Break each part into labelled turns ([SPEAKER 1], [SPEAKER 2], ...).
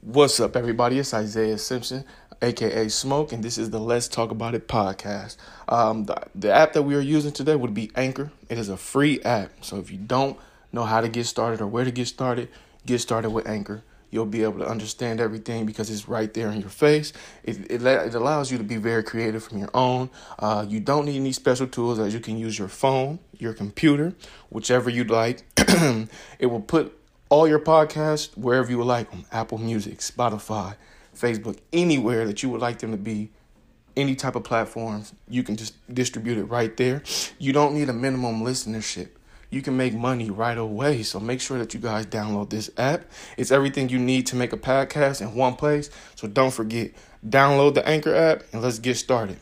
[SPEAKER 1] What's up, everybody? It's Isaiah Simpson, aka Smoke, and this is the Let's Talk About It podcast. Um, the, the app that we are using today would be Anchor. It is a free app, so if you don't know how to get started or where to get started, get started with Anchor. You'll be able to understand everything because it's right there in your face. It it, let, it allows you to be very creative from your own. Uh, you don't need any special tools as you can use your phone, your computer, whichever you'd like. it will put all your podcasts wherever you would like them Apple Music, Spotify, Facebook, anywhere that you would like them to be, any type of platforms, you can just distribute it right there. You don't need a minimum listenership. You can make money right away. So make sure that you guys download this app. It's everything you need to make a podcast in one place. So don't forget, download the Anchor app and let's get started.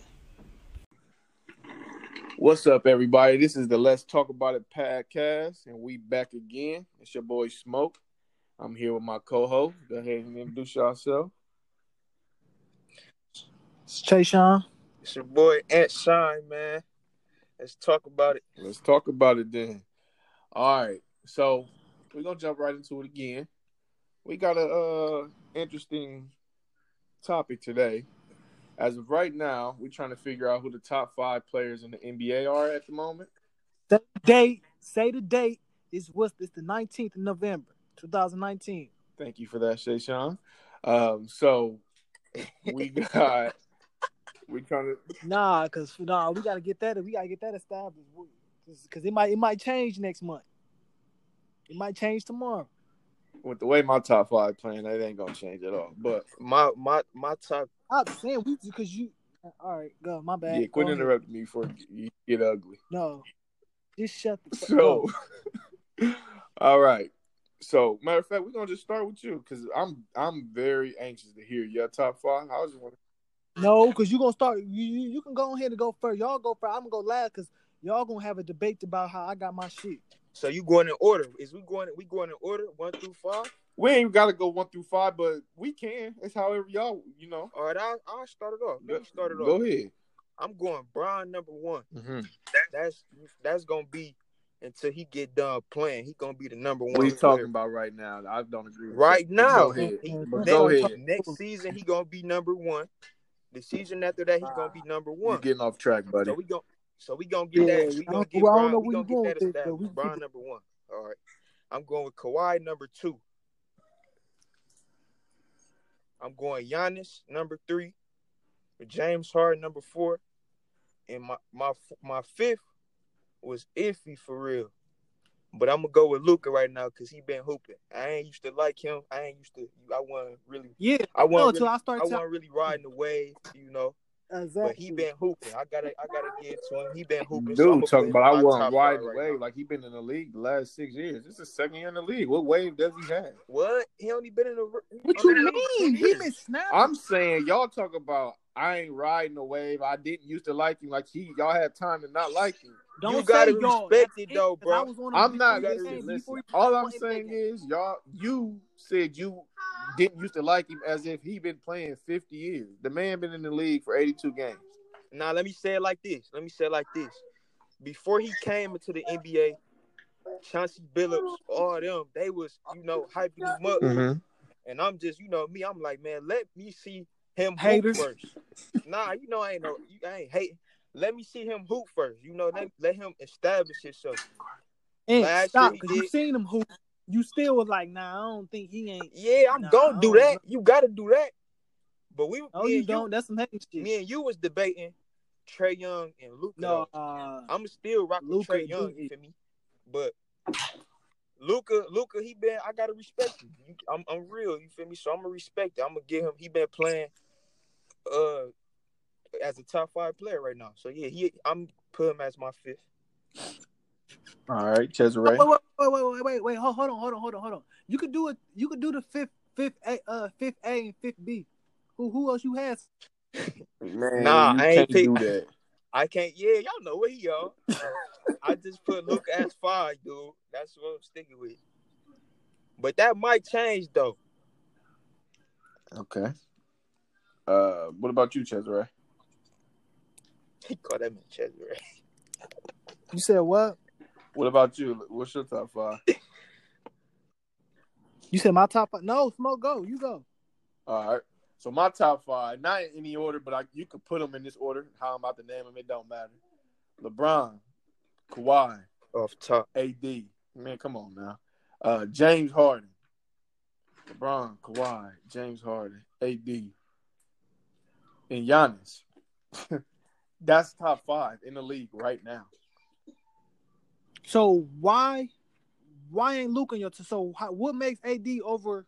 [SPEAKER 1] What's up, everybody? This is the Let's Talk About It podcast, and we back again. It's your boy Smoke. I'm here with my co-host. Go ahead and introduce yourself.
[SPEAKER 2] It's Tayshawn.
[SPEAKER 3] It's your boy Ant Shine, man. Let's talk about it.
[SPEAKER 1] Let's talk about it then. All right, so we're gonna jump right into it again. We got a uh, interesting topic today. As of right now, we're trying to figure out who the top five players in the NBA are at the moment.
[SPEAKER 2] The date, say the date is what's this? The nineteenth of November, two thousand nineteen.
[SPEAKER 1] Thank you for that, Shay Sean. Um, so we got we're trying to
[SPEAKER 2] Nah, cause nah, we gotta get that. We gotta get that established. We- Cause, 'cause it might it might change next month. It might change tomorrow.
[SPEAKER 1] with the way my top five playing, that ain't gonna change at all. But
[SPEAKER 3] My my my top
[SPEAKER 2] I'm saying we because you. All right, go. My bad.
[SPEAKER 1] yeah, quit
[SPEAKER 2] Go ahead.
[SPEAKER 1] interrupting me before you get ugly.
[SPEAKER 2] No, just shut the. fuck
[SPEAKER 1] So,
[SPEAKER 2] up.
[SPEAKER 1] all right. So, matter of fact, we're gonna just start with you because I'm I'm very anxious to hear your top five. I just want
[SPEAKER 2] No, because you gonna start. You, you you can go ahead and go first. Y'all go first. I'm gonna go last because y'all gonna have a debate about how I got my shit.
[SPEAKER 3] so you going in order. Is we going we going in order one through five?
[SPEAKER 1] we ain't gotta go one through five, but we can. It's however y'all you know.
[SPEAKER 3] All right, I I'll start it off. Let me start it
[SPEAKER 1] Go
[SPEAKER 3] off. Mm-hmm.
[SPEAKER 1] ahead.
[SPEAKER 3] I'm going Brian number one. That's that's gonna be until he get done playing. He gonna be the number one.
[SPEAKER 1] What are you
[SPEAKER 3] player.
[SPEAKER 1] talking about right now? I don't agree. With
[SPEAKER 3] Right
[SPEAKER 1] that.
[SPEAKER 3] now.
[SPEAKER 1] go ahead.
[SPEAKER 3] Next,
[SPEAKER 1] Go ahead.
[SPEAKER 3] next season he gonna be number one. The season after that he's gonna be number
[SPEAKER 1] You're
[SPEAKER 3] one.
[SPEAKER 1] getting off track, buddy.
[SPEAKER 3] So we gonna so we gonna get
[SPEAKER 2] Yeah,
[SPEAKER 3] that. We
[SPEAKER 2] I
[SPEAKER 3] gonna
[SPEAKER 2] don't-
[SPEAKER 3] get
[SPEAKER 2] well, I don't
[SPEAKER 3] Brian.
[SPEAKER 2] know
[SPEAKER 3] We
[SPEAKER 2] where
[SPEAKER 3] gonna
[SPEAKER 2] you
[SPEAKER 3] get
[SPEAKER 2] going
[SPEAKER 3] that
[SPEAKER 2] with this, though.
[SPEAKER 3] established.
[SPEAKER 2] We-
[SPEAKER 3] Brian number one. All right. I'm going with Kawhi number two. I'm going Giannis number three. James Harden number four. And my my my fifth was iffy for real. But I'm gonna go with Luca right now because he been hooping. I ain't used to like him. I ain't used to. I wasn't really.
[SPEAKER 2] Yeah,
[SPEAKER 3] I
[SPEAKER 2] no,
[SPEAKER 3] wasn't.
[SPEAKER 2] until
[SPEAKER 3] Really,
[SPEAKER 2] I start
[SPEAKER 3] I
[SPEAKER 2] telling
[SPEAKER 3] wasn't really riding the wave, you know.
[SPEAKER 2] exactly.
[SPEAKER 3] But he been hooping. I gotta. I gotta give it to him. He been hooping.
[SPEAKER 1] Dude,
[SPEAKER 3] so I'm gonna put
[SPEAKER 1] talking
[SPEAKER 3] him
[SPEAKER 1] about
[SPEAKER 3] in
[SPEAKER 1] I
[SPEAKER 3] my
[SPEAKER 1] wasn't
[SPEAKER 3] top
[SPEAKER 1] wide
[SPEAKER 3] five right
[SPEAKER 1] away.
[SPEAKER 3] now.
[SPEAKER 1] like he been in the league the last six years. This is his second year in the league. What wave does he have?
[SPEAKER 3] What? He only been in the.
[SPEAKER 2] What
[SPEAKER 3] I
[SPEAKER 2] you
[SPEAKER 3] mean,
[SPEAKER 2] mean? He been snapping.
[SPEAKER 1] I'm saying y'all talk about I ain't riding the wave. I didn't used to like him. Like he, y'all had time to not like him.
[SPEAKER 2] Don't
[SPEAKER 3] You gotta
[SPEAKER 2] say y'all.
[SPEAKER 3] respect
[SPEAKER 2] That's
[SPEAKER 3] it, though,
[SPEAKER 2] 'cause I
[SPEAKER 3] bro.
[SPEAKER 2] was on him
[SPEAKER 1] I'm
[SPEAKER 2] before
[SPEAKER 1] not
[SPEAKER 2] you
[SPEAKER 3] gotta
[SPEAKER 2] came-
[SPEAKER 1] listen. listen.
[SPEAKER 2] before you-
[SPEAKER 1] All I'm
[SPEAKER 2] before you
[SPEAKER 1] saying
[SPEAKER 2] came.
[SPEAKER 1] is y'all, you said you didn't used to like him as if he been playing 50 years. The man been in the league for 82 games.
[SPEAKER 3] Now let me say it like this. Let me say it like this. Before he came into the NBA, Chauncey Billups, all them, they was you know hyping him up,
[SPEAKER 1] Mm-hmm.
[SPEAKER 3] and I'm just you know me. I'm like, man, let me see him
[SPEAKER 2] Haters.
[SPEAKER 3] hoop first. Nah, you know I ain't no, you, I ain't hating. Let me see him hoop first. You know, let, let him establish himself.
[SPEAKER 2] And
[SPEAKER 3] Last
[SPEAKER 2] stop,
[SPEAKER 3] year he
[SPEAKER 2] because you
[SPEAKER 3] did.
[SPEAKER 2] seen him hoop. You still was like, nah, I don't think he ain't.
[SPEAKER 3] Yeah, I'm
[SPEAKER 2] Nah,
[SPEAKER 3] gonna
[SPEAKER 2] I
[SPEAKER 3] do
[SPEAKER 2] don't
[SPEAKER 3] that. You gotta do that. But we,
[SPEAKER 2] No,
[SPEAKER 3] me
[SPEAKER 2] you
[SPEAKER 3] and
[SPEAKER 2] don't. That's some hating
[SPEAKER 3] You,
[SPEAKER 2] shit.
[SPEAKER 3] me and you was debating Trey Young and Luca.
[SPEAKER 2] No, uh,
[SPEAKER 3] I'm still rocking
[SPEAKER 2] Luka
[SPEAKER 3] Trey
[SPEAKER 2] and
[SPEAKER 3] Young,
[SPEAKER 2] Luka.
[SPEAKER 3] you feel me? But Luca, Luca, he been. I gotta respect him. You- I'm, I'm real, you feel me? So I'm gonna respect him. I'm gonna give him. He been playing, uh, as a top five player right now. So yeah, he. I'm put him as my fifth.
[SPEAKER 1] All right,
[SPEAKER 2] wait,
[SPEAKER 1] Cesare.
[SPEAKER 2] wait, wait, wait, wait, wait, wait. Hold, hold on, hold on, hold on, hold on. You could do it. You could do the fifth, fifth A, uh, fifth A and fifth B. Who, who else you had?
[SPEAKER 1] Man,
[SPEAKER 3] Nah,
[SPEAKER 1] you
[SPEAKER 3] I ain't
[SPEAKER 1] can't
[SPEAKER 3] pick-
[SPEAKER 1] do that.
[SPEAKER 3] I can't. Yeah, y'all know where he are. Uh, I just put Luca as five, dude. That's what I'm sticking with. But that might change though.
[SPEAKER 1] Okay. Uh, what about you, Cesare?
[SPEAKER 3] He called that man Chesbury.
[SPEAKER 2] You said what?
[SPEAKER 1] What about you? What's your top five?
[SPEAKER 2] You said my top five. No, smoke. Go. You go.
[SPEAKER 4] All right. So my top five, not in any order, but I, you could put them in this order. How I'm about to name them, it don't matter. LeBron, Kawhi,
[SPEAKER 3] off top.
[SPEAKER 4] AD. Man, come on now. Uh, James Harden, LeBron, Kawhi, James Harden, AD, and Giannis. That's top five in the league right now.
[SPEAKER 2] So why, why ain't Luke on your? T- so how, what makes AD over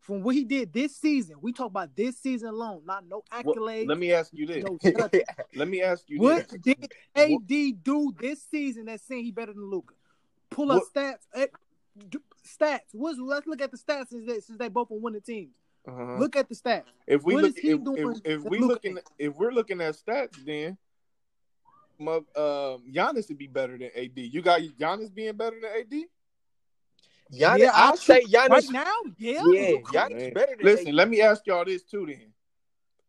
[SPEAKER 2] from what he did this season? We talk about this season alone, not no
[SPEAKER 4] What-
[SPEAKER 2] accolades.
[SPEAKER 4] let me ask you this.
[SPEAKER 2] no nothing.
[SPEAKER 4] Let me ask you
[SPEAKER 2] what
[SPEAKER 4] this.
[SPEAKER 2] did AD do this season that saying he better than Luca? Pull up
[SPEAKER 4] What-
[SPEAKER 2] stats. eh, do- Stats. What's, let's look at the stats since they, since they both on winning teams.
[SPEAKER 4] Uh-huh.
[SPEAKER 2] Look at the stats.
[SPEAKER 4] If we
[SPEAKER 2] What
[SPEAKER 4] look,
[SPEAKER 2] is
[SPEAKER 4] if,
[SPEAKER 2] he doing
[SPEAKER 4] if, if
[SPEAKER 2] that
[SPEAKER 4] we
[SPEAKER 2] Luka
[SPEAKER 4] looking, if we're looking at stats, then my, um, Giannis would be better than AD. You got Giannis being better than AD.
[SPEAKER 3] Giannis,
[SPEAKER 2] Yeah,
[SPEAKER 3] I
[SPEAKER 2] I-
[SPEAKER 3] say Giannis.
[SPEAKER 2] Right now, yeah.
[SPEAKER 3] yeah,
[SPEAKER 2] you crazy.
[SPEAKER 3] Giannis better than
[SPEAKER 4] Listen,
[SPEAKER 3] AD.
[SPEAKER 4] let me ask y'all this too. Then,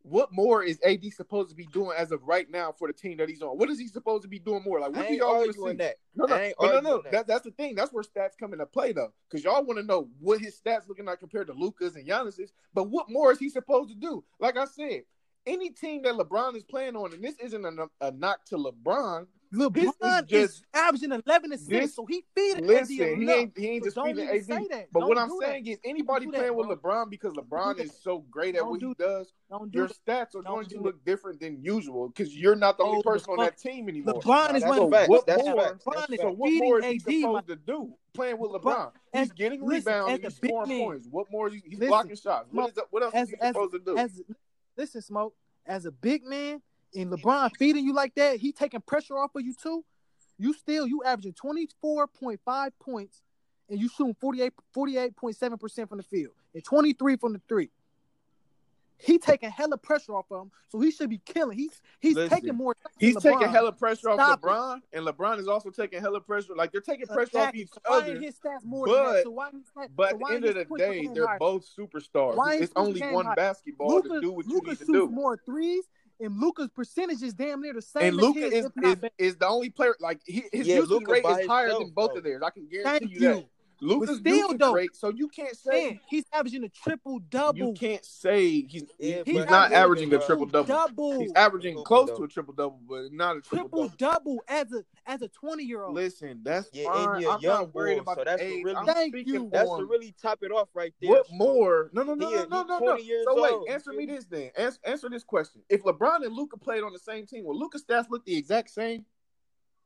[SPEAKER 4] what more is AD supposed to be doing as of right now for the team that he's on? What is he supposed to be doing more? Like,
[SPEAKER 3] I
[SPEAKER 4] what do
[SPEAKER 3] ain't
[SPEAKER 4] y'all want to
[SPEAKER 3] arguing
[SPEAKER 4] see?
[SPEAKER 3] that.
[SPEAKER 4] No,
[SPEAKER 3] I
[SPEAKER 4] no,
[SPEAKER 3] ain't
[SPEAKER 4] but no,
[SPEAKER 3] arguing
[SPEAKER 4] no.
[SPEAKER 3] that.
[SPEAKER 4] That, that's the thing. That's where stats come into play, though, because y'all want to know what his stats looking like compared to Luca's and Giannis's. But what more is he supposed to do? Like I said, any team that LeBron is playing on, and this isn't a, a knock to LeBron. This
[SPEAKER 2] LeBron
[SPEAKER 4] is just-
[SPEAKER 2] is averaging 11 assists,
[SPEAKER 4] this-
[SPEAKER 2] so he feeding AD
[SPEAKER 4] Listen, he
[SPEAKER 2] enough.
[SPEAKER 4] ain't he ain't
[SPEAKER 2] So
[SPEAKER 4] just
[SPEAKER 2] don't
[SPEAKER 4] feeding
[SPEAKER 2] even
[SPEAKER 4] AD.
[SPEAKER 2] say that.
[SPEAKER 4] But
[SPEAKER 2] Don't
[SPEAKER 4] what I'm
[SPEAKER 2] do
[SPEAKER 4] saying
[SPEAKER 2] is
[SPEAKER 4] is, anybody
[SPEAKER 2] do that,
[SPEAKER 4] playing with
[SPEAKER 2] bro.
[SPEAKER 4] LeBron because LeBron
[SPEAKER 2] do
[SPEAKER 4] is so great at
[SPEAKER 2] Don't
[SPEAKER 4] what
[SPEAKER 2] do
[SPEAKER 4] he does,
[SPEAKER 2] don't do
[SPEAKER 4] your
[SPEAKER 2] that.
[SPEAKER 4] stats are
[SPEAKER 2] Don't
[SPEAKER 4] going
[SPEAKER 2] do
[SPEAKER 4] to look different than usual because you're not the only
[SPEAKER 2] Oh,
[SPEAKER 4] person on
[SPEAKER 2] LeBron-
[SPEAKER 4] that team anymore.
[SPEAKER 2] LeBron
[SPEAKER 3] Nah,
[SPEAKER 2] is
[SPEAKER 3] that's
[SPEAKER 2] running.
[SPEAKER 3] facts.
[SPEAKER 4] What
[SPEAKER 3] That's
[SPEAKER 4] more?
[SPEAKER 3] facts. That's
[SPEAKER 2] LeBron is
[SPEAKER 4] So
[SPEAKER 3] facts.
[SPEAKER 4] what more is
[SPEAKER 2] feeding
[SPEAKER 4] he
[SPEAKER 2] AD, my-
[SPEAKER 4] supposed to do playing with LeBron?
[SPEAKER 2] LeBron-
[SPEAKER 4] He's
[SPEAKER 2] as-
[SPEAKER 4] getting
[SPEAKER 2] listen,
[SPEAKER 4] rebounds
[SPEAKER 2] as
[SPEAKER 4] and
[SPEAKER 2] a
[SPEAKER 4] he's
[SPEAKER 2] big
[SPEAKER 4] scoring
[SPEAKER 2] man-
[SPEAKER 4] points. What more? Is he, he's
[SPEAKER 2] listen,
[SPEAKER 4] blocking shots. What is that, What else
[SPEAKER 2] as-
[SPEAKER 4] is he
[SPEAKER 2] as-
[SPEAKER 4] supposed to do?
[SPEAKER 2] as listen, smoke as a big man and LeBron feeding you like that, he taking pressure off of you too. You still you averaging twenty four point five points, and you shooting 48 48.7 percent from the field and twenty three from the three. He taking hella pressure off of him, so he should be killing. He's he's
[SPEAKER 4] Listen,
[SPEAKER 2] taking more. shots than
[SPEAKER 4] He's taking
[SPEAKER 2] LeBron.
[SPEAKER 4] hella pressure off
[SPEAKER 2] Stop it.
[SPEAKER 4] LeBron, and LeBron is also taking hella pressure. Like they're taking pressure off
[SPEAKER 2] Exactly.
[SPEAKER 4] each
[SPEAKER 2] So why
[SPEAKER 4] other.
[SPEAKER 2] ain't his stats more than
[SPEAKER 4] but-
[SPEAKER 2] that? So why ain't his stat-
[SPEAKER 4] But
[SPEAKER 2] so
[SPEAKER 4] at
[SPEAKER 2] why
[SPEAKER 4] the end
[SPEAKER 2] ain't
[SPEAKER 4] of
[SPEAKER 2] his
[SPEAKER 4] the
[SPEAKER 2] points per
[SPEAKER 4] day,
[SPEAKER 2] game
[SPEAKER 4] they're
[SPEAKER 2] higher?
[SPEAKER 4] both superstars.
[SPEAKER 2] Why ain't
[SPEAKER 4] It's only
[SPEAKER 2] Superman
[SPEAKER 4] one
[SPEAKER 2] high?
[SPEAKER 4] basketball to
[SPEAKER 2] Luca,
[SPEAKER 4] do what you
[SPEAKER 2] Luca
[SPEAKER 4] need to
[SPEAKER 2] shoots
[SPEAKER 4] do.
[SPEAKER 2] more threes, and Luca's percentage is damn near the same.
[SPEAKER 4] And
[SPEAKER 2] as
[SPEAKER 4] Luca
[SPEAKER 2] his,
[SPEAKER 4] is
[SPEAKER 2] if not
[SPEAKER 4] is,
[SPEAKER 2] better.
[SPEAKER 4] is the only player like he, his
[SPEAKER 3] Yeah,
[SPEAKER 4] usage
[SPEAKER 3] Luka
[SPEAKER 4] rate
[SPEAKER 3] by
[SPEAKER 4] is higher than
[SPEAKER 3] himself,
[SPEAKER 4] both
[SPEAKER 3] though.
[SPEAKER 4] of theirs. I can guarantee
[SPEAKER 2] Thank
[SPEAKER 4] you,
[SPEAKER 2] you.
[SPEAKER 4] that. Luca's
[SPEAKER 2] still,
[SPEAKER 4] usage
[SPEAKER 2] though-
[SPEAKER 4] rate, so you can't say
[SPEAKER 2] Man, he's averaging a triple
[SPEAKER 4] you
[SPEAKER 2] double.
[SPEAKER 4] can't say he's
[SPEAKER 3] Yeah,
[SPEAKER 4] he's
[SPEAKER 3] but-
[SPEAKER 4] not
[SPEAKER 3] Yeah,
[SPEAKER 4] averaging a
[SPEAKER 3] but-
[SPEAKER 4] triple double.
[SPEAKER 2] Double,
[SPEAKER 4] He's averaging
[SPEAKER 3] Triple
[SPEAKER 4] close
[SPEAKER 3] double.
[SPEAKER 4] to a triple double, but not a
[SPEAKER 2] triple
[SPEAKER 4] triple
[SPEAKER 2] double as a as a twenty year
[SPEAKER 4] double.
[SPEAKER 2] old.
[SPEAKER 4] Listen, that's
[SPEAKER 3] Yeah, and
[SPEAKER 4] fine.
[SPEAKER 3] you're
[SPEAKER 4] I'm
[SPEAKER 3] young,
[SPEAKER 4] not worried
[SPEAKER 3] boy,
[SPEAKER 4] about
[SPEAKER 3] so
[SPEAKER 4] the
[SPEAKER 3] that's a
[SPEAKER 4] age.
[SPEAKER 3] really-
[SPEAKER 4] I'm
[SPEAKER 2] Thank
[SPEAKER 4] speaking
[SPEAKER 2] you.
[SPEAKER 3] That's
[SPEAKER 4] on
[SPEAKER 3] to really top it off right there.
[SPEAKER 4] What
[SPEAKER 3] so-
[SPEAKER 4] more? No, no, no,
[SPEAKER 3] Yeah,
[SPEAKER 4] no, no,
[SPEAKER 3] he
[SPEAKER 4] no,
[SPEAKER 3] 20
[SPEAKER 4] no.
[SPEAKER 3] years
[SPEAKER 4] So wait,
[SPEAKER 3] old,
[SPEAKER 4] answer me
[SPEAKER 3] dude.
[SPEAKER 4] this then. Answer, answer this question. If LeBron and Luca played on the same team, will Luca stats look the exact same?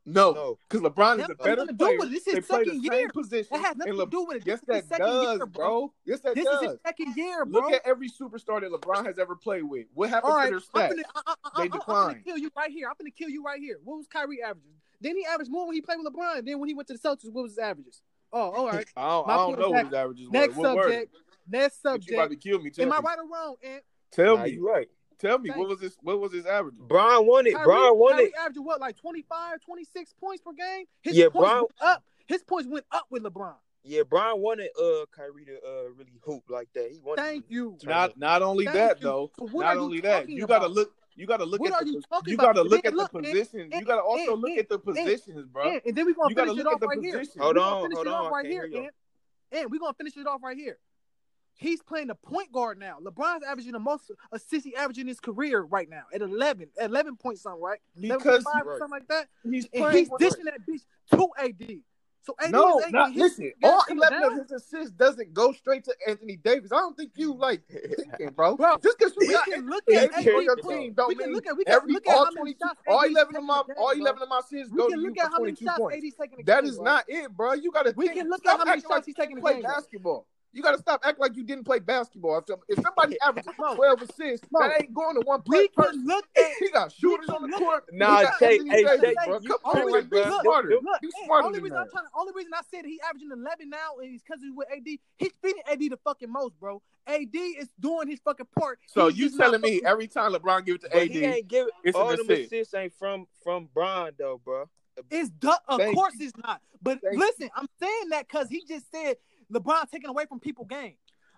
[SPEAKER 4] No,
[SPEAKER 3] No,
[SPEAKER 4] because LeBron is
[SPEAKER 2] That
[SPEAKER 4] a
[SPEAKER 2] has
[SPEAKER 4] better
[SPEAKER 2] nothing to do
[SPEAKER 4] player.
[SPEAKER 2] with it. This is
[SPEAKER 4] They
[SPEAKER 2] his
[SPEAKER 4] play the
[SPEAKER 2] second
[SPEAKER 4] same
[SPEAKER 2] year.
[SPEAKER 4] position.
[SPEAKER 2] That has nothing
[SPEAKER 4] And
[SPEAKER 2] to
[SPEAKER 4] Le-
[SPEAKER 2] do with it.
[SPEAKER 4] yes,
[SPEAKER 2] this is
[SPEAKER 4] that
[SPEAKER 2] his second
[SPEAKER 4] does,
[SPEAKER 2] year, bro.
[SPEAKER 4] bro. Yes, that
[SPEAKER 2] This is
[SPEAKER 4] does.
[SPEAKER 2] his second year, bro.
[SPEAKER 4] Look at every superstar that LeBron has ever played with. What happened
[SPEAKER 2] All right,
[SPEAKER 4] to
[SPEAKER 2] I'm
[SPEAKER 4] their stats?
[SPEAKER 2] gonna, I, I, I,
[SPEAKER 4] They
[SPEAKER 2] I, I'm
[SPEAKER 4] decline.
[SPEAKER 2] gonna kill you right here. I'm gonna kill you right here. What was Kyrie averaging? Then he averaged more when he played with LeBron. Then when he went to the Celtics, what was his averages? Oh, all right.
[SPEAKER 4] I don't,
[SPEAKER 2] My
[SPEAKER 4] I don't
[SPEAKER 2] point
[SPEAKER 4] know what
[SPEAKER 2] is
[SPEAKER 4] his averages were.
[SPEAKER 2] Next
[SPEAKER 4] What were they?
[SPEAKER 2] subject. Next
[SPEAKER 4] But You about
[SPEAKER 2] subject.
[SPEAKER 4] to kill me. Tell
[SPEAKER 2] Am
[SPEAKER 4] me.
[SPEAKER 2] I right or wrong? And
[SPEAKER 4] Tell
[SPEAKER 3] nah,
[SPEAKER 4] me.
[SPEAKER 3] you right.
[SPEAKER 4] Tell me.
[SPEAKER 2] Thank
[SPEAKER 4] What was this? What was his average?
[SPEAKER 3] Brian won it.
[SPEAKER 2] Kyrie,
[SPEAKER 3] Brian won
[SPEAKER 2] Kyrie
[SPEAKER 3] it.
[SPEAKER 2] averaged what, like 25, 26 points per game? His
[SPEAKER 3] Yeah,
[SPEAKER 2] points
[SPEAKER 3] Bron-
[SPEAKER 2] went up. His points went up with LeBron.
[SPEAKER 3] Yeah, Brian wanted uh Kyrie to uh really hoop like that. He wanted.
[SPEAKER 2] Thank you.
[SPEAKER 3] Turn
[SPEAKER 4] Not
[SPEAKER 3] up.
[SPEAKER 4] not only
[SPEAKER 2] Thank
[SPEAKER 4] that
[SPEAKER 2] you.
[SPEAKER 4] though.
[SPEAKER 2] So what
[SPEAKER 4] Not
[SPEAKER 2] are you
[SPEAKER 4] only that,
[SPEAKER 2] talking
[SPEAKER 4] you gotta
[SPEAKER 2] about?
[SPEAKER 4] look. You gotta look
[SPEAKER 2] What
[SPEAKER 4] at
[SPEAKER 2] are
[SPEAKER 4] the.
[SPEAKER 2] you
[SPEAKER 4] pos-
[SPEAKER 2] talking
[SPEAKER 4] you
[SPEAKER 2] about?
[SPEAKER 4] gotta look
[SPEAKER 2] Nigga,
[SPEAKER 4] at the
[SPEAKER 2] look, man.
[SPEAKER 4] positions.
[SPEAKER 2] It-
[SPEAKER 4] You gotta also
[SPEAKER 2] it-
[SPEAKER 4] look
[SPEAKER 2] it-
[SPEAKER 4] at the
[SPEAKER 2] it-
[SPEAKER 4] positions, bro.
[SPEAKER 2] And, and then we're gonna
[SPEAKER 4] You gotta
[SPEAKER 2] finish it
[SPEAKER 4] look at
[SPEAKER 2] off
[SPEAKER 4] the
[SPEAKER 2] right here.
[SPEAKER 4] positions.
[SPEAKER 3] Hold
[SPEAKER 2] we gonna
[SPEAKER 3] on,
[SPEAKER 2] finish
[SPEAKER 3] hold
[SPEAKER 2] it
[SPEAKER 3] on.
[SPEAKER 2] off
[SPEAKER 3] I
[SPEAKER 2] right
[SPEAKER 3] can't
[SPEAKER 2] here,
[SPEAKER 3] hear y'all.
[SPEAKER 2] and, and we're gonna finish it off right here. He's playing the point guard now. LeBron's averaging the most assists he averaged in his career right now at 11, 11 point something, right?
[SPEAKER 4] Because
[SPEAKER 2] 11.5 or
[SPEAKER 3] Right.
[SPEAKER 2] something like that.
[SPEAKER 4] he's
[SPEAKER 2] And
[SPEAKER 4] playing.
[SPEAKER 2] he's
[SPEAKER 4] with-
[SPEAKER 2] dishing that bitch to AD. So AD
[SPEAKER 4] no,
[SPEAKER 2] is AD.
[SPEAKER 4] not
[SPEAKER 2] His
[SPEAKER 4] listen.
[SPEAKER 2] guys
[SPEAKER 4] All
[SPEAKER 2] coming
[SPEAKER 4] eleven of
[SPEAKER 2] down.
[SPEAKER 4] his assists doesn't go straight to Anthony Davis. I don't think you like thinking, bro.
[SPEAKER 2] Bro,
[SPEAKER 4] Just because you
[SPEAKER 2] we
[SPEAKER 4] got
[SPEAKER 2] can look
[SPEAKER 4] Yeah,
[SPEAKER 2] at
[SPEAKER 4] you
[SPEAKER 2] AD.
[SPEAKER 4] carry your
[SPEAKER 2] put-
[SPEAKER 4] team, don't
[SPEAKER 2] we can
[SPEAKER 4] mean
[SPEAKER 2] look at we can
[SPEAKER 4] every
[SPEAKER 2] look at
[SPEAKER 4] all
[SPEAKER 2] how many
[SPEAKER 4] twenty two,
[SPEAKER 2] shots
[SPEAKER 4] all
[SPEAKER 2] AD 's
[SPEAKER 4] eleven of
[SPEAKER 2] taking
[SPEAKER 4] my,
[SPEAKER 2] a game,
[SPEAKER 4] all
[SPEAKER 2] bro.
[SPEAKER 4] eleven of my assists
[SPEAKER 2] We
[SPEAKER 4] go to
[SPEAKER 2] can
[SPEAKER 4] you
[SPEAKER 2] look
[SPEAKER 4] for
[SPEAKER 2] at how many
[SPEAKER 4] twenty two
[SPEAKER 2] shots
[SPEAKER 4] points.
[SPEAKER 2] AD's taking a
[SPEAKER 4] That
[SPEAKER 2] game,
[SPEAKER 4] is
[SPEAKER 2] bro.
[SPEAKER 4] not it, bro. You gotta
[SPEAKER 2] We
[SPEAKER 4] think,
[SPEAKER 2] can look at
[SPEAKER 4] stop
[SPEAKER 2] how many
[SPEAKER 4] acting like
[SPEAKER 2] shots
[SPEAKER 4] you
[SPEAKER 2] he's taking
[SPEAKER 4] didn't
[SPEAKER 2] a
[SPEAKER 4] play
[SPEAKER 2] game.
[SPEAKER 4] basketball. You gotta stop acting like you didn't play basketball. If, some- if somebody averages
[SPEAKER 2] Smoke.
[SPEAKER 4] twelve assists,
[SPEAKER 2] Smoke.
[SPEAKER 4] that ain't going to one
[SPEAKER 2] We
[SPEAKER 4] play person.
[SPEAKER 2] can look at
[SPEAKER 4] He got shooters on the
[SPEAKER 2] look-
[SPEAKER 4] court.
[SPEAKER 3] Nah,
[SPEAKER 4] he got
[SPEAKER 3] Shay,
[SPEAKER 4] Anthony
[SPEAKER 3] hey,
[SPEAKER 4] Davis,
[SPEAKER 3] Shay,
[SPEAKER 4] bro.
[SPEAKER 3] you
[SPEAKER 4] Come on,
[SPEAKER 3] tripping,
[SPEAKER 4] like, be
[SPEAKER 3] bro.
[SPEAKER 4] smarter.
[SPEAKER 2] Look, look,
[SPEAKER 4] Be
[SPEAKER 2] and
[SPEAKER 4] smarter
[SPEAKER 2] only
[SPEAKER 4] than
[SPEAKER 2] reason I'm
[SPEAKER 4] that.
[SPEAKER 2] trying to, only reason I said he averaging 11 now is because he's with AD. He's feeding AD the fucking most, bro. AD is doing his fucking part.
[SPEAKER 4] So
[SPEAKER 2] He's
[SPEAKER 4] you
[SPEAKER 2] just not
[SPEAKER 4] telling me
[SPEAKER 2] fucking-
[SPEAKER 4] every time LeBron give it to
[SPEAKER 3] But he
[SPEAKER 4] AD,
[SPEAKER 3] ain't give
[SPEAKER 4] it's
[SPEAKER 3] all
[SPEAKER 4] an
[SPEAKER 3] them
[SPEAKER 4] assist.
[SPEAKER 3] assists ain't from from Brian though, bro.
[SPEAKER 2] it's du- of
[SPEAKER 4] Thank
[SPEAKER 2] course it's not. But
[SPEAKER 4] Thank you.
[SPEAKER 2] listen, I'm saying that because he just said LeBron taking away from people game.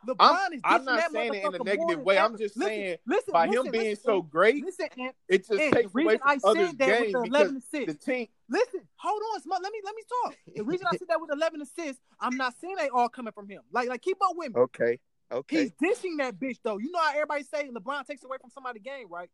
[SPEAKER 2] LeBron is
[SPEAKER 4] I'm
[SPEAKER 2] dishing
[SPEAKER 4] not
[SPEAKER 2] that
[SPEAKER 4] saying it in a
[SPEAKER 2] motherfucker more
[SPEAKER 4] negative
[SPEAKER 2] than
[SPEAKER 4] way. I'm
[SPEAKER 2] ever.
[SPEAKER 4] just
[SPEAKER 2] Listen,
[SPEAKER 4] saying
[SPEAKER 2] listen,
[SPEAKER 4] by
[SPEAKER 2] listen,
[SPEAKER 4] him being
[SPEAKER 2] listen,
[SPEAKER 4] so great,
[SPEAKER 2] listen, and,
[SPEAKER 4] it just
[SPEAKER 2] and the
[SPEAKER 4] takes away
[SPEAKER 2] reason I
[SPEAKER 4] from others'
[SPEAKER 2] said that with
[SPEAKER 4] games
[SPEAKER 2] the
[SPEAKER 4] because
[SPEAKER 2] 11 assists.
[SPEAKER 4] the team
[SPEAKER 2] Listen, hold on, Smoke. Let me let me talk. The reason I said that with eleven assists, I'm not saying they all coming from him. Like like keep up with me.
[SPEAKER 3] Okay. Okay.
[SPEAKER 2] He's dishing that bitch though. You know how everybody say LeBron takes away from somebody game, right?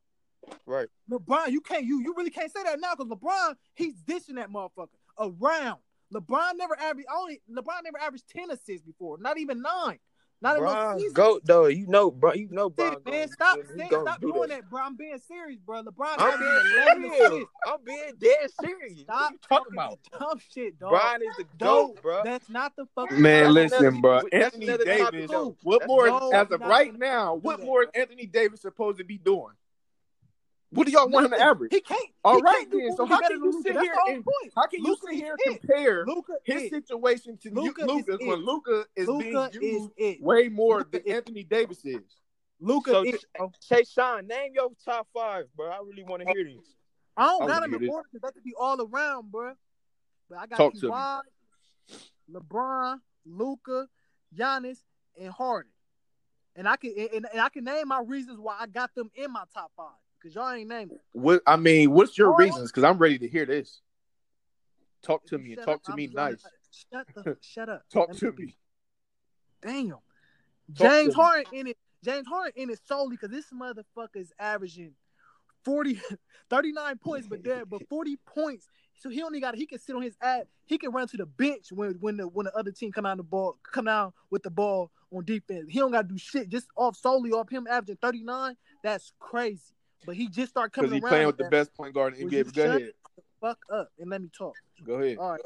[SPEAKER 3] Right.
[SPEAKER 2] LeBron, you can't you you really can't say that now because LeBron he's dishing that motherfucker around. LeBron never averaged only LeBron never averaged ten assists before, not even nine, not in one
[SPEAKER 3] Bron
[SPEAKER 2] season.
[SPEAKER 3] goat though. You know, bro. You know,
[SPEAKER 2] Shit,
[SPEAKER 3] Bron.
[SPEAKER 2] man,
[SPEAKER 3] goat.
[SPEAKER 2] stop,
[SPEAKER 3] He
[SPEAKER 2] saying-
[SPEAKER 3] gonna
[SPEAKER 2] stop
[SPEAKER 3] do
[SPEAKER 2] doing
[SPEAKER 3] that.
[SPEAKER 2] that, bro. I'm being serious, bro. LeBron
[SPEAKER 3] I'm
[SPEAKER 2] averaged
[SPEAKER 3] being
[SPEAKER 2] 11
[SPEAKER 3] serious.
[SPEAKER 2] assists.
[SPEAKER 3] I'm being dead serious.
[SPEAKER 2] Stop
[SPEAKER 3] what you talking about?
[SPEAKER 2] dumb shit, dog.
[SPEAKER 3] Bron is the goat, bro.
[SPEAKER 2] That's not the fucking
[SPEAKER 4] Man,
[SPEAKER 3] That's
[SPEAKER 4] listen,
[SPEAKER 3] another-
[SPEAKER 4] bro.
[SPEAKER 3] that's
[SPEAKER 4] Anthony
[SPEAKER 3] another topic,
[SPEAKER 4] Davis.
[SPEAKER 3] though.
[SPEAKER 4] What
[SPEAKER 3] That's
[SPEAKER 4] more is,
[SPEAKER 2] no,
[SPEAKER 4] as
[SPEAKER 2] we're
[SPEAKER 4] of
[SPEAKER 2] not
[SPEAKER 4] right
[SPEAKER 2] gonna
[SPEAKER 4] now?
[SPEAKER 2] do
[SPEAKER 4] What
[SPEAKER 2] that,
[SPEAKER 4] more is Anthony Davis supposed to be doing? What do y'all want him to
[SPEAKER 2] Nothing.
[SPEAKER 4] average?
[SPEAKER 2] He can't.
[SPEAKER 4] All
[SPEAKER 2] he
[SPEAKER 4] right
[SPEAKER 2] can't do
[SPEAKER 4] then,
[SPEAKER 2] what
[SPEAKER 4] so
[SPEAKER 2] we
[SPEAKER 4] how
[SPEAKER 2] better
[SPEAKER 4] can
[SPEAKER 2] than
[SPEAKER 4] you
[SPEAKER 2] Luka.
[SPEAKER 4] sit
[SPEAKER 2] That's
[SPEAKER 4] here
[SPEAKER 2] the whole
[SPEAKER 4] and-
[SPEAKER 2] point.
[SPEAKER 4] How can
[SPEAKER 2] Luka
[SPEAKER 4] you sit here
[SPEAKER 2] is
[SPEAKER 4] and
[SPEAKER 2] it.
[SPEAKER 4] compare
[SPEAKER 2] Luka
[SPEAKER 4] his
[SPEAKER 2] is
[SPEAKER 4] situation to
[SPEAKER 2] Luka
[SPEAKER 4] Luca
[SPEAKER 2] is
[SPEAKER 4] Lucas
[SPEAKER 2] it.
[SPEAKER 4] when Luca is
[SPEAKER 2] Luka
[SPEAKER 4] being
[SPEAKER 2] is
[SPEAKER 4] used
[SPEAKER 2] it.
[SPEAKER 4] way more
[SPEAKER 2] Luka
[SPEAKER 4] than
[SPEAKER 2] is-
[SPEAKER 4] Anthony Davis is?
[SPEAKER 2] Luka
[SPEAKER 3] So,
[SPEAKER 2] is. bro.
[SPEAKER 3] Say, Sean, name your top five, bro. I really want to hear this.
[SPEAKER 2] I don't got
[SPEAKER 4] I wanna
[SPEAKER 2] him
[SPEAKER 4] hear
[SPEAKER 2] in
[SPEAKER 4] this.
[SPEAKER 2] order because that could be all around, bro. But I got
[SPEAKER 4] Talk to me.
[SPEAKER 2] Kawhi, LeBron, Luca, Giannis, and Harden. And I can and, and I can name my reasons why I got them in my top five because y'all ain't naming. it.
[SPEAKER 4] What I mean, what's your
[SPEAKER 2] All right.
[SPEAKER 4] reasons? Because I'm ready to hear this. Talk to
[SPEAKER 2] If you
[SPEAKER 4] me and
[SPEAKER 2] shut
[SPEAKER 4] talk
[SPEAKER 2] up,
[SPEAKER 4] to
[SPEAKER 2] I'm
[SPEAKER 4] me
[SPEAKER 2] just gonna-
[SPEAKER 4] nice.
[SPEAKER 2] Shut the shut up.
[SPEAKER 4] Talk
[SPEAKER 2] Let me
[SPEAKER 4] to me.
[SPEAKER 2] Damn.
[SPEAKER 4] Talk to
[SPEAKER 2] James
[SPEAKER 4] me.
[SPEAKER 2] Harden in it. James Harden in it solely because this motherfucker is averaging 40, 39 points, but there, but 40 points. So he only got he can sit on his ass. He can run to the bench when when the when the other team come out the ball come down with the ball on defense. He don't gotta do shit just off solely off him averaging 39. That's crazy. But he just started
[SPEAKER 4] Because
[SPEAKER 2] coming
[SPEAKER 4] he
[SPEAKER 2] around.
[SPEAKER 4] playing with the
[SPEAKER 2] that
[SPEAKER 4] best point guard in
[SPEAKER 2] Would
[SPEAKER 4] the
[SPEAKER 2] you
[SPEAKER 4] NBA. But Go
[SPEAKER 2] shut
[SPEAKER 4] ahead.
[SPEAKER 2] Fuck up and let me talk.
[SPEAKER 4] Go ahead.
[SPEAKER 2] All right.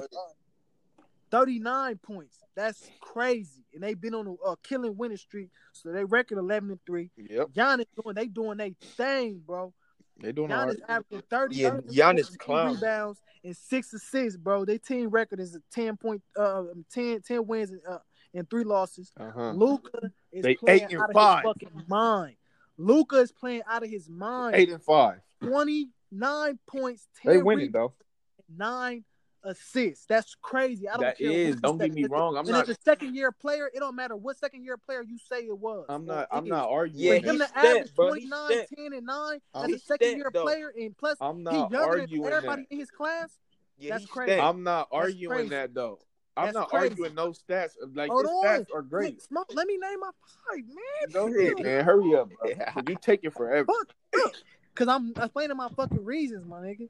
[SPEAKER 2] 39 points. That's crazy. And they've been on a uh, killing winning streak. So they record 11 and 3.
[SPEAKER 4] Yep.
[SPEAKER 2] Giannis doing they doing they thing, bro.
[SPEAKER 4] They doing all
[SPEAKER 2] Giannis
[SPEAKER 4] right.
[SPEAKER 2] averaging 30
[SPEAKER 3] Yeah,
[SPEAKER 2] 30,
[SPEAKER 3] Giannis
[SPEAKER 2] 14
[SPEAKER 3] clown.
[SPEAKER 2] rebounds and six assists, bro. Their team record is a 10 point uh 10, 10 wins and, uh, and three losses.
[SPEAKER 4] Uh-huh.
[SPEAKER 2] Luca is
[SPEAKER 4] They
[SPEAKER 2] playing
[SPEAKER 4] eight and
[SPEAKER 2] out of
[SPEAKER 4] five.
[SPEAKER 2] his fucking mind. Luca is playing out of his mind.
[SPEAKER 4] Eight and five.
[SPEAKER 2] 29 points, 10
[SPEAKER 4] They winning
[SPEAKER 2] rebounds,
[SPEAKER 4] though.
[SPEAKER 2] nine assists. That's crazy. I don't
[SPEAKER 4] That
[SPEAKER 2] care what
[SPEAKER 4] is.
[SPEAKER 2] you
[SPEAKER 4] Don't
[SPEAKER 2] say.
[SPEAKER 4] get me wrong. I'm
[SPEAKER 2] And
[SPEAKER 4] not.
[SPEAKER 2] it's a second year player. It don't matter what second year player you say it was.
[SPEAKER 4] I'm
[SPEAKER 2] or
[SPEAKER 4] not. I'm
[SPEAKER 2] is.
[SPEAKER 4] not
[SPEAKER 3] Yeah,
[SPEAKER 2] For
[SPEAKER 4] arguing.
[SPEAKER 2] him
[SPEAKER 3] he's
[SPEAKER 4] that.
[SPEAKER 2] to
[SPEAKER 3] stacked,
[SPEAKER 2] average
[SPEAKER 3] bro.
[SPEAKER 2] 29,
[SPEAKER 3] He's stacked.
[SPEAKER 2] 10, and 9
[SPEAKER 4] I'm-
[SPEAKER 2] as a
[SPEAKER 3] He's
[SPEAKER 2] second year
[SPEAKER 3] stacked, though.
[SPEAKER 2] player, and plus
[SPEAKER 4] I'm
[SPEAKER 2] he
[SPEAKER 4] not
[SPEAKER 2] younger than
[SPEAKER 4] arguing
[SPEAKER 2] everybody
[SPEAKER 4] that.
[SPEAKER 2] in his class.
[SPEAKER 3] Yeah,
[SPEAKER 2] That's
[SPEAKER 3] he's
[SPEAKER 2] crazy.
[SPEAKER 3] stacked.
[SPEAKER 4] I'm not arguing
[SPEAKER 2] crazy.
[SPEAKER 4] that though. I'm
[SPEAKER 2] That's
[SPEAKER 4] not
[SPEAKER 2] crazy.
[SPEAKER 4] arguing no stats. Like
[SPEAKER 2] Hold
[SPEAKER 4] his
[SPEAKER 2] on.
[SPEAKER 4] stats are great.
[SPEAKER 2] Smoke, let me name my five, man.
[SPEAKER 4] Go ahead, man. Hurry up, bro. You taking forever.
[SPEAKER 2] Fuck up. Cause I'm explaining my fucking reasons, my nigga.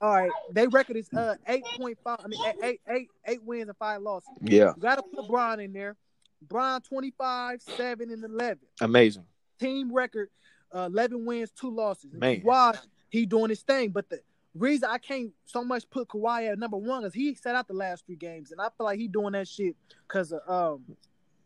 [SPEAKER 2] All right, they record is uh eight point five. I mean eight, eight, eight, eight wins and five losses.
[SPEAKER 4] Yeah,
[SPEAKER 2] You gotta put Bron in there. Bron 25, 7, and 11.
[SPEAKER 4] amazing.
[SPEAKER 2] Team record, uh, 11 wins, 2 losses. And
[SPEAKER 4] Man.
[SPEAKER 2] Kawhi, he doing his thing. But the reason I can't so much put Kawhi at number one is he sat out the last three games. And I feel like he doing that shit because of um,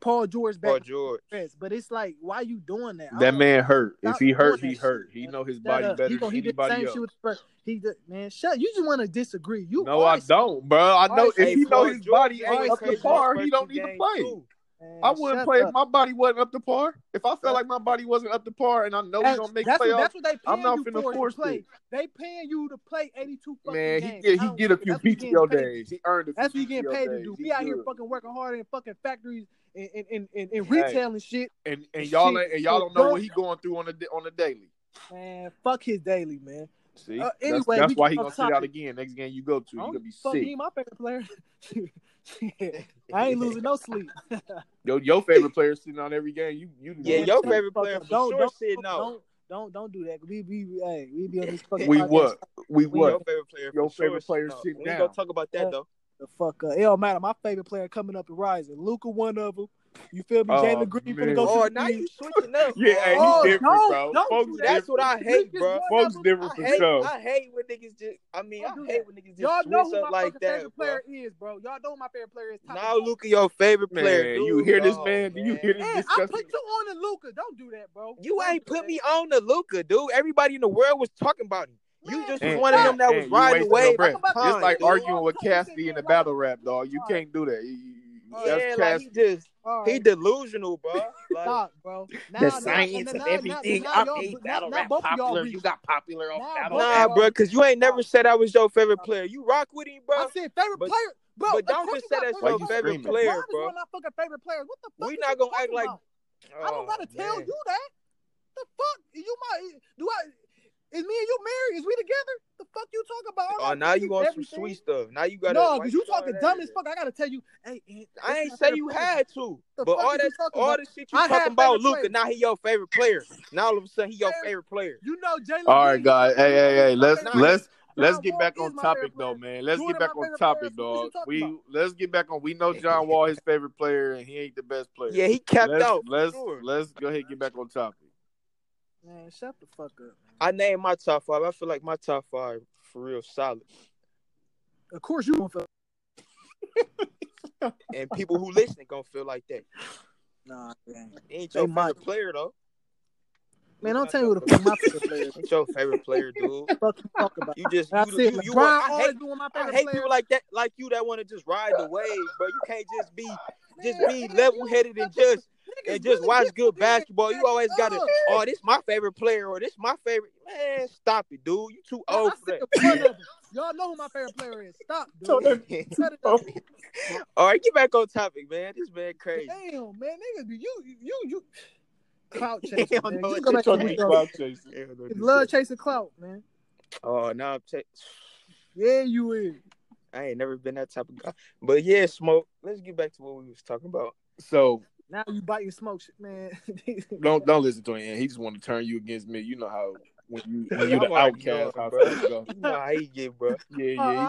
[SPEAKER 2] Paul George
[SPEAKER 3] Paul
[SPEAKER 2] back.
[SPEAKER 3] George.
[SPEAKER 2] rest. But it's like, why you doing that? I
[SPEAKER 4] That
[SPEAKER 2] don't-
[SPEAKER 4] man hurt. If
[SPEAKER 2] Stop
[SPEAKER 4] he hurt,
[SPEAKER 2] doing
[SPEAKER 4] he
[SPEAKER 2] that
[SPEAKER 4] hurt.
[SPEAKER 2] shit,
[SPEAKER 4] He
[SPEAKER 2] man.
[SPEAKER 4] know his
[SPEAKER 2] Shut
[SPEAKER 4] body
[SPEAKER 2] up.
[SPEAKER 4] better
[SPEAKER 2] he,
[SPEAKER 4] than
[SPEAKER 2] gonna- he did the same
[SPEAKER 4] anybody else.
[SPEAKER 2] shit with the first. He did, man, shut. You just want to disagree. You
[SPEAKER 4] No, I
[SPEAKER 2] always-
[SPEAKER 4] don't, bro. I know
[SPEAKER 2] Hey,
[SPEAKER 4] if he know
[SPEAKER 3] Paul
[SPEAKER 4] his
[SPEAKER 3] George
[SPEAKER 4] body
[SPEAKER 3] played
[SPEAKER 4] ain't up to
[SPEAKER 3] crazy
[SPEAKER 4] par,
[SPEAKER 3] those
[SPEAKER 4] he
[SPEAKER 3] first
[SPEAKER 4] don't
[SPEAKER 3] two
[SPEAKER 4] need to
[SPEAKER 3] games,
[SPEAKER 4] play.
[SPEAKER 3] too.
[SPEAKER 2] Man,
[SPEAKER 4] I wouldn't
[SPEAKER 2] shut
[SPEAKER 4] play
[SPEAKER 2] up.
[SPEAKER 4] if my body wasn't up to par. If I
[SPEAKER 2] Shut
[SPEAKER 4] felt like my body wasn't up to par, and I know we
[SPEAKER 2] That's,
[SPEAKER 4] gonna make
[SPEAKER 2] that's what,
[SPEAKER 4] playoffs,
[SPEAKER 2] that's what they paying
[SPEAKER 4] I'm not
[SPEAKER 2] you
[SPEAKER 4] finna
[SPEAKER 2] for
[SPEAKER 4] force
[SPEAKER 2] to play.
[SPEAKER 4] it.
[SPEAKER 2] They paying you to play 82 fucking
[SPEAKER 4] man, he
[SPEAKER 2] games.
[SPEAKER 4] get
[SPEAKER 2] I
[SPEAKER 4] he
[SPEAKER 2] don't
[SPEAKER 4] get
[SPEAKER 2] care.
[SPEAKER 4] a few
[SPEAKER 2] That's what you getting
[SPEAKER 4] PTO
[SPEAKER 2] paid-
[SPEAKER 4] days. He earned a few
[SPEAKER 2] That's what you getting
[SPEAKER 4] PTO
[SPEAKER 2] paid to
[SPEAKER 4] days.
[SPEAKER 2] do.
[SPEAKER 4] He
[SPEAKER 2] We out here
[SPEAKER 4] good.
[SPEAKER 2] fucking working hard in fucking factories and and and, and, and
[SPEAKER 4] Hey.
[SPEAKER 2] retail and shit.
[SPEAKER 4] and and y'all
[SPEAKER 2] Shit,
[SPEAKER 4] ain't- and y'all
[SPEAKER 2] so
[SPEAKER 4] don't know
[SPEAKER 2] don't-
[SPEAKER 4] what he going through on the da- on the daily.
[SPEAKER 2] Man, fuck his daily, man.
[SPEAKER 4] See,
[SPEAKER 2] Uh,
[SPEAKER 4] That's-
[SPEAKER 2] anyway,
[SPEAKER 4] that's,
[SPEAKER 2] we
[SPEAKER 4] why he
[SPEAKER 2] off
[SPEAKER 4] gonna sit out
[SPEAKER 2] topic.
[SPEAKER 4] again. Next game you go to, you
[SPEAKER 2] I
[SPEAKER 4] gonna
[SPEAKER 2] don't
[SPEAKER 4] be
[SPEAKER 2] fuck
[SPEAKER 4] sick.
[SPEAKER 2] he my favorite player. Shit. I ain't losing no sleep.
[SPEAKER 4] Your your favorite player sitting out every game. You you
[SPEAKER 3] Yeah,
[SPEAKER 4] you-
[SPEAKER 3] your
[SPEAKER 2] Shut the
[SPEAKER 3] favorite
[SPEAKER 2] fuck
[SPEAKER 3] player
[SPEAKER 2] up.
[SPEAKER 3] for
[SPEAKER 2] don't,
[SPEAKER 3] sure
[SPEAKER 2] don't,
[SPEAKER 3] sitting out.
[SPEAKER 2] Don't, don't don't do that. We we hey, we be on this fucking
[SPEAKER 4] We
[SPEAKER 2] podcast
[SPEAKER 4] what? We
[SPEAKER 2] We
[SPEAKER 3] Your
[SPEAKER 4] what?
[SPEAKER 3] favorite player.
[SPEAKER 4] Your
[SPEAKER 3] for sure
[SPEAKER 4] favorite player
[SPEAKER 3] out.
[SPEAKER 4] sitting
[SPEAKER 3] We ain't
[SPEAKER 4] down.
[SPEAKER 3] gonna talk about that though.
[SPEAKER 2] the fuck up. It don't matter. My favorite player coming up and rising. Luca, one of them. You feel me?
[SPEAKER 4] Oh,
[SPEAKER 2] Jalen Green
[SPEAKER 4] man.
[SPEAKER 2] finna go
[SPEAKER 3] Oh,
[SPEAKER 2] to the
[SPEAKER 3] now
[SPEAKER 2] league.
[SPEAKER 3] you switching up.
[SPEAKER 4] Yeah, hey, he
[SPEAKER 3] oh,
[SPEAKER 4] different,
[SPEAKER 2] don't-
[SPEAKER 4] bro.
[SPEAKER 2] don't
[SPEAKER 4] Folks
[SPEAKER 2] do that.
[SPEAKER 3] that's
[SPEAKER 4] different.
[SPEAKER 3] what I
[SPEAKER 2] You
[SPEAKER 3] hate,
[SPEAKER 2] just
[SPEAKER 3] bro.
[SPEAKER 2] one
[SPEAKER 4] Folks
[SPEAKER 2] of 'em?
[SPEAKER 4] different
[SPEAKER 3] I
[SPEAKER 4] for
[SPEAKER 3] hate,
[SPEAKER 4] sure.
[SPEAKER 3] I hate when niggas just. I mean, I
[SPEAKER 2] Don't do
[SPEAKER 3] hate
[SPEAKER 2] that.
[SPEAKER 3] when niggas just
[SPEAKER 2] Y'all know
[SPEAKER 3] switch
[SPEAKER 2] who
[SPEAKER 3] up
[SPEAKER 2] my
[SPEAKER 3] like
[SPEAKER 2] fucking
[SPEAKER 3] that,
[SPEAKER 2] favorite
[SPEAKER 3] bro.
[SPEAKER 2] player is, bro. Y'all know who my favorite player is. Top
[SPEAKER 3] Now
[SPEAKER 2] of the
[SPEAKER 3] Luca, your favorite
[SPEAKER 4] Man,
[SPEAKER 3] player.
[SPEAKER 4] you
[SPEAKER 3] dude.
[SPEAKER 4] hear this
[SPEAKER 3] Oh,
[SPEAKER 4] man? You hear this
[SPEAKER 2] Man, I
[SPEAKER 4] discussion?
[SPEAKER 2] put you on to Luca. Don't do that, bro.
[SPEAKER 3] You
[SPEAKER 2] Don't
[SPEAKER 3] ain't
[SPEAKER 2] do
[SPEAKER 3] put
[SPEAKER 2] that.
[SPEAKER 3] me on the Luca, dude. Everybody in the world was talking about him. You
[SPEAKER 2] Man, shut
[SPEAKER 3] just was
[SPEAKER 4] And-
[SPEAKER 3] one of them
[SPEAKER 2] up.
[SPEAKER 3] that
[SPEAKER 4] and
[SPEAKER 3] was
[SPEAKER 4] you
[SPEAKER 3] riding
[SPEAKER 4] wasting
[SPEAKER 3] the
[SPEAKER 4] your
[SPEAKER 3] wave
[SPEAKER 4] breath.
[SPEAKER 3] at the
[SPEAKER 2] It's
[SPEAKER 4] It's
[SPEAKER 3] time,
[SPEAKER 4] like
[SPEAKER 3] dude.
[SPEAKER 4] arguing with Cassidy in the battle rap, dog. You
[SPEAKER 2] All right.
[SPEAKER 4] can't do that. You- you- you-
[SPEAKER 2] All
[SPEAKER 4] That's
[SPEAKER 3] Yeah, like he
[SPEAKER 4] Cassidy.
[SPEAKER 3] just
[SPEAKER 2] All
[SPEAKER 3] he
[SPEAKER 2] right.
[SPEAKER 3] delusional, bro. Like,
[SPEAKER 2] Stop, bro. Now,
[SPEAKER 5] The
[SPEAKER 2] now-
[SPEAKER 5] science
[SPEAKER 2] now-
[SPEAKER 5] of
[SPEAKER 2] now- now-
[SPEAKER 5] everything
[SPEAKER 2] now y'all-
[SPEAKER 5] updates
[SPEAKER 2] now-
[SPEAKER 5] battle
[SPEAKER 2] now
[SPEAKER 5] rap
[SPEAKER 2] both of y'all
[SPEAKER 5] popular.
[SPEAKER 2] reach-
[SPEAKER 5] You got popular off
[SPEAKER 2] Now
[SPEAKER 5] battle
[SPEAKER 2] both
[SPEAKER 5] rap.
[SPEAKER 3] nah, bro, cause you ain't never said I was your favorite player. You rock with him, bro.
[SPEAKER 2] I said favorite
[SPEAKER 3] But-
[SPEAKER 2] player, bro.
[SPEAKER 3] but
[SPEAKER 2] of
[SPEAKER 3] don't
[SPEAKER 2] course
[SPEAKER 3] just
[SPEAKER 2] you
[SPEAKER 3] say
[SPEAKER 2] got
[SPEAKER 3] that's
[SPEAKER 4] Why
[SPEAKER 3] your
[SPEAKER 2] favorite player.
[SPEAKER 4] you
[SPEAKER 3] favorite
[SPEAKER 4] screaming?
[SPEAKER 2] Bron
[SPEAKER 3] player,
[SPEAKER 2] is
[SPEAKER 3] bro.
[SPEAKER 2] one of my fucking favorite players. What the fuck?
[SPEAKER 3] We
[SPEAKER 2] is
[SPEAKER 3] not
[SPEAKER 2] you
[SPEAKER 3] gonna act
[SPEAKER 2] talking
[SPEAKER 3] like
[SPEAKER 2] about? I
[SPEAKER 3] Oh,
[SPEAKER 2] don't gotta tell
[SPEAKER 3] man.
[SPEAKER 2] you that. The fuck? You might do I Is me and you married? Is we together? The fuck you talking about?
[SPEAKER 3] Oh,
[SPEAKER 2] I
[SPEAKER 3] now
[SPEAKER 2] give
[SPEAKER 3] you on some
[SPEAKER 2] everything.
[SPEAKER 3] sweet stuff. Now you got
[SPEAKER 2] no, because you talking dumb as fuck. I gotta tell you, hey, Ant,
[SPEAKER 3] I
[SPEAKER 2] that's
[SPEAKER 3] ain't
[SPEAKER 2] my
[SPEAKER 3] say
[SPEAKER 2] favorite
[SPEAKER 3] you
[SPEAKER 2] player.
[SPEAKER 3] had to,
[SPEAKER 2] The
[SPEAKER 3] but
[SPEAKER 2] fuck
[SPEAKER 3] all
[SPEAKER 2] is you
[SPEAKER 3] that,
[SPEAKER 2] talking
[SPEAKER 3] all
[SPEAKER 2] about?
[SPEAKER 3] the shit you
[SPEAKER 2] I had
[SPEAKER 3] talking about,
[SPEAKER 2] favorite
[SPEAKER 3] Luca.
[SPEAKER 2] players.
[SPEAKER 3] Now he your favorite player. Now all of a sudden he your
[SPEAKER 2] Favorite-
[SPEAKER 3] favorite player.
[SPEAKER 2] You know, Jalen.
[SPEAKER 4] All right,
[SPEAKER 2] Green-
[SPEAKER 4] guys. Hey, hey, hey. Let's
[SPEAKER 3] Nah,
[SPEAKER 4] let's
[SPEAKER 2] John
[SPEAKER 4] let's get
[SPEAKER 2] Wall
[SPEAKER 4] back
[SPEAKER 2] is
[SPEAKER 4] on
[SPEAKER 2] my
[SPEAKER 4] topic
[SPEAKER 2] favorite
[SPEAKER 4] though,
[SPEAKER 2] player.
[SPEAKER 4] man. Let's
[SPEAKER 2] Jordan,
[SPEAKER 4] get back
[SPEAKER 2] my
[SPEAKER 4] on
[SPEAKER 2] favorite
[SPEAKER 4] topic,
[SPEAKER 2] player. What you
[SPEAKER 4] dog.
[SPEAKER 2] talking
[SPEAKER 4] We
[SPEAKER 2] about?
[SPEAKER 4] let's get back on. We know John Wall his favorite player, and he ain't the best player.
[SPEAKER 3] Yeah, he capped
[SPEAKER 4] let's
[SPEAKER 3] out. for
[SPEAKER 4] let's
[SPEAKER 3] sure.
[SPEAKER 4] let's go ahead and get back on topic.
[SPEAKER 2] Man, shut the fuck up. man.
[SPEAKER 3] I named my top five. I feel like my top five for real solid.
[SPEAKER 2] Of course, you don't feel.
[SPEAKER 3] And people who listen gonna feel like that.
[SPEAKER 2] Nah, man.
[SPEAKER 3] He ain't
[SPEAKER 2] They
[SPEAKER 3] your favorite
[SPEAKER 2] might.
[SPEAKER 3] player though.
[SPEAKER 2] Man, don't tell me what the fuck my favorite player. is.
[SPEAKER 3] Ain't your favorite player, dude.
[SPEAKER 2] Fuck you talk about.
[SPEAKER 3] You just
[SPEAKER 2] I
[SPEAKER 3] you, you,
[SPEAKER 2] said
[SPEAKER 3] you,
[SPEAKER 2] LeBron
[SPEAKER 3] want- I
[SPEAKER 2] always
[SPEAKER 3] hate,
[SPEAKER 2] doing my
[SPEAKER 3] I
[SPEAKER 2] favorite
[SPEAKER 3] hate
[SPEAKER 2] player.
[SPEAKER 3] people like that, like you that want to just ride the wave, bro. You can't just be just
[SPEAKER 2] Man,
[SPEAKER 3] be
[SPEAKER 2] man,
[SPEAKER 3] level
[SPEAKER 2] you
[SPEAKER 3] headed and
[SPEAKER 2] fucking-
[SPEAKER 3] just
[SPEAKER 2] niggas
[SPEAKER 3] and just
[SPEAKER 2] really
[SPEAKER 3] watch
[SPEAKER 2] get
[SPEAKER 3] good
[SPEAKER 2] to be
[SPEAKER 3] basketball. You
[SPEAKER 2] that
[SPEAKER 3] always got to,
[SPEAKER 2] thug.
[SPEAKER 3] oh, this my favorite player or this my favorite. Man, stop it, dude. You too
[SPEAKER 2] Man,
[SPEAKER 3] old
[SPEAKER 2] I
[SPEAKER 3] for
[SPEAKER 2] said
[SPEAKER 3] that.
[SPEAKER 2] the front of 'em. Y'all know who my favorite player is. Stop,
[SPEAKER 6] Told
[SPEAKER 2] dude.
[SPEAKER 6] them-
[SPEAKER 2] Shut it up.
[SPEAKER 6] told-
[SPEAKER 3] All right, get back on topic, man. This man crazy.
[SPEAKER 2] Damn, man, niggas, be- you, you, you, clout chasing.
[SPEAKER 3] Hell
[SPEAKER 2] man.
[SPEAKER 3] no,
[SPEAKER 2] You
[SPEAKER 3] it
[SPEAKER 2] go back
[SPEAKER 3] just
[SPEAKER 2] to
[SPEAKER 6] told
[SPEAKER 3] ain't
[SPEAKER 2] the
[SPEAKER 6] them
[SPEAKER 2] show.
[SPEAKER 6] clout chasing.
[SPEAKER 3] Hell no,
[SPEAKER 2] It's
[SPEAKER 3] this
[SPEAKER 2] love
[SPEAKER 3] shit.
[SPEAKER 2] chasing clout, man.
[SPEAKER 3] Oh, now I'm ta-
[SPEAKER 2] Yeah, you is.
[SPEAKER 3] I ain't never been that type of guy. But yeah, smoke. Let's get back to what we was talking about.
[SPEAKER 4] So
[SPEAKER 2] Now you bite your smoke shit, man.
[SPEAKER 4] don't don't listen to him. He just want to turn you against me. You know how when you when
[SPEAKER 3] Y'all
[SPEAKER 4] you the
[SPEAKER 3] already know
[SPEAKER 4] outcast,
[SPEAKER 3] him,
[SPEAKER 4] how
[SPEAKER 3] bro.
[SPEAKER 4] things go.
[SPEAKER 3] You know how he get, bro.
[SPEAKER 2] Oh,
[SPEAKER 4] Yeah,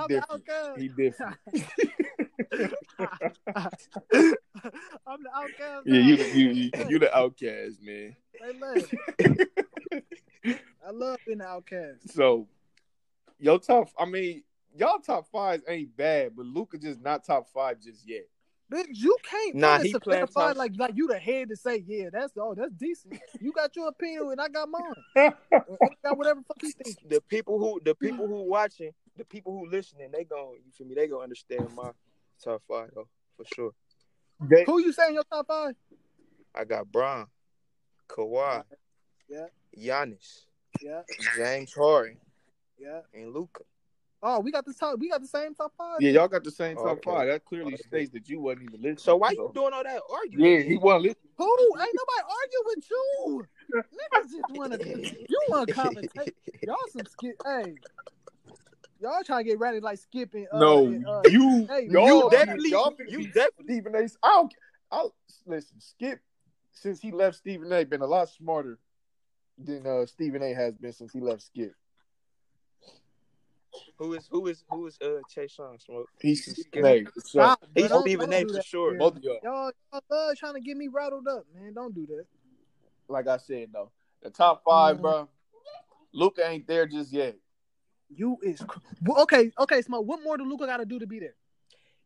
[SPEAKER 4] yeah,
[SPEAKER 2] I'm
[SPEAKER 4] he different.
[SPEAKER 2] outcast.
[SPEAKER 4] He different.
[SPEAKER 2] I'm the outcast.
[SPEAKER 4] Yeah, you
[SPEAKER 2] now.
[SPEAKER 4] the you, you, you the outcast, man.
[SPEAKER 2] They left. I love being the outcast.
[SPEAKER 4] So your top, I mean, y'all top fives ain't bad, but Luca just not top five just yet.
[SPEAKER 2] Bitch, you can't
[SPEAKER 3] Nah,
[SPEAKER 2] find
[SPEAKER 3] he
[SPEAKER 2] some
[SPEAKER 3] playing
[SPEAKER 2] certified-
[SPEAKER 3] top-
[SPEAKER 2] like like you the head to say, yeah, that's oh, that's decent. You got your opinion and I got mine. And I got whatever fuck you think.
[SPEAKER 3] The people who the people who watching, the people who listening, they gon' you feel me? They gonna understand my top five though for sure.
[SPEAKER 4] They-
[SPEAKER 2] Who you saying your top five?
[SPEAKER 3] I got Bron, Kawhi,
[SPEAKER 2] Yeah.
[SPEAKER 3] Giannis,
[SPEAKER 2] Yeah,
[SPEAKER 3] James Harden,
[SPEAKER 2] yeah.
[SPEAKER 3] and Luca.
[SPEAKER 2] Oh, we got the top. We got the same top five.
[SPEAKER 4] yeah, y'all got the same top
[SPEAKER 3] Okay.
[SPEAKER 4] five. That clearly
[SPEAKER 3] Okay.
[SPEAKER 4] states that you wasn't even listening.
[SPEAKER 3] So why you doing all that arguing?
[SPEAKER 4] Yeah, he wasn't listening.
[SPEAKER 2] Who? Ain't nobody argue with you. Niggas just wanna. You wanna commentate? Y'all some skip. Hey, y'all trying to get ratted like skipping. Uh, and,
[SPEAKER 4] No,
[SPEAKER 2] uh,
[SPEAKER 4] you
[SPEAKER 2] hey,
[SPEAKER 4] y'all
[SPEAKER 3] you definitely,
[SPEAKER 4] y'all finna
[SPEAKER 3] you
[SPEAKER 4] be
[SPEAKER 3] definitely.
[SPEAKER 6] Stephen A.
[SPEAKER 4] I don't. I listen. Skip since he left Stephen A. Been a lot smarter than uh, Stephen A. has been since he left Skip.
[SPEAKER 3] Who is who is who is uh Chase Sean Smoke?
[SPEAKER 4] He's
[SPEAKER 3] Skip.
[SPEAKER 4] Stephen A. So
[SPEAKER 2] stop, bro.
[SPEAKER 3] He's
[SPEAKER 2] Don't-
[SPEAKER 3] Stephen
[SPEAKER 2] don't
[SPEAKER 3] A.
[SPEAKER 2] do
[SPEAKER 3] for
[SPEAKER 2] that.
[SPEAKER 3] sure.
[SPEAKER 4] both of y'all,
[SPEAKER 2] Y'all, y'all love trying to get me rattled up, man. Don't do that.
[SPEAKER 4] like I said, though, the top 5
[SPEAKER 2] Mhm.
[SPEAKER 4] bro. Luca ain't there just yet.
[SPEAKER 2] You is cr- Well, okay, okay, Smoke. What more do Luca got to do to be there?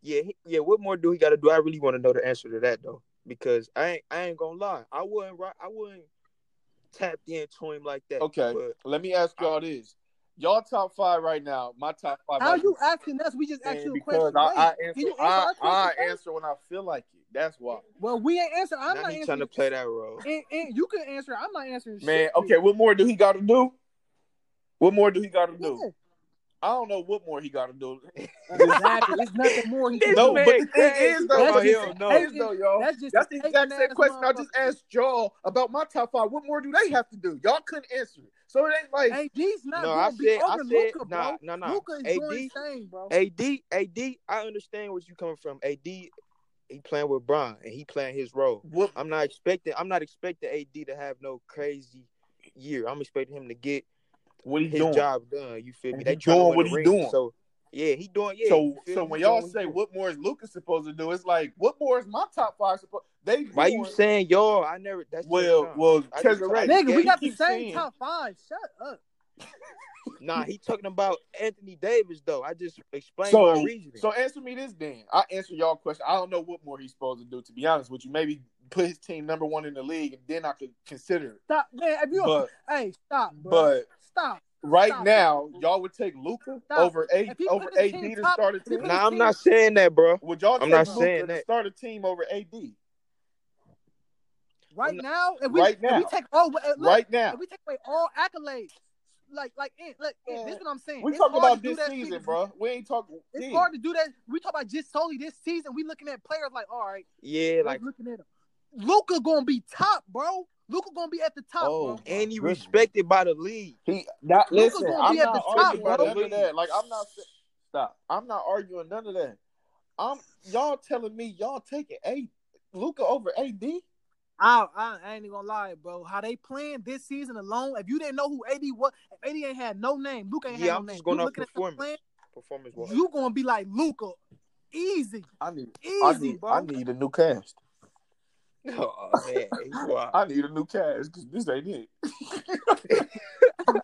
[SPEAKER 3] Yeah, he, yeah. What more do he got to do? I really want to know the answer to that though, because I ain't, I ain't gonna lie. I wouldn't, ri- I wouldn't tap into him like that.
[SPEAKER 4] Okay,
[SPEAKER 3] but
[SPEAKER 4] let me ask y'all this: y'all top five right now. My top five.
[SPEAKER 2] How
[SPEAKER 4] I
[SPEAKER 2] you asking us? We just asked
[SPEAKER 4] understand
[SPEAKER 2] you a
[SPEAKER 4] because
[SPEAKER 2] question.
[SPEAKER 4] I, I
[SPEAKER 2] Wait. Can
[SPEAKER 4] answer.
[SPEAKER 2] you answer
[SPEAKER 4] I,
[SPEAKER 2] our
[SPEAKER 4] I
[SPEAKER 2] question
[SPEAKER 4] answer when I feel like it. That's why,
[SPEAKER 2] well, we ain't answer. I'm
[SPEAKER 3] now
[SPEAKER 2] not
[SPEAKER 3] he
[SPEAKER 2] answering.
[SPEAKER 3] trying to play that role.
[SPEAKER 2] And, and you can answer. I'm not answering.
[SPEAKER 4] man.
[SPEAKER 2] shit.
[SPEAKER 4] Okay, what more do he got to do? What more do he got to
[SPEAKER 2] Yeah.
[SPEAKER 4] do? I don't know what more he got to do.
[SPEAKER 2] Exactly. There's nothing more he can
[SPEAKER 4] No,
[SPEAKER 2] do.
[SPEAKER 4] but the thing is though,
[SPEAKER 2] That's
[SPEAKER 4] like,
[SPEAKER 2] just-
[SPEAKER 4] hell
[SPEAKER 2] that's
[SPEAKER 4] no.
[SPEAKER 2] just-
[SPEAKER 6] though, y'all.
[SPEAKER 2] That's just
[SPEAKER 6] That's
[SPEAKER 2] an
[SPEAKER 6] the exact same
[SPEAKER 2] ignorant-ass
[SPEAKER 6] question I just
[SPEAKER 2] motherfucker.
[SPEAKER 6] asked y'all about my top five. What more do they have to do? Y'all couldn't answer it. So it ain't like
[SPEAKER 2] Hey, D's not
[SPEAKER 3] No, I
[SPEAKER 2] gonna be
[SPEAKER 3] said, I
[SPEAKER 2] over
[SPEAKER 3] said,
[SPEAKER 2] Luca,
[SPEAKER 3] nah,
[SPEAKER 2] bro.
[SPEAKER 3] nah, nah.
[SPEAKER 2] Luca is
[SPEAKER 3] AD,
[SPEAKER 2] doing his thing, bro.
[SPEAKER 3] AD, AD. I understand where you coming from. AD, he playing with Bron and he playing his role.
[SPEAKER 4] What
[SPEAKER 3] I'm not expecting, I'm not expecting AD to have no crazy year. I'm expecting him to get
[SPEAKER 4] what he
[SPEAKER 3] his
[SPEAKER 4] doing?
[SPEAKER 3] job done. You feel me?
[SPEAKER 4] And
[SPEAKER 3] They
[SPEAKER 4] he
[SPEAKER 3] trying to
[SPEAKER 4] doing
[SPEAKER 3] win
[SPEAKER 4] what
[SPEAKER 3] the
[SPEAKER 4] he
[SPEAKER 3] ring,
[SPEAKER 4] doing.
[SPEAKER 3] So yeah, he doing. Yeah.
[SPEAKER 4] So
[SPEAKER 3] you feel
[SPEAKER 4] so
[SPEAKER 3] me?
[SPEAKER 4] when
[SPEAKER 3] He doing
[SPEAKER 4] y'all
[SPEAKER 3] what he
[SPEAKER 4] say
[SPEAKER 3] doing.
[SPEAKER 4] what more is Lucas supposed to do, it's like what more is my top five supposed? They
[SPEAKER 3] why
[SPEAKER 4] doing-
[SPEAKER 3] you saying y'all? I never. That's your
[SPEAKER 4] Well,
[SPEAKER 3] time.
[SPEAKER 4] well,
[SPEAKER 3] I just-
[SPEAKER 4] Desiree,
[SPEAKER 2] Nigga,
[SPEAKER 3] yeah,
[SPEAKER 2] we
[SPEAKER 3] you
[SPEAKER 2] got the
[SPEAKER 4] keep
[SPEAKER 2] same
[SPEAKER 4] saying-
[SPEAKER 2] top five. Shut up.
[SPEAKER 3] Nah, he talking about Anthony Davis though. I just explained my
[SPEAKER 4] So,
[SPEAKER 3] reasoning.
[SPEAKER 4] so answer me this then. I answer y'all question. I don't know what more he's supposed to do. To be honest with you, maybe put his team number one in the league, and then I could consider. It.
[SPEAKER 2] Stop, man. If you,
[SPEAKER 4] But
[SPEAKER 2] hey, stop, bro.
[SPEAKER 4] but
[SPEAKER 2] stop.
[SPEAKER 4] right
[SPEAKER 2] Stop it.
[SPEAKER 4] now, y'all would take Luca
[SPEAKER 2] Stop
[SPEAKER 4] over
[SPEAKER 2] If
[SPEAKER 4] eight
[SPEAKER 2] he
[SPEAKER 4] over
[SPEAKER 2] put his
[SPEAKER 4] AD
[SPEAKER 2] team
[SPEAKER 4] to
[SPEAKER 2] top-
[SPEAKER 4] start a
[SPEAKER 2] if he
[SPEAKER 4] team.
[SPEAKER 2] put
[SPEAKER 3] Nah, I'm not saying that, bro.
[SPEAKER 4] Would y'all
[SPEAKER 3] I'm
[SPEAKER 4] take
[SPEAKER 3] not
[SPEAKER 4] Luka
[SPEAKER 3] saying
[SPEAKER 4] to
[SPEAKER 3] that.
[SPEAKER 4] start a team over AD
[SPEAKER 2] Right
[SPEAKER 3] I'm
[SPEAKER 2] now, if we,
[SPEAKER 4] Right
[SPEAKER 2] if
[SPEAKER 4] now.
[SPEAKER 2] we take all, look,
[SPEAKER 4] right now?
[SPEAKER 2] if we take away all accolades, like, like, Ant, look, Ant, this is what I'm saying.
[SPEAKER 4] We
[SPEAKER 2] It's
[SPEAKER 4] talking
[SPEAKER 2] hard
[SPEAKER 4] about
[SPEAKER 2] to do
[SPEAKER 4] this
[SPEAKER 2] that
[SPEAKER 4] season, bro. We ain't talking.
[SPEAKER 2] It's
[SPEAKER 4] yeah.
[SPEAKER 2] hard to do that. We talk about just solely this season. We looking at players like, all right,
[SPEAKER 3] Yeah, like
[SPEAKER 2] like looking at him. Luca gonna be top, bro. Luca gonna be at the top,
[SPEAKER 4] Oh,
[SPEAKER 2] bro.
[SPEAKER 3] And he
[SPEAKER 4] Goodness.
[SPEAKER 3] respected by the league.
[SPEAKER 4] He not
[SPEAKER 2] Luka's
[SPEAKER 4] listen.
[SPEAKER 2] gonna
[SPEAKER 4] I'm
[SPEAKER 2] be at
[SPEAKER 4] not
[SPEAKER 2] the top,
[SPEAKER 4] arguing
[SPEAKER 2] bro.
[SPEAKER 4] none of that. Like I'm not sa- stop. I'm not arguing none of that. I'm y'all telling me y'all taking a Luca over AD.
[SPEAKER 2] I, I I ain't even gonna lie, bro. How they playing this season alone? If you didn't know who AD was, if AD ain't had no name, Luca ain't
[SPEAKER 3] Yeah,
[SPEAKER 2] had
[SPEAKER 3] I'm
[SPEAKER 2] no
[SPEAKER 3] just
[SPEAKER 2] name.
[SPEAKER 3] going
[SPEAKER 2] you
[SPEAKER 3] off
[SPEAKER 2] looking at the plan,
[SPEAKER 3] performance. Performance wise.
[SPEAKER 2] you gonna be like Luca, easy,
[SPEAKER 4] I need. I
[SPEAKER 2] easy,
[SPEAKER 4] need.
[SPEAKER 2] bro.
[SPEAKER 4] I need a new cast.
[SPEAKER 3] Oh man, you wild.
[SPEAKER 4] I need a new cast because this ain't it.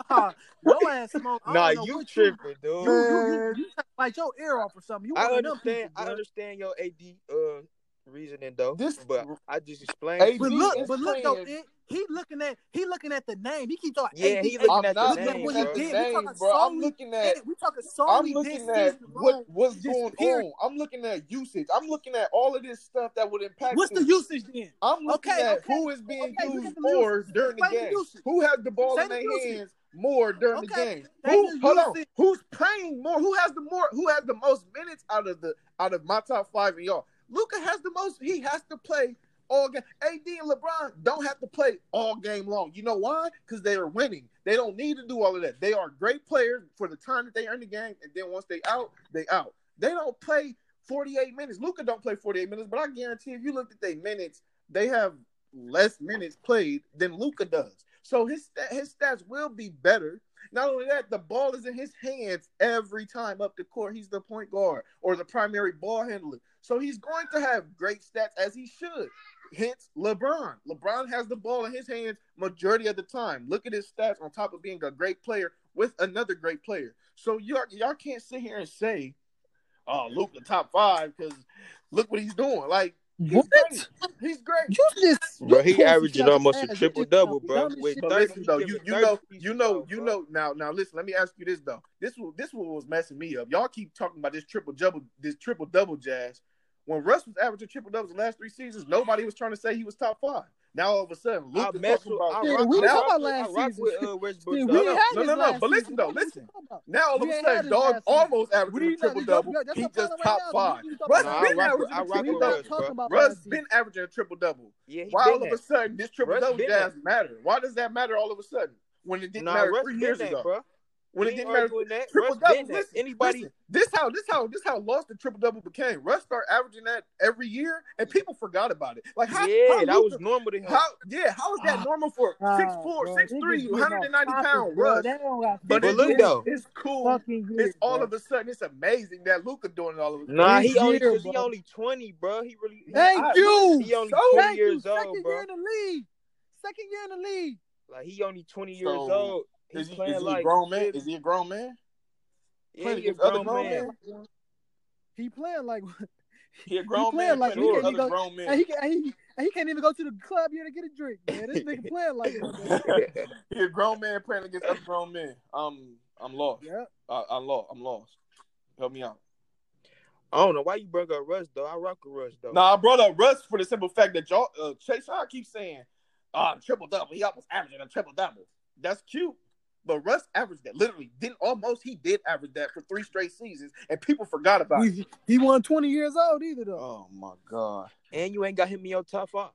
[SPEAKER 2] Nah, your ass smoke. I
[SPEAKER 3] Nah,
[SPEAKER 2] don't know
[SPEAKER 3] you
[SPEAKER 2] what
[SPEAKER 3] tripping, dude.
[SPEAKER 2] You, you, you,
[SPEAKER 4] Man.
[SPEAKER 2] you, trying to bite your ear off or something. You
[SPEAKER 3] I
[SPEAKER 2] one of them
[SPEAKER 3] understand.
[SPEAKER 2] people,
[SPEAKER 3] I
[SPEAKER 2] bro.
[SPEAKER 3] understand your AD uh reasoning though.
[SPEAKER 4] This-
[SPEAKER 3] but I just
[SPEAKER 4] AD
[SPEAKER 3] explained.
[SPEAKER 2] But
[SPEAKER 4] He
[SPEAKER 2] look,
[SPEAKER 4] is
[SPEAKER 2] but look though,
[SPEAKER 4] playing.
[SPEAKER 2] it, he looking at he looking at the name. He keep talking.
[SPEAKER 3] Yeah,
[SPEAKER 2] AD,
[SPEAKER 3] he looking
[SPEAKER 4] I'm
[SPEAKER 3] at the
[SPEAKER 4] not
[SPEAKER 2] Look at
[SPEAKER 3] name,
[SPEAKER 2] what
[SPEAKER 4] looking
[SPEAKER 2] he did.
[SPEAKER 3] bro.
[SPEAKER 4] at the
[SPEAKER 2] We
[SPEAKER 4] name,
[SPEAKER 2] talking
[SPEAKER 4] bro. I'm
[SPEAKER 2] solely-
[SPEAKER 4] looking at.
[SPEAKER 2] we talking
[SPEAKER 4] I'm
[SPEAKER 2] solely this
[SPEAKER 4] looking at
[SPEAKER 2] season
[SPEAKER 4] what
[SPEAKER 2] alone.
[SPEAKER 4] what's
[SPEAKER 2] Just
[SPEAKER 4] going
[SPEAKER 2] period.
[SPEAKER 4] on. I'm looking at usage. I'm looking at all of this stuff that would impact.
[SPEAKER 2] What's the
[SPEAKER 4] this.
[SPEAKER 2] usage then?
[SPEAKER 4] I'm looking
[SPEAKER 2] Okay,
[SPEAKER 4] at
[SPEAKER 2] okay,
[SPEAKER 4] who is being
[SPEAKER 2] okay, look
[SPEAKER 4] used
[SPEAKER 2] at the
[SPEAKER 4] more
[SPEAKER 2] usage.
[SPEAKER 4] during the
[SPEAKER 2] Explain the
[SPEAKER 4] game.
[SPEAKER 2] usage.
[SPEAKER 4] who has the ball
[SPEAKER 2] Say
[SPEAKER 4] in
[SPEAKER 2] the
[SPEAKER 4] their
[SPEAKER 2] usage.
[SPEAKER 4] hands more during the
[SPEAKER 2] Okay,
[SPEAKER 4] game?
[SPEAKER 2] say
[SPEAKER 4] Who
[SPEAKER 2] the
[SPEAKER 4] hold on?
[SPEAKER 2] usage.
[SPEAKER 4] Who's playing more? Who has the more? Who has the most minutes out of the out of my top five and y'all? Luca has the most. He has to play all game. AD and LeBron don't have to play all game long. You know why? Because they are winning. They don't need to do all of that. They are great players for the time that they earn the game, and then once they out, they out. They don't play 48 minutes. Luca don't play 48 minutes, but I guarantee if you looked at their minutes, they have less minutes played than Luca does. So his sta- his stats will be better. Not only that, the ball is in his hands every time up the court. He's the point guard or the primary ball handler. So he's going to have great stats as he should. Hence LeBron. LeBron has the ball in his hands majority of the time. Look at his stats on top of being a great player with another great player. So y'all, y'all can't sit here and say, oh, Luke the top five, because look what he's doing. Like he's
[SPEAKER 2] What?
[SPEAKER 4] great. He's great.
[SPEAKER 2] You just
[SPEAKER 3] Bro, he
[SPEAKER 2] pussy
[SPEAKER 3] averaging
[SPEAKER 2] sucking
[SPEAKER 3] almost a
[SPEAKER 2] ass. You
[SPEAKER 3] triple
[SPEAKER 2] just sound
[SPEAKER 3] double, bro.
[SPEAKER 2] dumb as
[SPEAKER 3] With
[SPEAKER 2] shit.
[SPEAKER 4] But
[SPEAKER 3] Thirty-
[SPEAKER 4] listen though,
[SPEAKER 3] he
[SPEAKER 4] you
[SPEAKER 3] giving
[SPEAKER 4] you
[SPEAKER 3] thirty
[SPEAKER 4] know
[SPEAKER 3] pieces,
[SPEAKER 4] you know
[SPEAKER 3] bro,
[SPEAKER 4] you
[SPEAKER 3] bro.
[SPEAKER 4] know now now listen. Let me ask you this though. This was this one was messing me up. Y'all keep talking about this triple double this triple double jazz. When Russ was averaging triple doubles the last three seasons, nobody was trying to say he was top five. Now all of a sudden,
[SPEAKER 3] I
[SPEAKER 4] Luke is
[SPEAKER 3] mess
[SPEAKER 4] talking
[SPEAKER 3] with.
[SPEAKER 4] about.
[SPEAKER 3] I
[SPEAKER 2] Yeah,
[SPEAKER 3] rock,
[SPEAKER 2] we
[SPEAKER 3] I
[SPEAKER 2] talking
[SPEAKER 3] rock
[SPEAKER 2] about
[SPEAKER 3] with. I
[SPEAKER 2] last
[SPEAKER 3] rock
[SPEAKER 2] season.
[SPEAKER 3] with uh, Westbrook.
[SPEAKER 2] Shit,
[SPEAKER 3] dog.
[SPEAKER 2] we
[SPEAKER 4] No,
[SPEAKER 2] ain't
[SPEAKER 4] no,
[SPEAKER 2] had
[SPEAKER 4] no,
[SPEAKER 2] this
[SPEAKER 4] no, no,
[SPEAKER 2] last
[SPEAKER 4] but listen
[SPEAKER 2] season.
[SPEAKER 4] though,
[SPEAKER 2] What you
[SPEAKER 4] listen.
[SPEAKER 2] talking about?
[SPEAKER 4] Now all
[SPEAKER 2] We
[SPEAKER 4] of a
[SPEAKER 2] ain't had
[SPEAKER 4] sudden,
[SPEAKER 2] this
[SPEAKER 4] dog
[SPEAKER 2] last season.
[SPEAKER 4] almost averaging
[SPEAKER 2] We
[SPEAKER 4] a triple double.
[SPEAKER 2] That's
[SPEAKER 4] He
[SPEAKER 2] our problem
[SPEAKER 4] just
[SPEAKER 2] right
[SPEAKER 4] top
[SPEAKER 2] now.
[SPEAKER 4] five.
[SPEAKER 2] We talking
[SPEAKER 4] Russ
[SPEAKER 2] about
[SPEAKER 3] Nah, I
[SPEAKER 4] been
[SPEAKER 3] rock with.
[SPEAKER 4] averaging
[SPEAKER 3] I
[SPEAKER 4] a
[SPEAKER 3] rock
[SPEAKER 4] triple
[SPEAKER 2] we
[SPEAKER 3] with
[SPEAKER 2] not
[SPEAKER 4] double.
[SPEAKER 3] Russ,
[SPEAKER 2] talking
[SPEAKER 3] bro.
[SPEAKER 2] about
[SPEAKER 4] Russ
[SPEAKER 2] last
[SPEAKER 4] been
[SPEAKER 2] season.
[SPEAKER 4] averaging a triple double.
[SPEAKER 3] Yeah, he
[SPEAKER 4] Why all
[SPEAKER 3] been
[SPEAKER 4] of
[SPEAKER 3] that.
[SPEAKER 4] a sudden this triple
[SPEAKER 3] Russ
[SPEAKER 4] double
[SPEAKER 3] been
[SPEAKER 4] jazz matter? Why does that matter all of a sudden when it didn't
[SPEAKER 3] Nah,
[SPEAKER 4] matter
[SPEAKER 3] Russ
[SPEAKER 4] three
[SPEAKER 3] been
[SPEAKER 4] years
[SPEAKER 3] that,
[SPEAKER 4] ago?
[SPEAKER 3] bro.
[SPEAKER 4] When it
[SPEAKER 3] He ain't
[SPEAKER 4] didn't matter
[SPEAKER 3] arguing that.
[SPEAKER 4] triple
[SPEAKER 3] Russ
[SPEAKER 4] double.
[SPEAKER 3] been that.
[SPEAKER 4] Listen,
[SPEAKER 3] Anybody?
[SPEAKER 4] listen, this how this how this how lost the triple double became. Russ started averaging that every year, and people forgot about it. Like how
[SPEAKER 3] Yeah,
[SPEAKER 4] how
[SPEAKER 3] that was
[SPEAKER 4] Luka-
[SPEAKER 3] normal to him.
[SPEAKER 4] how yeah how is that normal for
[SPEAKER 2] Ah,
[SPEAKER 4] 6'4",
[SPEAKER 2] bro,
[SPEAKER 4] 6'3",
[SPEAKER 2] niggas is
[SPEAKER 4] 190
[SPEAKER 2] not
[SPEAKER 4] pound
[SPEAKER 2] popping, bro.
[SPEAKER 4] Russ?
[SPEAKER 2] They don't got
[SPEAKER 4] But,
[SPEAKER 3] But
[SPEAKER 4] it's,
[SPEAKER 3] look,
[SPEAKER 4] it's,
[SPEAKER 2] years,
[SPEAKER 3] though.
[SPEAKER 4] it's cool.
[SPEAKER 2] fucking years,
[SPEAKER 4] It's all
[SPEAKER 2] bro.
[SPEAKER 4] of a sudden it's amazing that Luca doing all of it.
[SPEAKER 3] Nah,
[SPEAKER 2] This
[SPEAKER 3] he only
[SPEAKER 2] year,
[SPEAKER 3] because he
[SPEAKER 2] bro.
[SPEAKER 3] only twenty, bro. He really. He,
[SPEAKER 2] Thank
[SPEAKER 4] I-
[SPEAKER 2] you.
[SPEAKER 3] he only
[SPEAKER 4] So-
[SPEAKER 3] twenty
[SPEAKER 2] Thank you.
[SPEAKER 3] years
[SPEAKER 2] Second
[SPEAKER 3] old,
[SPEAKER 2] year
[SPEAKER 3] bro.
[SPEAKER 2] in the league. Second year in the league.
[SPEAKER 3] Like he only twenty years
[SPEAKER 4] So,
[SPEAKER 3] old. He's
[SPEAKER 4] Is he,
[SPEAKER 3] playing
[SPEAKER 4] is he a
[SPEAKER 3] like
[SPEAKER 4] grown man?
[SPEAKER 3] shit.
[SPEAKER 4] Is he a grown man?
[SPEAKER 3] yeah,
[SPEAKER 4] Playing
[SPEAKER 3] he a
[SPEAKER 4] against other
[SPEAKER 3] grown
[SPEAKER 4] grown
[SPEAKER 3] Oh, man.
[SPEAKER 4] men?
[SPEAKER 2] He playing like
[SPEAKER 4] He a
[SPEAKER 2] he
[SPEAKER 4] grown
[SPEAKER 2] playing
[SPEAKER 4] man
[SPEAKER 2] like
[SPEAKER 4] playing
[SPEAKER 2] he can't even
[SPEAKER 3] Sure.
[SPEAKER 4] against other
[SPEAKER 2] go.
[SPEAKER 4] grown
[SPEAKER 2] And
[SPEAKER 4] men.
[SPEAKER 2] he, can, he, and he can't even go to the club here to get a drink, man. This nigga playing like this, bro.
[SPEAKER 4] he a grown man playing against other grown men. Um, I'm lost.
[SPEAKER 2] Yeah.
[SPEAKER 4] I, I'm lost. I'm lost. Help me out.
[SPEAKER 3] I don't know why you bring up Russ though. I rock with Russ though.
[SPEAKER 4] Nah, I brought up Russ for the simple fact that y'all uh, Chase Sean keeps saying, "Ah, triple double. He almost averaging a triple double. That's cute." But Russ averaged that. Literally, didn't almost he did average that for three straight seasons, and people forgot about it.
[SPEAKER 2] He, he wasn't 20 years old either, though.
[SPEAKER 4] Oh my god.
[SPEAKER 3] And you ain't got him in your top five.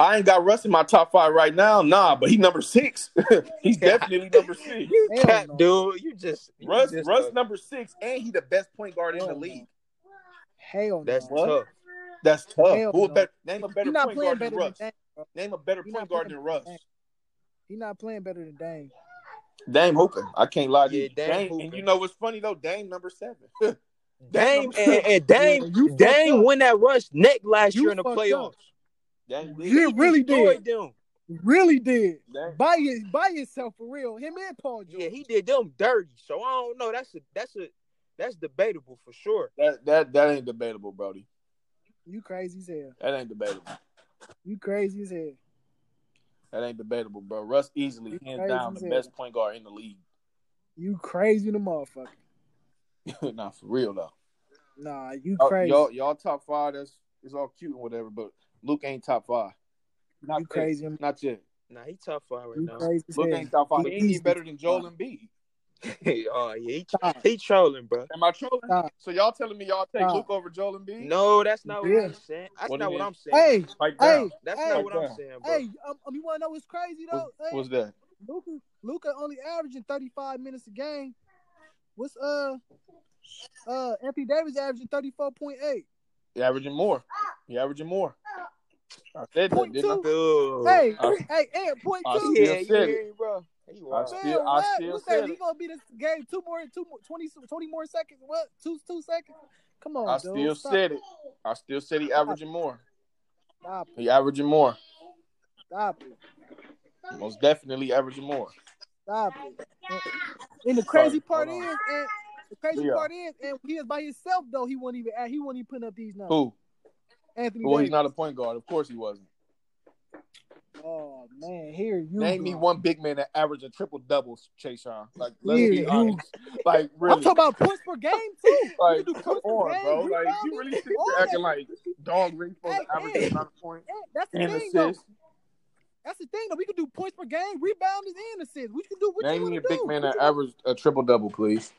[SPEAKER 4] I ain't got Russ in my top five right now, nah, but he number six. He's definitely number six.
[SPEAKER 3] You
[SPEAKER 2] Hell
[SPEAKER 3] cat,
[SPEAKER 2] no.
[SPEAKER 3] dude. You just you
[SPEAKER 4] Russ,
[SPEAKER 3] just-
[SPEAKER 4] Russ number six, and he the best point guard in
[SPEAKER 2] Hell
[SPEAKER 4] the
[SPEAKER 2] no.
[SPEAKER 4] league.
[SPEAKER 2] Hell
[SPEAKER 3] That's
[SPEAKER 2] no.
[SPEAKER 4] What?
[SPEAKER 3] tough.
[SPEAKER 4] That's tough.
[SPEAKER 2] Hell
[SPEAKER 4] Who a
[SPEAKER 2] no.
[SPEAKER 4] better, name a better
[SPEAKER 2] He's not
[SPEAKER 4] point
[SPEAKER 2] playing
[SPEAKER 4] guard
[SPEAKER 2] better
[SPEAKER 4] than
[SPEAKER 2] than
[SPEAKER 4] Russ.
[SPEAKER 2] Dame, bro.
[SPEAKER 4] Name a better
[SPEAKER 2] He
[SPEAKER 4] point
[SPEAKER 2] not
[SPEAKER 4] guard
[SPEAKER 2] playing
[SPEAKER 4] than Russ.
[SPEAKER 2] Dame. He not playing better than Dame.
[SPEAKER 4] Dame Hooper. I can't lie to
[SPEAKER 3] Yeah,
[SPEAKER 4] you.
[SPEAKER 3] Dame
[SPEAKER 4] Dame, and
[SPEAKER 3] Hooper.
[SPEAKER 4] you know what's funny though? Dame number seven.
[SPEAKER 3] Dame
[SPEAKER 4] number
[SPEAKER 3] and, and Dame
[SPEAKER 2] Yeah, you fucked
[SPEAKER 3] Dame
[SPEAKER 2] up.
[SPEAKER 3] won that Russ neck last
[SPEAKER 2] You
[SPEAKER 3] year in the
[SPEAKER 2] fucked
[SPEAKER 3] playoffs.
[SPEAKER 2] up.
[SPEAKER 4] Dame did.
[SPEAKER 2] You
[SPEAKER 3] He
[SPEAKER 2] really
[SPEAKER 3] destroyed
[SPEAKER 2] did.
[SPEAKER 3] them.
[SPEAKER 2] Really did.
[SPEAKER 4] Dame.
[SPEAKER 2] By your, by yourself for real. Him and Paul George.
[SPEAKER 3] Yeah, he did them dirty. So I don't know. That's a that's a that's debatable for sure.
[SPEAKER 4] That that that ain't debatable, Brody.
[SPEAKER 2] You crazy as hell.
[SPEAKER 4] That ain't debatable.
[SPEAKER 2] You crazy as hell.
[SPEAKER 4] That ain't debatable, bro. Russ easily,
[SPEAKER 2] You
[SPEAKER 4] hands
[SPEAKER 2] crazy
[SPEAKER 4] down,
[SPEAKER 2] as
[SPEAKER 4] the
[SPEAKER 2] hell.
[SPEAKER 4] best point guard in the league.
[SPEAKER 2] You crazy the motherfucker.
[SPEAKER 4] nah, for real though.
[SPEAKER 2] Nah, you
[SPEAKER 4] Y'all-
[SPEAKER 2] crazy.
[SPEAKER 4] Y'all, y'all top five. That's it's all cute and whatever, but Luke ain't top five.
[SPEAKER 2] you
[SPEAKER 4] Not yet.
[SPEAKER 2] crazy.
[SPEAKER 4] Not yet.
[SPEAKER 3] Nah, he top five right
[SPEAKER 2] You
[SPEAKER 3] now.
[SPEAKER 2] crazy as
[SPEAKER 4] Luke
[SPEAKER 2] hell.
[SPEAKER 4] ain't top five.
[SPEAKER 2] He
[SPEAKER 4] He ain't
[SPEAKER 2] easily
[SPEAKER 4] even better than Joel
[SPEAKER 2] top
[SPEAKER 4] Embiid.
[SPEAKER 3] oh yeah, he, he trolling, bro.
[SPEAKER 4] Am I trolling?
[SPEAKER 2] Nah.
[SPEAKER 4] So y'all telling me y'all take
[SPEAKER 2] Nah.
[SPEAKER 4] Luke over Joel and B?
[SPEAKER 3] No, that's not what
[SPEAKER 2] Yeah.
[SPEAKER 3] I'm saying. That's
[SPEAKER 1] What do
[SPEAKER 3] not
[SPEAKER 1] you
[SPEAKER 3] what
[SPEAKER 1] mean?
[SPEAKER 3] I'm saying.
[SPEAKER 2] Hey,
[SPEAKER 4] Like
[SPEAKER 2] hey,
[SPEAKER 4] that.
[SPEAKER 3] that's
[SPEAKER 2] hey,
[SPEAKER 3] not what
[SPEAKER 4] Like
[SPEAKER 3] I'm
[SPEAKER 4] that.
[SPEAKER 3] saying, bro.
[SPEAKER 2] hey, um, um, you wanna know what's crazy though? Hey,
[SPEAKER 1] What's that?
[SPEAKER 2] Luca, Luca only averaging thirty five minutes a game. What's uh uh Anthony Davis averaging thirty four point eight.
[SPEAKER 4] You averaging more. You averaging more. I said that,
[SPEAKER 2] Point
[SPEAKER 4] didn't I?
[SPEAKER 2] two.
[SPEAKER 3] Dude.
[SPEAKER 2] Hey,
[SPEAKER 4] I-
[SPEAKER 2] hey, and point
[SPEAKER 4] I
[SPEAKER 2] two.
[SPEAKER 4] still
[SPEAKER 3] yeah,
[SPEAKER 4] said
[SPEAKER 3] yeah,
[SPEAKER 4] it.
[SPEAKER 3] bro. He
[SPEAKER 4] I
[SPEAKER 3] wild.
[SPEAKER 4] still-
[SPEAKER 2] Man, what?
[SPEAKER 4] still
[SPEAKER 2] What's
[SPEAKER 4] said
[SPEAKER 2] that? He
[SPEAKER 4] it.
[SPEAKER 2] gonna be this game two more, two more, 20, 20 more seconds. What? Two, two seconds. Come on,
[SPEAKER 4] I
[SPEAKER 2] dude.
[SPEAKER 4] still
[SPEAKER 2] Stop.
[SPEAKER 4] said it. I still said he averaging more.
[SPEAKER 2] Stop,
[SPEAKER 4] He averaging more.
[SPEAKER 2] stop it,
[SPEAKER 4] Most definitely averaging more.
[SPEAKER 2] stop it. And, and the crazy
[SPEAKER 4] Sorry,
[SPEAKER 2] part
[SPEAKER 4] hold
[SPEAKER 2] is,
[SPEAKER 4] on.
[SPEAKER 2] and the crazy
[SPEAKER 4] Yeah.
[SPEAKER 2] part is, and he is by himself though. He wasn't even, he wasn't even putting up these numbers.
[SPEAKER 4] Who?
[SPEAKER 2] Anthony
[SPEAKER 4] Well, he's
[SPEAKER 2] Davis.
[SPEAKER 4] not a point guard. Of course he wasn't.
[SPEAKER 2] Oh man, here you
[SPEAKER 4] Name me
[SPEAKER 2] go.
[SPEAKER 4] one big man that averaged a triple double, Chase Like, let's
[SPEAKER 2] Yeah,
[SPEAKER 4] be
[SPEAKER 2] you-
[SPEAKER 4] honest. Like,
[SPEAKER 2] I'm
[SPEAKER 4] really.
[SPEAKER 2] talking about points per game too.
[SPEAKER 4] Like,
[SPEAKER 2] You can do
[SPEAKER 4] come
[SPEAKER 2] points per
[SPEAKER 4] on,
[SPEAKER 2] game,
[SPEAKER 4] bro. Like, you
[SPEAKER 2] rebounding,
[SPEAKER 4] really sit
[SPEAKER 2] all
[SPEAKER 4] there
[SPEAKER 2] that.
[SPEAKER 4] acting like dog ring for
[SPEAKER 2] Hey,
[SPEAKER 4] the average
[SPEAKER 2] hey.
[SPEAKER 4] amount of points
[SPEAKER 2] Yeah, That's the
[SPEAKER 4] and
[SPEAKER 2] thing though.
[SPEAKER 4] assists.
[SPEAKER 2] That's the thing though. We can do points per game, rebounding, and assists. We can do what you
[SPEAKER 4] Name
[SPEAKER 2] want
[SPEAKER 4] me
[SPEAKER 2] to
[SPEAKER 4] a
[SPEAKER 2] do.
[SPEAKER 4] big man
[SPEAKER 2] What
[SPEAKER 4] that
[SPEAKER 2] you-
[SPEAKER 4] averaged a triple double, please.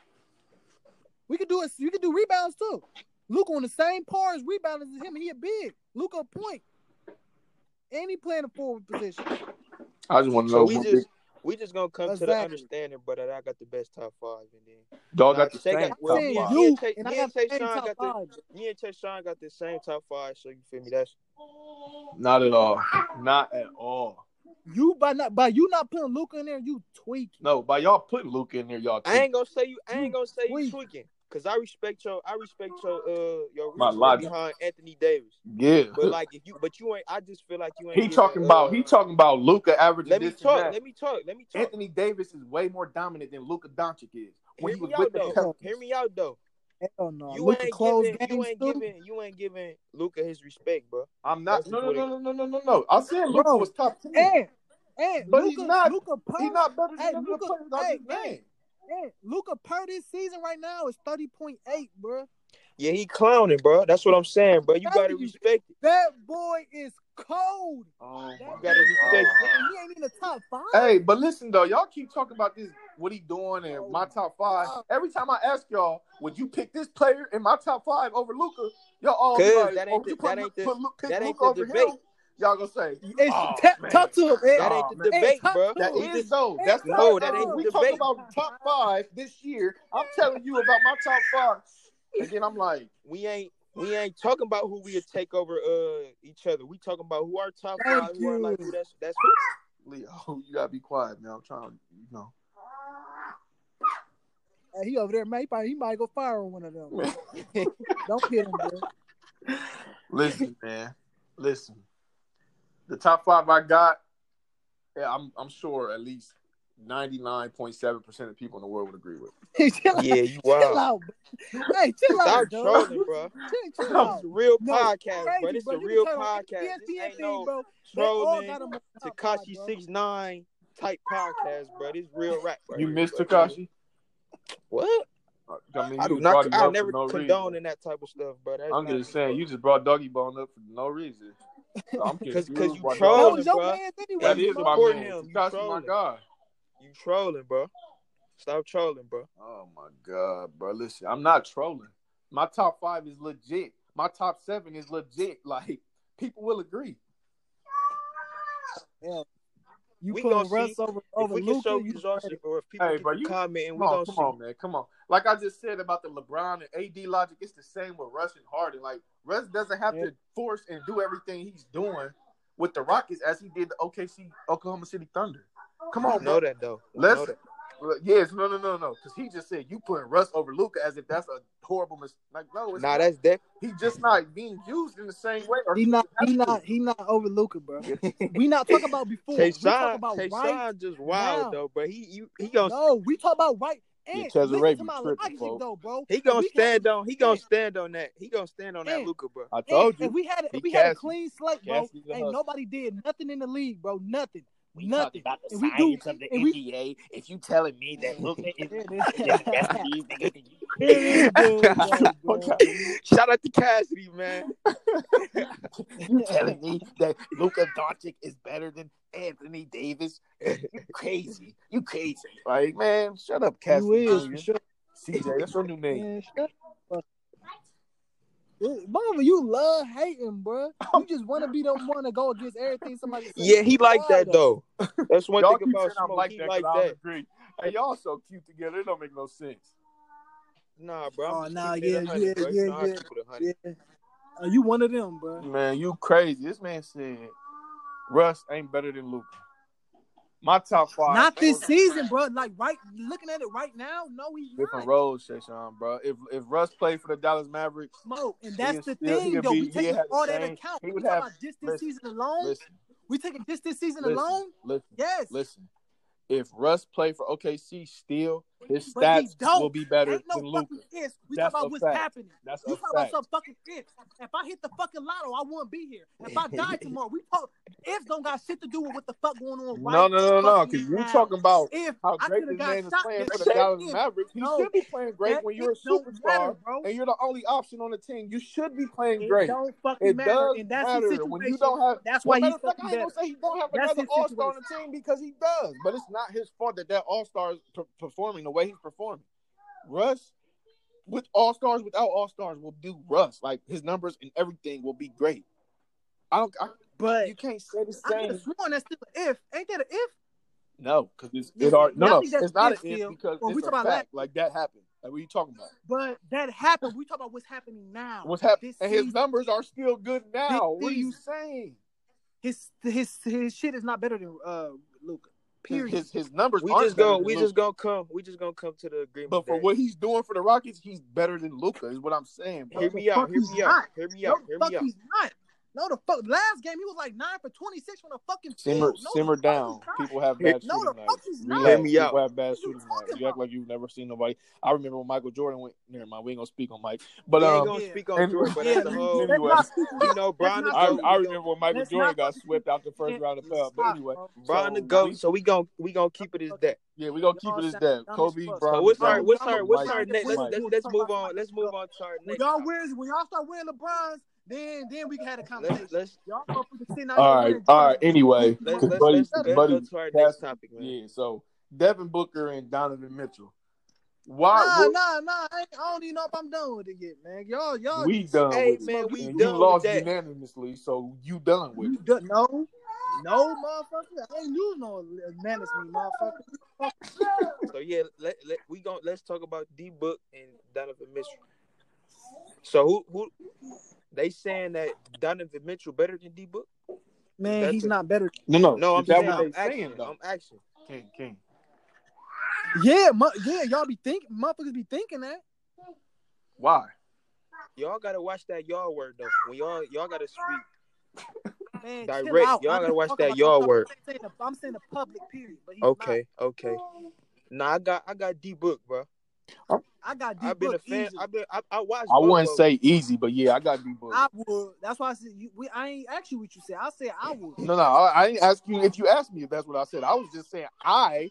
[SPEAKER 2] We can do it. You can do rebounds too. Luca on the same par as rebounds as him. and He a big. Luca a point. And he playing a forward position.
[SPEAKER 4] I just want to
[SPEAKER 3] So
[SPEAKER 4] know.
[SPEAKER 3] we
[SPEAKER 4] one
[SPEAKER 3] just we just gonna come to the
[SPEAKER 2] Exactly.
[SPEAKER 3] understanding, but that I got the best top five, and then
[SPEAKER 4] big- dog
[SPEAKER 3] Nah,
[SPEAKER 4] got the
[SPEAKER 3] Shay
[SPEAKER 4] same.
[SPEAKER 3] got-
[SPEAKER 2] I'm
[SPEAKER 3] well,
[SPEAKER 2] saying
[SPEAKER 3] me and- me
[SPEAKER 2] you
[SPEAKER 3] and Tay-
[SPEAKER 2] and I
[SPEAKER 3] me
[SPEAKER 2] got
[SPEAKER 3] and
[SPEAKER 2] the
[SPEAKER 3] Tay
[SPEAKER 2] same
[SPEAKER 3] Sean
[SPEAKER 2] top
[SPEAKER 3] got the-
[SPEAKER 2] five.
[SPEAKER 3] me and Tayshawn got the same top five, so you feel me? That's
[SPEAKER 4] Not at all. Not at all.
[SPEAKER 2] You by not by you not putting Luca in there, you tweaking.
[SPEAKER 4] No, by y'all putting Luke in there, y'all.
[SPEAKER 3] I
[SPEAKER 4] tweaking.
[SPEAKER 3] ain't gonna say you. I
[SPEAKER 2] You
[SPEAKER 3] ain't gonna say you
[SPEAKER 2] tweak.
[SPEAKER 3] tweaking, cause I respect your. I respect your. Uh, your
[SPEAKER 4] My
[SPEAKER 3] reasoning
[SPEAKER 4] logic.
[SPEAKER 3] behind Anthony Davis.
[SPEAKER 4] Yeah.
[SPEAKER 3] But like, if you, but you ain't. I just feel like you ain't.
[SPEAKER 4] He
[SPEAKER 3] giving,
[SPEAKER 4] talking about
[SPEAKER 3] uh,
[SPEAKER 4] he talking about Luca averaging
[SPEAKER 3] Let me
[SPEAKER 4] this and
[SPEAKER 3] talk.
[SPEAKER 4] that.
[SPEAKER 3] Let me talk. Let me talk.
[SPEAKER 4] Anthony Davis is way more dominant than Luka Doncic is when
[SPEAKER 3] Hear
[SPEAKER 4] he was
[SPEAKER 3] me out
[SPEAKER 4] with the
[SPEAKER 3] though.
[SPEAKER 4] Pelicans.
[SPEAKER 3] Hear me out though.
[SPEAKER 2] Hell no.
[SPEAKER 3] You
[SPEAKER 2] Luca
[SPEAKER 3] ain't
[SPEAKER 2] closed
[SPEAKER 3] giving. You
[SPEAKER 2] games
[SPEAKER 3] ain't
[SPEAKER 2] too.
[SPEAKER 3] giving. You ain't giving Luca his respect, bro.
[SPEAKER 4] I'm not.
[SPEAKER 3] That's
[SPEAKER 4] No, no,
[SPEAKER 3] what-
[SPEAKER 4] no, no, no, no, no, no. I said Luka
[SPEAKER 2] Bro.
[SPEAKER 4] was top ten,
[SPEAKER 2] And and
[SPEAKER 4] but
[SPEAKER 2] Luca
[SPEAKER 4] he's not.
[SPEAKER 2] Luca per
[SPEAKER 4] He's not better than
[SPEAKER 2] Hey,
[SPEAKER 4] none of the
[SPEAKER 2] Luka-
[SPEAKER 4] players I
[SPEAKER 2] hey,
[SPEAKER 4] just
[SPEAKER 2] hey.
[SPEAKER 4] named.
[SPEAKER 2] and Luca per this season right now is thirty point eight, bro.
[SPEAKER 3] Yeah, he clowning, bro. That's what I'm saying, bro. You gotta
[SPEAKER 2] Telling you.
[SPEAKER 3] respect it.
[SPEAKER 2] That boy is cold.
[SPEAKER 4] Oh
[SPEAKER 2] That
[SPEAKER 4] my
[SPEAKER 2] boy
[SPEAKER 3] gotta
[SPEAKER 2] is
[SPEAKER 3] respect
[SPEAKER 2] cold.
[SPEAKER 3] it.
[SPEAKER 2] And He ain't in the top five.
[SPEAKER 4] Hey, but listen though, y'all keep talking about this what he doing and my top five. Every time I ask y'all, would you pick this player in my top five over Luca? Y'all all be
[SPEAKER 3] 'Cause
[SPEAKER 4] like,
[SPEAKER 3] that ain't
[SPEAKER 4] oh, would
[SPEAKER 3] the-
[SPEAKER 4] you put,
[SPEAKER 3] that ain't the-
[SPEAKER 4] put Lu- pick
[SPEAKER 3] that ain't
[SPEAKER 4] Luca
[SPEAKER 3] the
[SPEAKER 4] over him?
[SPEAKER 3] debate.
[SPEAKER 4] Y'all gonna say
[SPEAKER 2] It's
[SPEAKER 4] Oh,
[SPEAKER 2] ta-
[SPEAKER 4] man.
[SPEAKER 2] talk to him, man.
[SPEAKER 3] That
[SPEAKER 4] Oh,
[SPEAKER 3] ain't the
[SPEAKER 4] man.
[SPEAKER 3] debate,
[SPEAKER 2] Hey,
[SPEAKER 3] bro.
[SPEAKER 4] That
[SPEAKER 2] Who?
[SPEAKER 3] You
[SPEAKER 4] is
[SPEAKER 3] just
[SPEAKER 4] though.
[SPEAKER 2] Hey,
[SPEAKER 4] That's
[SPEAKER 2] no,
[SPEAKER 4] not
[SPEAKER 3] no, that ain't
[SPEAKER 4] when
[SPEAKER 3] the
[SPEAKER 4] we talk
[SPEAKER 3] debate.
[SPEAKER 4] about top five this year. I'm telling you about my top five, and then I'm like,
[SPEAKER 3] we ain't we ain't talking about who we'll take over uh each other. We talking about who our top
[SPEAKER 2] Thank
[SPEAKER 3] five, who are like who
[SPEAKER 2] you.
[SPEAKER 3] that's that's who.
[SPEAKER 4] Leo, you gotta be quiet, man. I'm trying, to, you know.
[SPEAKER 2] Hey, he over there, man. He, probably, he might go fire on one of them. Don't hit him, bro.
[SPEAKER 4] Listen, man. Listen. The top five I got, yeah, I'm I'm sure at least ninety nine point seven percent of people in the world would agree with.
[SPEAKER 2] Hey, chill, out,
[SPEAKER 3] Yeah, you
[SPEAKER 2] chill
[SPEAKER 3] wild.
[SPEAKER 2] out, bro. Hey, chill
[SPEAKER 3] Stop
[SPEAKER 2] out, dog.
[SPEAKER 3] trolling, bro.
[SPEAKER 2] Chill, chill
[SPEAKER 3] It's
[SPEAKER 2] out.
[SPEAKER 3] a real
[SPEAKER 2] No,
[SPEAKER 3] podcast, bro.
[SPEAKER 2] Crazy,
[SPEAKER 3] This a
[SPEAKER 2] You can
[SPEAKER 3] real
[SPEAKER 2] turn on E
[SPEAKER 3] podcast.
[SPEAKER 2] ESPN
[SPEAKER 3] This ain't
[SPEAKER 2] thing,
[SPEAKER 3] no
[SPEAKER 2] bro. They all
[SPEAKER 3] trolling
[SPEAKER 2] got him. on the top five,
[SPEAKER 3] Takashi
[SPEAKER 2] bro.
[SPEAKER 3] six nine type podcast, bro. This real rap. Right
[SPEAKER 4] You
[SPEAKER 3] here,
[SPEAKER 4] missed
[SPEAKER 3] bro.
[SPEAKER 4] Takashi.
[SPEAKER 3] What?
[SPEAKER 4] I mean,
[SPEAKER 3] I
[SPEAKER 4] you
[SPEAKER 3] do
[SPEAKER 4] just brought
[SPEAKER 3] not.
[SPEAKER 4] him
[SPEAKER 3] I
[SPEAKER 4] up
[SPEAKER 3] never
[SPEAKER 4] for no
[SPEAKER 3] condone
[SPEAKER 4] reason.
[SPEAKER 3] in that type of stuff, bro. That's
[SPEAKER 4] I'm
[SPEAKER 3] not
[SPEAKER 4] just
[SPEAKER 3] me,
[SPEAKER 4] saying,
[SPEAKER 3] bro.
[SPEAKER 4] you just brought Doggy Bone up for no reason. So I'm
[SPEAKER 3] Cause,
[SPEAKER 4] confused.
[SPEAKER 3] cause you
[SPEAKER 2] That
[SPEAKER 4] why Doggy-
[SPEAKER 3] trolling,
[SPEAKER 2] was your
[SPEAKER 3] bro.
[SPEAKER 2] man's anyway,
[SPEAKER 4] That
[SPEAKER 3] You
[SPEAKER 4] is
[SPEAKER 2] Smoke.
[SPEAKER 4] my
[SPEAKER 3] support
[SPEAKER 4] man.
[SPEAKER 3] him. You
[SPEAKER 4] Takashi, my
[SPEAKER 3] trolling.
[SPEAKER 4] guy.
[SPEAKER 3] You trolling, bro. Stop trolling, bro.
[SPEAKER 4] Oh my god, bro! Listen, I'm not trolling. My top five is legit. My top seven is legit. Like people will agree.
[SPEAKER 2] You
[SPEAKER 3] We
[SPEAKER 2] put
[SPEAKER 3] gonna
[SPEAKER 2] Russ
[SPEAKER 3] see.
[SPEAKER 2] over
[SPEAKER 3] If
[SPEAKER 2] over
[SPEAKER 3] we can show
[SPEAKER 2] Luca. You
[SPEAKER 3] results, or if people
[SPEAKER 4] Hey,
[SPEAKER 3] keep
[SPEAKER 4] bro, you-
[SPEAKER 3] commenting,
[SPEAKER 4] Come
[SPEAKER 3] we
[SPEAKER 4] on,
[SPEAKER 3] gonna
[SPEAKER 4] come
[SPEAKER 3] see.
[SPEAKER 4] on, man, come on. Like I just said about the LeBron and AD logic, it's the same with Russ and Harden. Like Russ doesn't have
[SPEAKER 2] Yeah.
[SPEAKER 4] to force and do everything he's doing with the Rockets as he did the OKC, Oklahoma City Thunder. Come
[SPEAKER 3] I
[SPEAKER 4] on,
[SPEAKER 3] know
[SPEAKER 4] bro.
[SPEAKER 3] that though. I know
[SPEAKER 4] Let's.
[SPEAKER 3] that.
[SPEAKER 4] Yes, no, no, no, no. Because he just said you putting Russ over Luca as if that's a horrible mistake. Like no, it's
[SPEAKER 3] Nah,
[SPEAKER 4] not.
[SPEAKER 3] that's that.
[SPEAKER 4] He's just not being used in the same way. Or
[SPEAKER 2] he not
[SPEAKER 4] doesn't
[SPEAKER 2] he
[SPEAKER 4] have to.
[SPEAKER 2] not he not over Luca, bro. We not talking about before. We talk
[SPEAKER 3] Tayshawn,
[SPEAKER 2] about right.
[SPEAKER 3] Tayshawn just wild
[SPEAKER 2] now.
[SPEAKER 3] though, but he you he gonna
[SPEAKER 2] No, we talk about right. And
[SPEAKER 4] Chaz
[SPEAKER 2] listen
[SPEAKER 4] Ray
[SPEAKER 2] to
[SPEAKER 4] be
[SPEAKER 2] my
[SPEAKER 4] tripping,
[SPEAKER 2] logic
[SPEAKER 4] folks.
[SPEAKER 2] though, bro.
[SPEAKER 3] he
[SPEAKER 2] If
[SPEAKER 3] gonna
[SPEAKER 2] we had-
[SPEAKER 3] stand on he gonna stand on that he gonna stand on that
[SPEAKER 2] Yeah.
[SPEAKER 3] Luca, bro.
[SPEAKER 4] I
[SPEAKER 2] And
[SPEAKER 4] told
[SPEAKER 2] if
[SPEAKER 4] you.
[SPEAKER 2] we had if
[SPEAKER 4] He
[SPEAKER 2] we had a
[SPEAKER 4] Cassie.
[SPEAKER 2] clean slate, bro,
[SPEAKER 4] Cassie's the
[SPEAKER 2] ain't
[SPEAKER 4] hustler.
[SPEAKER 2] nobody did nothing in the league, bro. Nothing.
[SPEAKER 5] We talking
[SPEAKER 2] Nothing.
[SPEAKER 5] about the
[SPEAKER 2] And we do-
[SPEAKER 5] science of the
[SPEAKER 2] and we-
[SPEAKER 5] NBA. If you telling me that Luka is
[SPEAKER 2] There it
[SPEAKER 5] that's
[SPEAKER 2] is.
[SPEAKER 5] these niggas,
[SPEAKER 2] There it is, there it is.
[SPEAKER 3] Shout out to Cassidy, man.
[SPEAKER 5] you telling me that Luka Doncic is better than Anthony Davis? You crazy. You crazy. Like, man, shut up, Cassidy.
[SPEAKER 2] is,
[SPEAKER 5] Jr.
[SPEAKER 2] for sure.
[SPEAKER 5] CJ, that's your new name.
[SPEAKER 2] Man, shut the fuck up. Yeah, Mama, you love hating, bro. You just want to be the one to go against everything somebody says.
[SPEAKER 3] Yeah, he like that
[SPEAKER 2] Why,
[SPEAKER 3] though. That's one
[SPEAKER 4] y'all
[SPEAKER 3] thing
[SPEAKER 4] keep saying
[SPEAKER 3] about
[SPEAKER 4] I'm
[SPEAKER 3] Smoke.
[SPEAKER 4] like
[SPEAKER 3] he
[SPEAKER 4] that.
[SPEAKER 3] like
[SPEAKER 4] 'cause I don't
[SPEAKER 3] that.
[SPEAKER 4] agree. Hey, y'all so cute together. It don't make no sense.
[SPEAKER 3] Nah, bro. I'm
[SPEAKER 2] Oh,
[SPEAKER 3] just
[SPEAKER 2] nah,
[SPEAKER 3] keeping it
[SPEAKER 2] yeah,
[SPEAKER 3] 100,
[SPEAKER 2] yeah,
[SPEAKER 3] bro.
[SPEAKER 2] yeah,
[SPEAKER 3] You know I
[SPEAKER 2] yeah.
[SPEAKER 3] keep it 100.
[SPEAKER 2] Yeah. Are you one of them, bro?
[SPEAKER 4] Man, you crazy. This man said Russ ain't better than Luca. My top five.
[SPEAKER 2] Not this season, bro. Like right, looking at it right now, no, he's
[SPEAKER 4] Different
[SPEAKER 2] not.
[SPEAKER 4] roles, Shashan, bro. If if Russ played for the Dallas Mavericks,
[SPEAKER 2] Mo, and that's
[SPEAKER 4] is
[SPEAKER 2] the
[SPEAKER 4] still- he
[SPEAKER 2] thing,
[SPEAKER 4] could
[SPEAKER 2] though.
[SPEAKER 4] be-
[SPEAKER 2] We
[SPEAKER 4] he
[SPEAKER 2] taking
[SPEAKER 4] had the
[SPEAKER 2] all that
[SPEAKER 4] same-
[SPEAKER 2] account.
[SPEAKER 4] he
[SPEAKER 2] We
[SPEAKER 4] would
[SPEAKER 2] talking
[SPEAKER 4] have-
[SPEAKER 2] about just this
[SPEAKER 4] listen,
[SPEAKER 2] season alone.
[SPEAKER 4] listen,
[SPEAKER 2] we taking just this season
[SPEAKER 4] listen,
[SPEAKER 2] alone.
[SPEAKER 4] listen,
[SPEAKER 2] Yes,
[SPEAKER 4] listen. If Russ played for OKC, still his
[SPEAKER 2] But he
[SPEAKER 4] stats
[SPEAKER 2] don't.
[SPEAKER 4] will be better
[SPEAKER 2] ain't no
[SPEAKER 4] than
[SPEAKER 2] fucking
[SPEAKER 4] Luca.
[SPEAKER 2] ifs. We
[SPEAKER 4] That's
[SPEAKER 2] talking
[SPEAKER 4] a
[SPEAKER 2] about what's
[SPEAKER 4] fact.
[SPEAKER 2] happening.
[SPEAKER 4] That's
[SPEAKER 2] You
[SPEAKER 4] a
[SPEAKER 2] talking about
[SPEAKER 4] fact.
[SPEAKER 2] some fucking ifs. If I hit the fucking lotto, I wouldn't be here. If I die tomorrow, we talk. Ifs don't got shit to do with what the fuck going on right
[SPEAKER 4] No, no, no, no.
[SPEAKER 2] fucking
[SPEAKER 4] Because you're
[SPEAKER 2] now.
[SPEAKER 4] talking about
[SPEAKER 2] If
[SPEAKER 4] how
[SPEAKER 2] I
[SPEAKER 4] great
[SPEAKER 2] coulda
[SPEAKER 4] this
[SPEAKER 2] got
[SPEAKER 4] man is
[SPEAKER 2] shot
[SPEAKER 4] playing
[SPEAKER 2] this
[SPEAKER 4] for the
[SPEAKER 2] year,
[SPEAKER 4] Dallas
[SPEAKER 2] if
[SPEAKER 4] Mavericks. He
[SPEAKER 2] No.
[SPEAKER 4] should be playing great
[SPEAKER 2] that
[SPEAKER 4] when you're a
[SPEAKER 2] it don't matter,
[SPEAKER 4] superstar
[SPEAKER 2] bro.
[SPEAKER 4] and you're the only option on the team. You should be playing
[SPEAKER 2] It
[SPEAKER 4] great.
[SPEAKER 2] don't fucking
[SPEAKER 4] It
[SPEAKER 2] matter,
[SPEAKER 4] does
[SPEAKER 2] and that's his
[SPEAKER 4] matter
[SPEAKER 2] situation.
[SPEAKER 4] when you don't have.
[SPEAKER 2] that's
[SPEAKER 4] Well,
[SPEAKER 2] why he
[SPEAKER 4] matter of fact,
[SPEAKER 2] fucking
[SPEAKER 4] I ain't
[SPEAKER 2] better.
[SPEAKER 4] gonna say he don't have
[SPEAKER 2] That's
[SPEAKER 4] another
[SPEAKER 2] his
[SPEAKER 4] All Star on the team because he does, but it's not his fault that that All Star is per- performing the way he's performing. Russ, with All Stars, without All Stars, will do Russ. Like his numbers and everything will be great. I don't. I,
[SPEAKER 2] But
[SPEAKER 4] you can't say the
[SPEAKER 2] I could
[SPEAKER 4] same.
[SPEAKER 2] have sworn that's still an if. Ain't that an if?
[SPEAKER 4] No, because it's
[SPEAKER 2] Yeah,
[SPEAKER 4] it are
[SPEAKER 2] I
[SPEAKER 4] no, no.
[SPEAKER 2] think that's
[SPEAKER 4] It's not an
[SPEAKER 2] it,
[SPEAKER 4] if
[SPEAKER 2] Phil.
[SPEAKER 4] because
[SPEAKER 2] When we
[SPEAKER 4] it's a
[SPEAKER 2] talk about
[SPEAKER 4] fact. Like that happened. Like what are you talking about?
[SPEAKER 2] But that happened. We talk about what's happening now.
[SPEAKER 4] What's happening?
[SPEAKER 2] This
[SPEAKER 4] And his
[SPEAKER 2] season.
[SPEAKER 4] numbers are still good now.
[SPEAKER 2] This
[SPEAKER 4] What are you
[SPEAKER 2] season.
[SPEAKER 4] saying?
[SPEAKER 2] his his his shit is not better than uh Luca.
[SPEAKER 4] His
[SPEAKER 2] Period.
[SPEAKER 4] his, his numbers
[SPEAKER 3] We
[SPEAKER 4] aren't
[SPEAKER 3] just
[SPEAKER 4] better
[SPEAKER 3] gonna
[SPEAKER 4] than
[SPEAKER 3] we
[SPEAKER 4] Luka.
[SPEAKER 3] just gonna come we just gonna come to the agreement.
[SPEAKER 4] But for
[SPEAKER 3] that-
[SPEAKER 4] what he's doing for the Rockets, he's better than Luca. Is what I'm saying. Bro.
[SPEAKER 3] hear me out, hear me out, hear me
[SPEAKER 2] no,
[SPEAKER 3] out,
[SPEAKER 2] the
[SPEAKER 3] hear
[SPEAKER 2] fuck
[SPEAKER 3] me out.
[SPEAKER 2] he's not. No, the fuck. Last game he was like nine for twenty six from the fucking
[SPEAKER 4] Simmer
[SPEAKER 2] field. No,
[SPEAKER 4] simmer
[SPEAKER 2] the fuck
[SPEAKER 4] down.
[SPEAKER 2] he's not.
[SPEAKER 4] People have
[SPEAKER 3] Here-
[SPEAKER 4] bad
[SPEAKER 2] No,
[SPEAKER 4] shooting
[SPEAKER 2] the fuck
[SPEAKER 4] nights.
[SPEAKER 2] he's not.
[SPEAKER 4] Relax.
[SPEAKER 3] Hear me
[SPEAKER 4] People
[SPEAKER 3] out.
[SPEAKER 4] have bad
[SPEAKER 2] What you
[SPEAKER 4] shooting nights.
[SPEAKER 2] talking
[SPEAKER 4] You act
[SPEAKER 2] about?
[SPEAKER 4] like you've never seen nobody. I remember when Michael Jordan went. Never mind. We ain't gonna speak on Mike. But
[SPEAKER 3] we
[SPEAKER 4] um,
[SPEAKER 3] ain't gonna
[SPEAKER 2] Yeah.
[SPEAKER 3] speak on Jordan, but
[SPEAKER 2] Yeah,
[SPEAKER 3] that's a whole.
[SPEAKER 2] let's
[SPEAKER 4] Anyway.
[SPEAKER 2] not speak on
[SPEAKER 3] We know Brian the
[SPEAKER 2] not-
[SPEAKER 4] I,
[SPEAKER 3] goat.
[SPEAKER 4] I
[SPEAKER 3] we
[SPEAKER 4] remember when Michael
[SPEAKER 2] Let's
[SPEAKER 4] Jordan
[SPEAKER 2] not
[SPEAKER 4] got
[SPEAKER 2] fucking
[SPEAKER 4] swept out the first
[SPEAKER 2] it.
[SPEAKER 4] round of the playoff. But
[SPEAKER 2] Stop,
[SPEAKER 4] anyway,
[SPEAKER 2] bro.
[SPEAKER 3] gonna- Brian the
[SPEAKER 4] so
[SPEAKER 3] goat.
[SPEAKER 4] we-
[SPEAKER 3] So we gonna we gonna keep it as that.
[SPEAKER 4] yeah, we gonna keep
[SPEAKER 2] Y'all
[SPEAKER 4] it as
[SPEAKER 2] sound dumb
[SPEAKER 4] that.
[SPEAKER 2] as
[SPEAKER 4] Kobe,
[SPEAKER 2] fuck.
[SPEAKER 4] Brown,
[SPEAKER 3] So
[SPEAKER 2] I'm
[SPEAKER 3] what's
[SPEAKER 2] sorry,
[SPEAKER 3] our
[SPEAKER 4] Jordan,
[SPEAKER 3] what's
[SPEAKER 2] I'm
[SPEAKER 3] our
[SPEAKER 2] a
[SPEAKER 3] what's
[SPEAKER 2] Mike.
[SPEAKER 3] our next?
[SPEAKER 2] What you
[SPEAKER 3] Let's let's
[SPEAKER 2] doing?
[SPEAKER 3] let's
[SPEAKER 2] Talking
[SPEAKER 3] move
[SPEAKER 2] about
[SPEAKER 3] on. Let's
[SPEAKER 2] Mike.
[SPEAKER 3] move on to our
[SPEAKER 2] When
[SPEAKER 3] next.
[SPEAKER 2] y'all
[SPEAKER 3] topic.
[SPEAKER 2] wears when y'all start wearing LeBron's, then then we can have a conversation.
[SPEAKER 3] Let's let's
[SPEAKER 2] Y'all motherfuckers sitting out
[SPEAKER 4] All
[SPEAKER 2] here
[SPEAKER 4] right,
[SPEAKER 2] wearing
[SPEAKER 4] all right. Anyway,
[SPEAKER 2] Jordan.
[SPEAKER 3] let's
[SPEAKER 4] because
[SPEAKER 3] let's
[SPEAKER 4] buddy,
[SPEAKER 3] let's,
[SPEAKER 2] Shut up.
[SPEAKER 3] let's
[SPEAKER 4] budty,
[SPEAKER 3] go to our
[SPEAKER 4] that's-
[SPEAKER 3] next topic, man.
[SPEAKER 4] yeah. So Devin Booker and Donovan Mitchell. Why?
[SPEAKER 2] Nah,
[SPEAKER 4] what-
[SPEAKER 2] nah, nah. I, ain't, I don't even know if I'm done with it yet, man. Y'all, y'all,
[SPEAKER 4] we done
[SPEAKER 3] Hey,
[SPEAKER 4] with
[SPEAKER 3] man,
[SPEAKER 4] it.
[SPEAKER 3] we
[SPEAKER 4] and
[SPEAKER 3] done
[SPEAKER 4] you
[SPEAKER 3] with
[SPEAKER 4] lost
[SPEAKER 3] that.
[SPEAKER 4] unanimously, so you done with
[SPEAKER 2] you
[SPEAKER 4] it.
[SPEAKER 2] done, no, no, motherfucker. I ain't lose no manners, me, motherfucker.
[SPEAKER 3] So yeah, let, let we going let's talk about D Book and Donovan Mitchell. So who who they saying that Donovan Mitchell better than D Book?
[SPEAKER 2] Man,
[SPEAKER 3] That's
[SPEAKER 2] he's
[SPEAKER 3] it.
[SPEAKER 2] not better.
[SPEAKER 4] No, no,
[SPEAKER 3] No, I'm
[SPEAKER 4] Oh, that
[SPEAKER 3] saying
[SPEAKER 4] what
[SPEAKER 3] I'm
[SPEAKER 4] they saying
[SPEAKER 3] action.
[SPEAKER 4] though?
[SPEAKER 3] I'm action.
[SPEAKER 4] King, King.
[SPEAKER 2] Yeah, mu- yeah. Y'all be thinking, motherfuckers be thinking that.
[SPEAKER 4] Why?
[SPEAKER 3] Y'all gotta watch that y'all word though. When y'all y'all gotta speak.
[SPEAKER 2] Man,
[SPEAKER 3] Direct.
[SPEAKER 2] chill out.
[SPEAKER 3] Y'all
[SPEAKER 2] I'm
[SPEAKER 3] gotta
[SPEAKER 2] just
[SPEAKER 3] watch
[SPEAKER 2] talking
[SPEAKER 3] that
[SPEAKER 2] about-
[SPEAKER 3] y'all
[SPEAKER 2] I'm
[SPEAKER 3] word.
[SPEAKER 2] talking- I'm saying, the, I'm saying the public period, but he's
[SPEAKER 3] Okay, okay. Nah, I got I got D Book, bro.
[SPEAKER 2] not. I got D
[SPEAKER 3] I've been a
[SPEAKER 2] book
[SPEAKER 3] fan.
[SPEAKER 2] easily.
[SPEAKER 3] I've been I, I watched.
[SPEAKER 4] I
[SPEAKER 3] both
[SPEAKER 4] wouldn't
[SPEAKER 3] of them.
[SPEAKER 4] say easy, but yeah, I got D Book.
[SPEAKER 2] I would. That's why I said you, we, I ain't actually what you said. I said I would.
[SPEAKER 4] No, no, I, I didn't ask you if you asked me if that's what I said. I was just saying I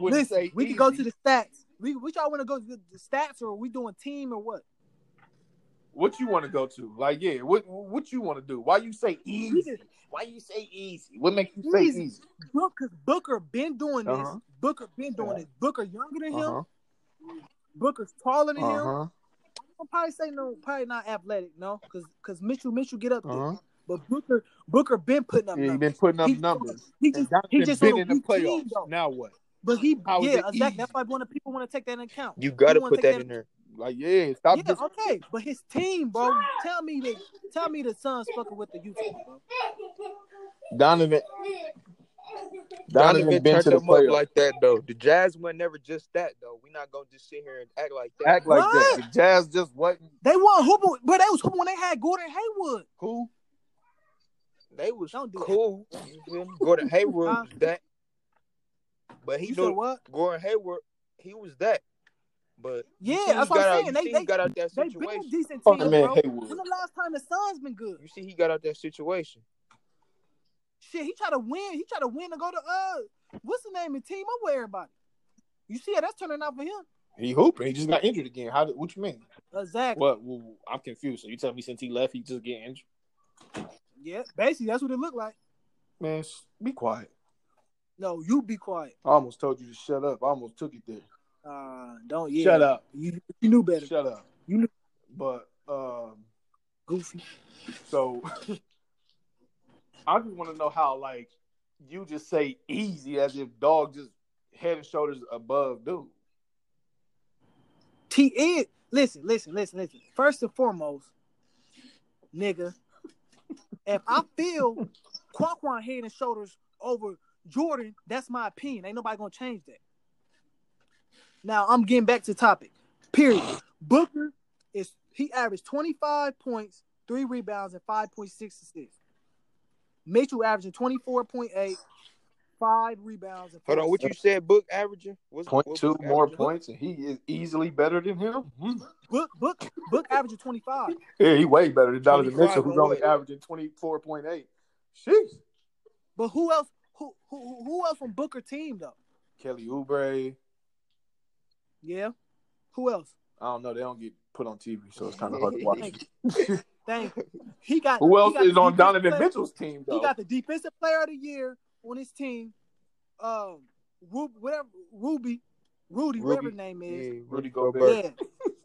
[SPEAKER 4] would
[SPEAKER 2] Listen,
[SPEAKER 4] say
[SPEAKER 2] we
[SPEAKER 4] easy.
[SPEAKER 2] could go to the stats. We, which y'all want to go to the, the stats, or are we doing team or what?
[SPEAKER 4] what you want to go to. Like, yeah, what what you want to do? Why you say
[SPEAKER 2] We
[SPEAKER 4] easy?
[SPEAKER 2] just
[SPEAKER 4] Why you say easy? What makes you
[SPEAKER 2] Easy.
[SPEAKER 4] say easy?
[SPEAKER 2] Booker, Booker been doing this.
[SPEAKER 4] Uh-huh.
[SPEAKER 2] Booker been doing
[SPEAKER 4] Yeah.
[SPEAKER 2] this. Booker younger than him.
[SPEAKER 4] Uh
[SPEAKER 2] Booker's taller than
[SPEAKER 4] huh. Uh
[SPEAKER 2] him.
[SPEAKER 4] huh.
[SPEAKER 2] I'll probably say no, probably not athletic, no, because because Mitchell Mitchell get up
[SPEAKER 4] Uh huh.
[SPEAKER 2] there. But Booker Booker been putting up
[SPEAKER 4] Yeah, he
[SPEAKER 2] numbers.
[SPEAKER 4] been putting up
[SPEAKER 2] He-
[SPEAKER 4] numbers.
[SPEAKER 2] He
[SPEAKER 4] And
[SPEAKER 2] just he
[SPEAKER 4] Donovan
[SPEAKER 2] just
[SPEAKER 4] been
[SPEAKER 2] on a
[SPEAKER 4] in the
[SPEAKER 2] weak team
[SPEAKER 4] playoffs.
[SPEAKER 2] though.
[SPEAKER 4] Now what?
[SPEAKER 2] But he
[SPEAKER 4] How is
[SPEAKER 2] yeah
[SPEAKER 4] it
[SPEAKER 2] exactly. That's
[SPEAKER 4] easy?
[SPEAKER 2] why one of people want to take that into account.
[SPEAKER 3] You
[SPEAKER 2] People
[SPEAKER 3] gotta
[SPEAKER 2] want to
[SPEAKER 3] put
[SPEAKER 2] take
[SPEAKER 3] that
[SPEAKER 2] that.
[SPEAKER 3] in there.
[SPEAKER 4] Like, yeah, stop
[SPEAKER 2] Yeah,
[SPEAKER 4] just
[SPEAKER 2] okay, but his team, bro. Tell me the tell me the Suns fucking with the Utah, bro.
[SPEAKER 4] Donovan.
[SPEAKER 3] Donovan
[SPEAKER 4] Donovan been
[SPEAKER 3] turned
[SPEAKER 4] to the
[SPEAKER 3] them up
[SPEAKER 4] playoffs.
[SPEAKER 3] like that though. The Jazz were never just that though. we not gonna just sit here and act like that.
[SPEAKER 4] Act like
[SPEAKER 2] What?
[SPEAKER 4] that. The Jazz just wasn't
[SPEAKER 2] They won hooping, but they was hooping when they had Gordon Haywood.
[SPEAKER 4] cool.
[SPEAKER 3] They was
[SPEAKER 2] Don't do that.
[SPEAKER 3] cool. You feel me? Gordon Hayward
[SPEAKER 2] Huh?
[SPEAKER 3] was that, but he
[SPEAKER 2] You
[SPEAKER 3] knew
[SPEAKER 2] said what?
[SPEAKER 3] Gordon Hayward. He was that, but
[SPEAKER 2] Yeah,
[SPEAKER 3] you see he
[SPEAKER 2] that's
[SPEAKER 3] got
[SPEAKER 2] what I'm
[SPEAKER 3] out.
[SPEAKER 2] saying.
[SPEAKER 3] You
[SPEAKER 2] They-
[SPEAKER 3] see
[SPEAKER 2] they-
[SPEAKER 3] he got out that
[SPEAKER 2] They been
[SPEAKER 3] situation.
[SPEAKER 2] decent
[SPEAKER 4] Fuck
[SPEAKER 2] teams,
[SPEAKER 4] man
[SPEAKER 2] bro.
[SPEAKER 4] Hayward.
[SPEAKER 2] When the last time the Suns been good?
[SPEAKER 3] You see he got out that situation.
[SPEAKER 2] Shit, he tried to win. He tried to win to go to uh, what's the name and team up with everybody. You see how that's turning out for him? Uh,
[SPEAKER 4] He hooping. He just got injured again. How? did- What you mean?
[SPEAKER 2] Exactly.
[SPEAKER 4] What? well, I'm confused. So you tell me since he left, he just get injured?
[SPEAKER 2] Yeah, basically that's what it looked like.
[SPEAKER 4] Man, sh- be quiet.
[SPEAKER 2] No, you be quiet.
[SPEAKER 4] I almost told you to shut up. I almost took it there.
[SPEAKER 2] Uh, don't. Yeah.
[SPEAKER 4] Shut up.
[SPEAKER 2] You, you knew better.
[SPEAKER 4] Shut up.
[SPEAKER 2] You know-
[SPEAKER 4] But um,
[SPEAKER 2] Goofy.
[SPEAKER 4] so I just want to know how like you just say easy as if dog just head and shoulders above dude.
[SPEAKER 2] T is listen, listen, listen, listen. First and foremost, nigga, if I feel Quan head and shoulders over Jordan, that's my opinion. Ain't nobody gonna change that. Now I'm getting back to topic. Period. Booker is he averaged 25 points, three rebounds, and 5.6 assists. Mitchell averaging 24.8, five rebounds, and
[SPEAKER 3] Hold on, what you said? Book averaging? What's
[SPEAKER 4] Point
[SPEAKER 3] what
[SPEAKER 4] two
[SPEAKER 3] Book
[SPEAKER 4] more
[SPEAKER 3] averaging?
[SPEAKER 4] points, and he is easily better than him. Hmm.
[SPEAKER 2] book book book averaging 25.
[SPEAKER 4] Yeah, he way better than Donovan
[SPEAKER 3] 25
[SPEAKER 4] Mitchell, who's
[SPEAKER 3] on
[SPEAKER 4] only
[SPEAKER 3] what?
[SPEAKER 4] averaging twenty four point eight. Sheesh.
[SPEAKER 2] But who else? Who who who else on Booker team though?
[SPEAKER 4] Kelly Oubre.
[SPEAKER 2] Yeah. Who else?
[SPEAKER 4] I don't know. They don't get put on TV, so it's kind of hard to watch.
[SPEAKER 2] Thank you. Thank you. He got.
[SPEAKER 4] Who else
[SPEAKER 2] he got
[SPEAKER 4] is
[SPEAKER 2] the
[SPEAKER 4] on
[SPEAKER 2] defensive
[SPEAKER 4] Donovan
[SPEAKER 2] player-
[SPEAKER 4] Mitchell's team though?
[SPEAKER 2] He got the defensive player of the year on his team. Um, Ru- whatever Ruby, Rudy, whatever
[SPEAKER 3] Ruby.
[SPEAKER 2] his name is.
[SPEAKER 3] Yeah,
[SPEAKER 4] Rudy
[SPEAKER 3] Rudy
[SPEAKER 4] Gobert.
[SPEAKER 3] Gobert.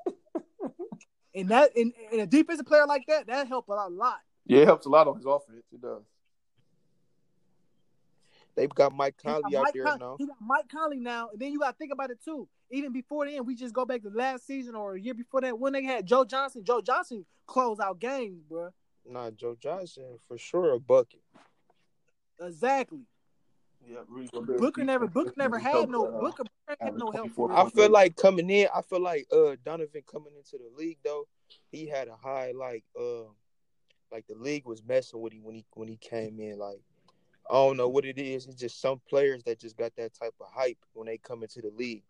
[SPEAKER 2] Yeah. and that and, and a defensive player like that that helped a lot.
[SPEAKER 4] yeah, it helps a lot on his offense. It does.
[SPEAKER 3] They've got Mike
[SPEAKER 2] He got
[SPEAKER 3] Conley out
[SPEAKER 2] Mike
[SPEAKER 3] there
[SPEAKER 2] Con-
[SPEAKER 3] now.
[SPEAKER 2] He got Mike Conley now, and then you got to think about it too. Even before then, we just go back to last season or a year before that when they had Joe Johnson. Joe Johnson closed out games, bruh.
[SPEAKER 3] Nah, Joe Johnson for sure a bucket.
[SPEAKER 2] Exactly.
[SPEAKER 4] Yeah, Rudy Gobert.
[SPEAKER 2] Booker never, Booker never had no
[SPEAKER 4] uh,
[SPEAKER 2] Booker had no help. For
[SPEAKER 3] I
[SPEAKER 2] real.
[SPEAKER 3] feel like coming in, I feel like uh Donovan coming into the league though, he had a high like uh like the league was messing with him when he when he came in. Like I don't know what it is. It's just some players that just got that type of hype when they come into the league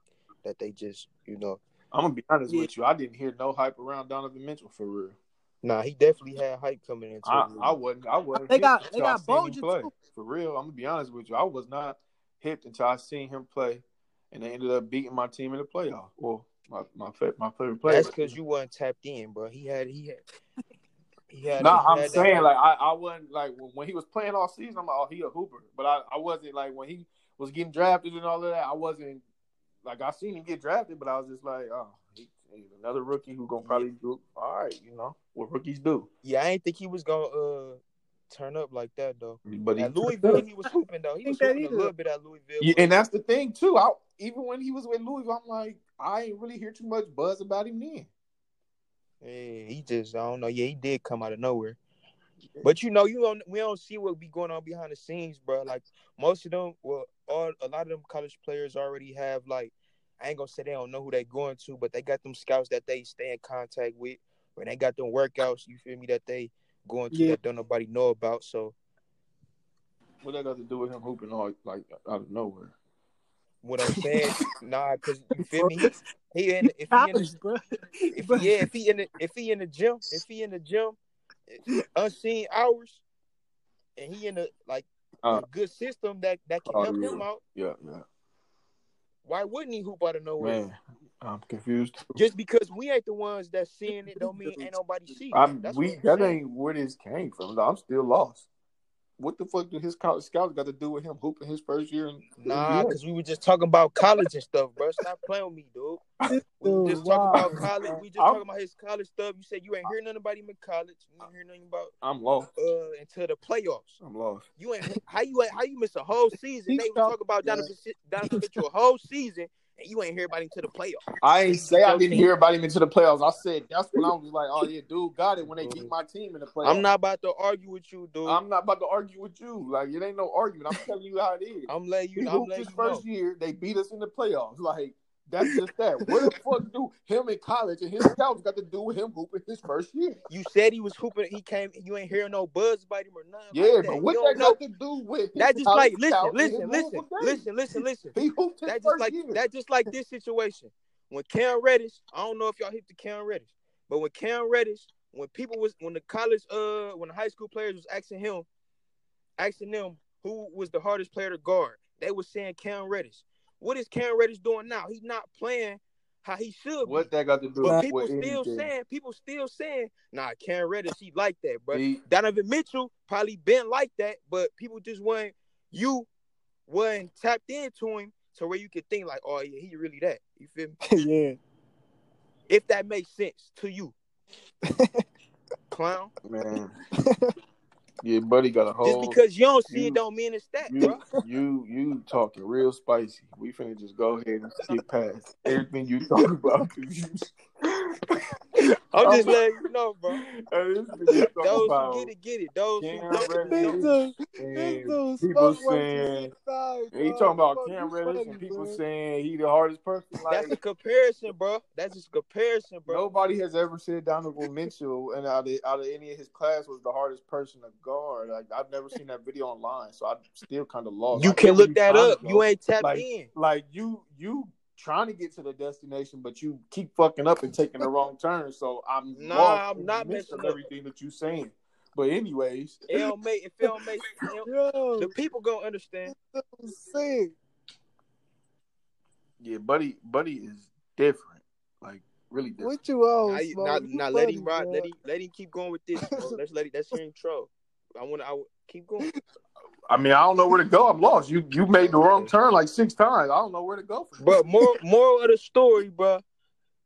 [SPEAKER 3] that they just you know.
[SPEAKER 4] I'm gonna be honest
[SPEAKER 2] Yeah.
[SPEAKER 4] with you. I didn't hear no hype around Donovan Mitchell for real.
[SPEAKER 3] Nah, he definitely had hype coming into
[SPEAKER 4] I,
[SPEAKER 3] the league.
[SPEAKER 4] I wasn't. I wasn't.
[SPEAKER 2] They
[SPEAKER 4] hip
[SPEAKER 2] got-
[SPEAKER 4] until
[SPEAKER 2] they got
[SPEAKER 4] I seen him
[SPEAKER 2] Bojan,
[SPEAKER 4] play.
[SPEAKER 2] too.
[SPEAKER 4] For real, I'm gonna be honest with you. I was not hip until I seen him play, and they ended up beating my team in the playoff. Well, my my fa- my favorite player.
[SPEAKER 3] That's because you weren't tapped in, bro. He had he had he had.
[SPEAKER 4] No,
[SPEAKER 3] he
[SPEAKER 4] I'm
[SPEAKER 3] had that
[SPEAKER 4] saying
[SPEAKER 3] hype.
[SPEAKER 4] like I, I wasn't like when, when he was playing all season. I'm like, oh, he a hooper, but I, I wasn't like when he was getting drafted and all of that. I wasn't like I seen him get drafted, but I was just like, oh, he, he's another rookie who gonna probably do all right, you know what rookies do.
[SPEAKER 3] yeah, I ain't think he was gonna uh turn up like that though.
[SPEAKER 4] But he
[SPEAKER 3] At Louisville, he was hooping though. He was
[SPEAKER 2] Think that
[SPEAKER 3] hooping a
[SPEAKER 2] either.
[SPEAKER 3] little bit at Louisville.
[SPEAKER 4] Yeah,
[SPEAKER 3] but-
[SPEAKER 4] and that's the thing too. I even when he was with Louisville, I'm like, I ain't really hear too much buzz about him then.
[SPEAKER 3] Yeah, he just I don't know. Yeah, he did come out of nowhere. But you know, you don't we don't see what be going on behind the scenes, bro. Like most of them, well, all a lot of them college players already have like I ain't gonna say they don't know who they going to, but they got them scouts that they stay in contact with, or they got them workouts. You feel me? That they going to
[SPEAKER 2] Yeah.
[SPEAKER 3] that don't nobody know about. So
[SPEAKER 4] What that got to do with him hooping all like out of nowhere?
[SPEAKER 3] what I'm saying, nah, cause you feel me? He, he in if he in the
[SPEAKER 2] College, bro.
[SPEAKER 3] if
[SPEAKER 2] But-
[SPEAKER 3] yeah, if he in the if he in the gym, if he in the gym, unseen hours, and he in the like
[SPEAKER 4] Uh,
[SPEAKER 3] a good system that that can
[SPEAKER 4] oh,
[SPEAKER 3] help
[SPEAKER 4] yeah.
[SPEAKER 3] him out.
[SPEAKER 4] Yeah, yeah.
[SPEAKER 3] Why wouldn't he hoop out of nowhere?
[SPEAKER 4] Man, I'm confused.
[SPEAKER 3] Just because we ain't the ones that's seeing it, don't mean ain't nobody see.
[SPEAKER 4] I'm
[SPEAKER 3] That's
[SPEAKER 4] we
[SPEAKER 3] what I'm
[SPEAKER 4] that
[SPEAKER 3] saying.
[SPEAKER 4] ain't where this came from. though. I'm still lost. What the fuck did his college scouts got to do with him hooping his first year? In,
[SPEAKER 3] Nah, because we were just talking about college and stuff, bro. Stop playing with me, dude. We were
[SPEAKER 2] Dude,
[SPEAKER 3] just talking
[SPEAKER 4] wow.
[SPEAKER 3] about college. We just
[SPEAKER 4] I'm-
[SPEAKER 3] talking about his college stuff. You said you ain't hear nothing about him in college. You ain't hear nothing about
[SPEAKER 4] I'm lost.
[SPEAKER 3] uh until the playoffs.
[SPEAKER 4] I'm lost.
[SPEAKER 3] You ain't how you ain't- how you miss a whole season.
[SPEAKER 2] He
[SPEAKER 3] They was
[SPEAKER 2] felt-
[SPEAKER 3] talking about Donovan, Si- Donovan Mitchell a whole season, and you ain't hear about him to the playoffs.
[SPEAKER 4] I ain't say I didn't hear about him into the playoffs. I said that's when I was like, oh yeah, dude, got it when they beat my team in the playoffs.
[SPEAKER 3] I'm not about to argue with you, dude. I'm,
[SPEAKER 4] I'm not about to argue with you. Like it ain't no argument. I'm telling you how it is.
[SPEAKER 3] letting
[SPEAKER 4] He
[SPEAKER 3] you. I'm
[SPEAKER 4] hooped
[SPEAKER 3] letting
[SPEAKER 4] his
[SPEAKER 3] you know.
[SPEAKER 4] first year. They beat us in the playoffs. Like that's just that. What the fuck do him in college and his scouts got to do with him hooping his first year?
[SPEAKER 3] You said he was hooping. He came. You ain't hearing no buzz about him or nothing.
[SPEAKER 4] Yeah,
[SPEAKER 3] like that.
[SPEAKER 4] but
[SPEAKER 3] You
[SPEAKER 4] what
[SPEAKER 3] don't
[SPEAKER 4] that
[SPEAKER 3] know.
[SPEAKER 4] got to do with
[SPEAKER 3] That
[SPEAKER 4] his
[SPEAKER 3] just like
[SPEAKER 4] college
[SPEAKER 3] listen,
[SPEAKER 4] scouts and his
[SPEAKER 3] listen, listen,
[SPEAKER 4] Louisville Bengals?
[SPEAKER 3] listen, listen, listen.
[SPEAKER 4] He hooped his
[SPEAKER 3] That just
[SPEAKER 4] first
[SPEAKER 3] like
[SPEAKER 4] year.
[SPEAKER 3] that just like this situation when Cam Reddish. I don't know if y'all hit the Cam Reddish, but when Cam Reddish, when people was when the college uh when the high school players was asking him asking them who was the hardest player to guard. They were saying Cam Reddish. What is Cam Reddish doing now? He's not playing how he should be.
[SPEAKER 4] What that got to do
[SPEAKER 3] But
[SPEAKER 4] with
[SPEAKER 3] people still
[SPEAKER 4] anything?
[SPEAKER 3] saying, people still saying, nah, Cam Reddish, he like that, bro.
[SPEAKER 4] See,
[SPEAKER 3] Donovan Mitchell probably been like that, but people just weren't you weren't tapped into him to where you could think like, oh yeah, he really that. You feel me?
[SPEAKER 2] yeah.
[SPEAKER 3] If that makes sense to you, clown.
[SPEAKER 4] man. yeah, buddy got a
[SPEAKER 3] Just
[SPEAKER 4] whole.
[SPEAKER 3] because you don't see
[SPEAKER 4] Oh, you-
[SPEAKER 3] it, don't mean it's that,
[SPEAKER 4] you,
[SPEAKER 3] bro.
[SPEAKER 4] you you talking real spicy. We finna just go ahead and skip past everything you talk about. 'cause you-
[SPEAKER 3] I'm just
[SPEAKER 4] I'm-
[SPEAKER 3] letting you know, bro.
[SPEAKER 4] Hey, this nigga talking
[SPEAKER 3] Those
[SPEAKER 4] about-
[SPEAKER 3] who get it, get it. Those who
[SPEAKER 4] Cam
[SPEAKER 3] don't,
[SPEAKER 4] Reddish.
[SPEAKER 3] don't.
[SPEAKER 2] This dude, this
[SPEAKER 4] and
[SPEAKER 2] dude
[SPEAKER 4] people
[SPEAKER 2] spoke way too
[SPEAKER 4] saying-
[SPEAKER 2] many times,
[SPEAKER 4] and he
[SPEAKER 3] Oh,
[SPEAKER 2] bro.
[SPEAKER 4] talking about
[SPEAKER 2] Oh, Fuck,
[SPEAKER 4] Cam
[SPEAKER 2] you
[SPEAKER 4] Reddish
[SPEAKER 2] funny,
[SPEAKER 4] and people
[SPEAKER 2] bro.
[SPEAKER 4] saying he the hardest person. Like
[SPEAKER 3] That's a comparison, bro. That's just a comparison, bro.
[SPEAKER 4] nobody has ever said Donovan Mitchell and out of, out of any of his class was the hardest person to guard. Like I've never seen that video online, so I'm still kind of lost.
[SPEAKER 3] You
[SPEAKER 4] I
[SPEAKER 3] can
[SPEAKER 4] get what
[SPEAKER 3] look
[SPEAKER 4] you
[SPEAKER 3] that
[SPEAKER 4] trying
[SPEAKER 3] up.
[SPEAKER 4] to go.
[SPEAKER 3] You ain't tapped
[SPEAKER 4] Like-
[SPEAKER 3] in.
[SPEAKER 4] like you you trying to get to the destination, but you keep fucking up and taking the wrong turn. So I'm
[SPEAKER 3] Nah,
[SPEAKER 4] lost
[SPEAKER 3] I'm
[SPEAKER 4] in the
[SPEAKER 3] not
[SPEAKER 4] midst of
[SPEAKER 3] messing up.
[SPEAKER 4] everything that you saying. But anyways,
[SPEAKER 3] It don't make if it don't make it don't-
[SPEAKER 2] Yo,
[SPEAKER 3] the people gonna understand.
[SPEAKER 2] this dude's sick.
[SPEAKER 4] yeah, buddy, buddy is different, like really different.
[SPEAKER 2] What you owe?
[SPEAKER 3] Now, you-
[SPEAKER 2] Smoke?
[SPEAKER 3] now,
[SPEAKER 2] You
[SPEAKER 3] now let
[SPEAKER 2] funny,
[SPEAKER 3] him ride.
[SPEAKER 2] bro.
[SPEAKER 3] Let him let him keep going with this. Bro. Let's let him. That's your intro. I want to. I w- keep going.
[SPEAKER 4] I mean, I don't know where to go. I'm lost. You you made the wrong turn like six times. I don't know where to go. From
[SPEAKER 3] But more moral of the story, bro.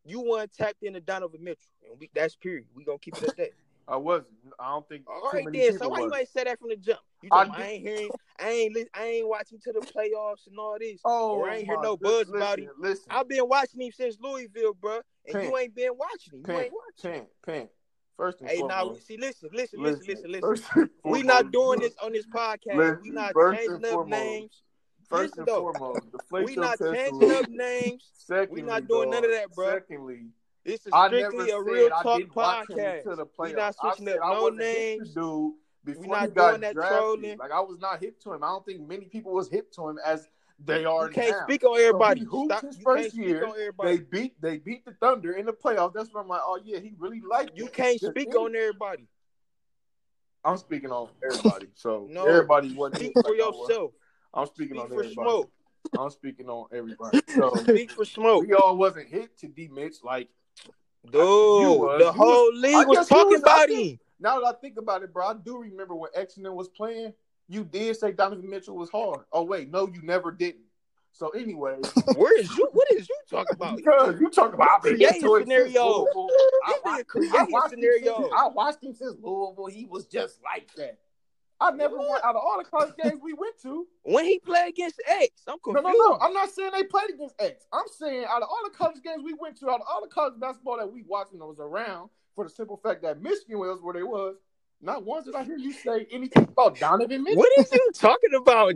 [SPEAKER 3] You weren't tapped into Donovan Mitchell, and we that's period. We gonna keep it at that.
[SPEAKER 4] I wasn't. I don't think
[SPEAKER 3] All
[SPEAKER 4] too
[SPEAKER 3] right
[SPEAKER 4] many
[SPEAKER 3] then. So
[SPEAKER 4] people
[SPEAKER 3] why
[SPEAKER 4] was.
[SPEAKER 3] you ain't say that from the jump? You
[SPEAKER 4] I
[SPEAKER 3] talking, I,
[SPEAKER 4] did-
[SPEAKER 3] ain't hearing. I ain't. Li- I ain't watching to the playoffs and all this.
[SPEAKER 4] Oh,
[SPEAKER 3] Or I ain't hear
[SPEAKER 4] my
[SPEAKER 3] no
[SPEAKER 4] good-
[SPEAKER 3] buzz
[SPEAKER 4] listen,
[SPEAKER 3] about it.
[SPEAKER 4] Listen,
[SPEAKER 3] I've been watching him since Louisville, bro, and
[SPEAKER 4] Pimp.
[SPEAKER 3] you ain't been watching him. You
[SPEAKER 4] Pimp.
[SPEAKER 3] ain't watching.
[SPEAKER 4] pimp, pimp. First and
[SPEAKER 3] Hey, now
[SPEAKER 4] foremost,
[SPEAKER 3] see, listen, listen, listen, listen, listen.
[SPEAKER 4] First and
[SPEAKER 3] We not
[SPEAKER 4] foremost,
[SPEAKER 3] doing this on this podcast. we
[SPEAKER 4] Listen,
[SPEAKER 3] not
[SPEAKER 4] first
[SPEAKER 3] changing
[SPEAKER 4] and
[SPEAKER 3] up
[SPEAKER 4] foremost.
[SPEAKER 3] names.
[SPEAKER 4] First
[SPEAKER 3] Listen,
[SPEAKER 4] and
[SPEAKER 3] though.
[SPEAKER 4] foremost, deflate
[SPEAKER 3] We
[SPEAKER 4] your
[SPEAKER 3] not changing
[SPEAKER 4] testicles.
[SPEAKER 3] up names.
[SPEAKER 4] Secondly,
[SPEAKER 3] We not doing
[SPEAKER 4] dog,
[SPEAKER 3] none of that, bruh.
[SPEAKER 4] Secondly,
[SPEAKER 3] This is
[SPEAKER 4] I never
[SPEAKER 3] strictly
[SPEAKER 4] said
[SPEAKER 3] a real
[SPEAKER 4] I
[SPEAKER 3] talk
[SPEAKER 4] didn't watch him
[SPEAKER 3] podcast.
[SPEAKER 4] until the
[SPEAKER 3] We
[SPEAKER 4] playoffs.
[SPEAKER 3] not switching
[SPEAKER 4] I said
[SPEAKER 3] up
[SPEAKER 4] I
[SPEAKER 3] no
[SPEAKER 4] wasn't hip
[SPEAKER 3] names.
[SPEAKER 4] to dude before
[SPEAKER 3] not
[SPEAKER 4] he got
[SPEAKER 3] doing that
[SPEAKER 4] drafted.
[SPEAKER 3] trolling.
[SPEAKER 4] Like I was not hip to him. I don't think many people was hip to him as they are
[SPEAKER 3] You can't
[SPEAKER 4] now.
[SPEAKER 3] speak on everybody.
[SPEAKER 4] So he hooped
[SPEAKER 3] Stop.
[SPEAKER 4] his
[SPEAKER 3] You
[SPEAKER 4] first
[SPEAKER 3] can't speak
[SPEAKER 4] year.
[SPEAKER 3] on
[SPEAKER 4] They
[SPEAKER 3] everybody.
[SPEAKER 4] beat they beat the Thunder in the playoffs. That's when I'm like, oh yeah, he really liked
[SPEAKER 3] you
[SPEAKER 4] it.
[SPEAKER 3] can't
[SPEAKER 4] The
[SPEAKER 3] speak
[SPEAKER 4] thing-
[SPEAKER 3] on everybody.
[SPEAKER 4] I'm speaking on everybody. So
[SPEAKER 3] No.
[SPEAKER 4] everybody wasn't
[SPEAKER 3] Speak
[SPEAKER 4] hip
[SPEAKER 3] for
[SPEAKER 4] like I was.
[SPEAKER 3] yourself.
[SPEAKER 4] I'm speaking
[SPEAKER 3] Speak
[SPEAKER 4] on
[SPEAKER 3] for
[SPEAKER 4] everybody.
[SPEAKER 3] smoke.
[SPEAKER 4] I'm speaking on everybody. So
[SPEAKER 3] Speak for smoke.
[SPEAKER 4] we all wasn't hit to D Mitch. Like
[SPEAKER 3] Dude,
[SPEAKER 4] was-
[SPEAKER 3] the
[SPEAKER 4] you was-
[SPEAKER 3] whole
[SPEAKER 4] I
[SPEAKER 3] league was
[SPEAKER 4] guess you
[SPEAKER 3] talking
[SPEAKER 4] was- I
[SPEAKER 3] about
[SPEAKER 4] think-
[SPEAKER 3] him.
[SPEAKER 4] now that I think about it, bro, I do remember when Exton was playing. You did say Donovan Mitchell was hard. Oh wait, no, you never didn't. So anyway,
[SPEAKER 3] Where is you? What is you talking about?
[SPEAKER 4] because you talk about I
[SPEAKER 3] Creating
[SPEAKER 4] to it since
[SPEAKER 3] scenarios.
[SPEAKER 4] Louisville. I
[SPEAKER 3] You
[SPEAKER 4] wa-
[SPEAKER 3] being creating
[SPEAKER 4] I watched him since-
[SPEAKER 3] scenarios.
[SPEAKER 4] I watched him since Louisville. He was just like that. I never
[SPEAKER 3] What?
[SPEAKER 4] went out of all the college games we went to.
[SPEAKER 3] When he played against X, I'm
[SPEAKER 4] No,
[SPEAKER 3] confused.
[SPEAKER 4] no, no. I'm not saying they played against X. I'm saying out of all the college games we went to, out of all the college basketball that we watched and was around, for the simple fact that Michigan was where they was, not once did I hear you say anything about Donovan Mitchell.
[SPEAKER 3] What is you talking about?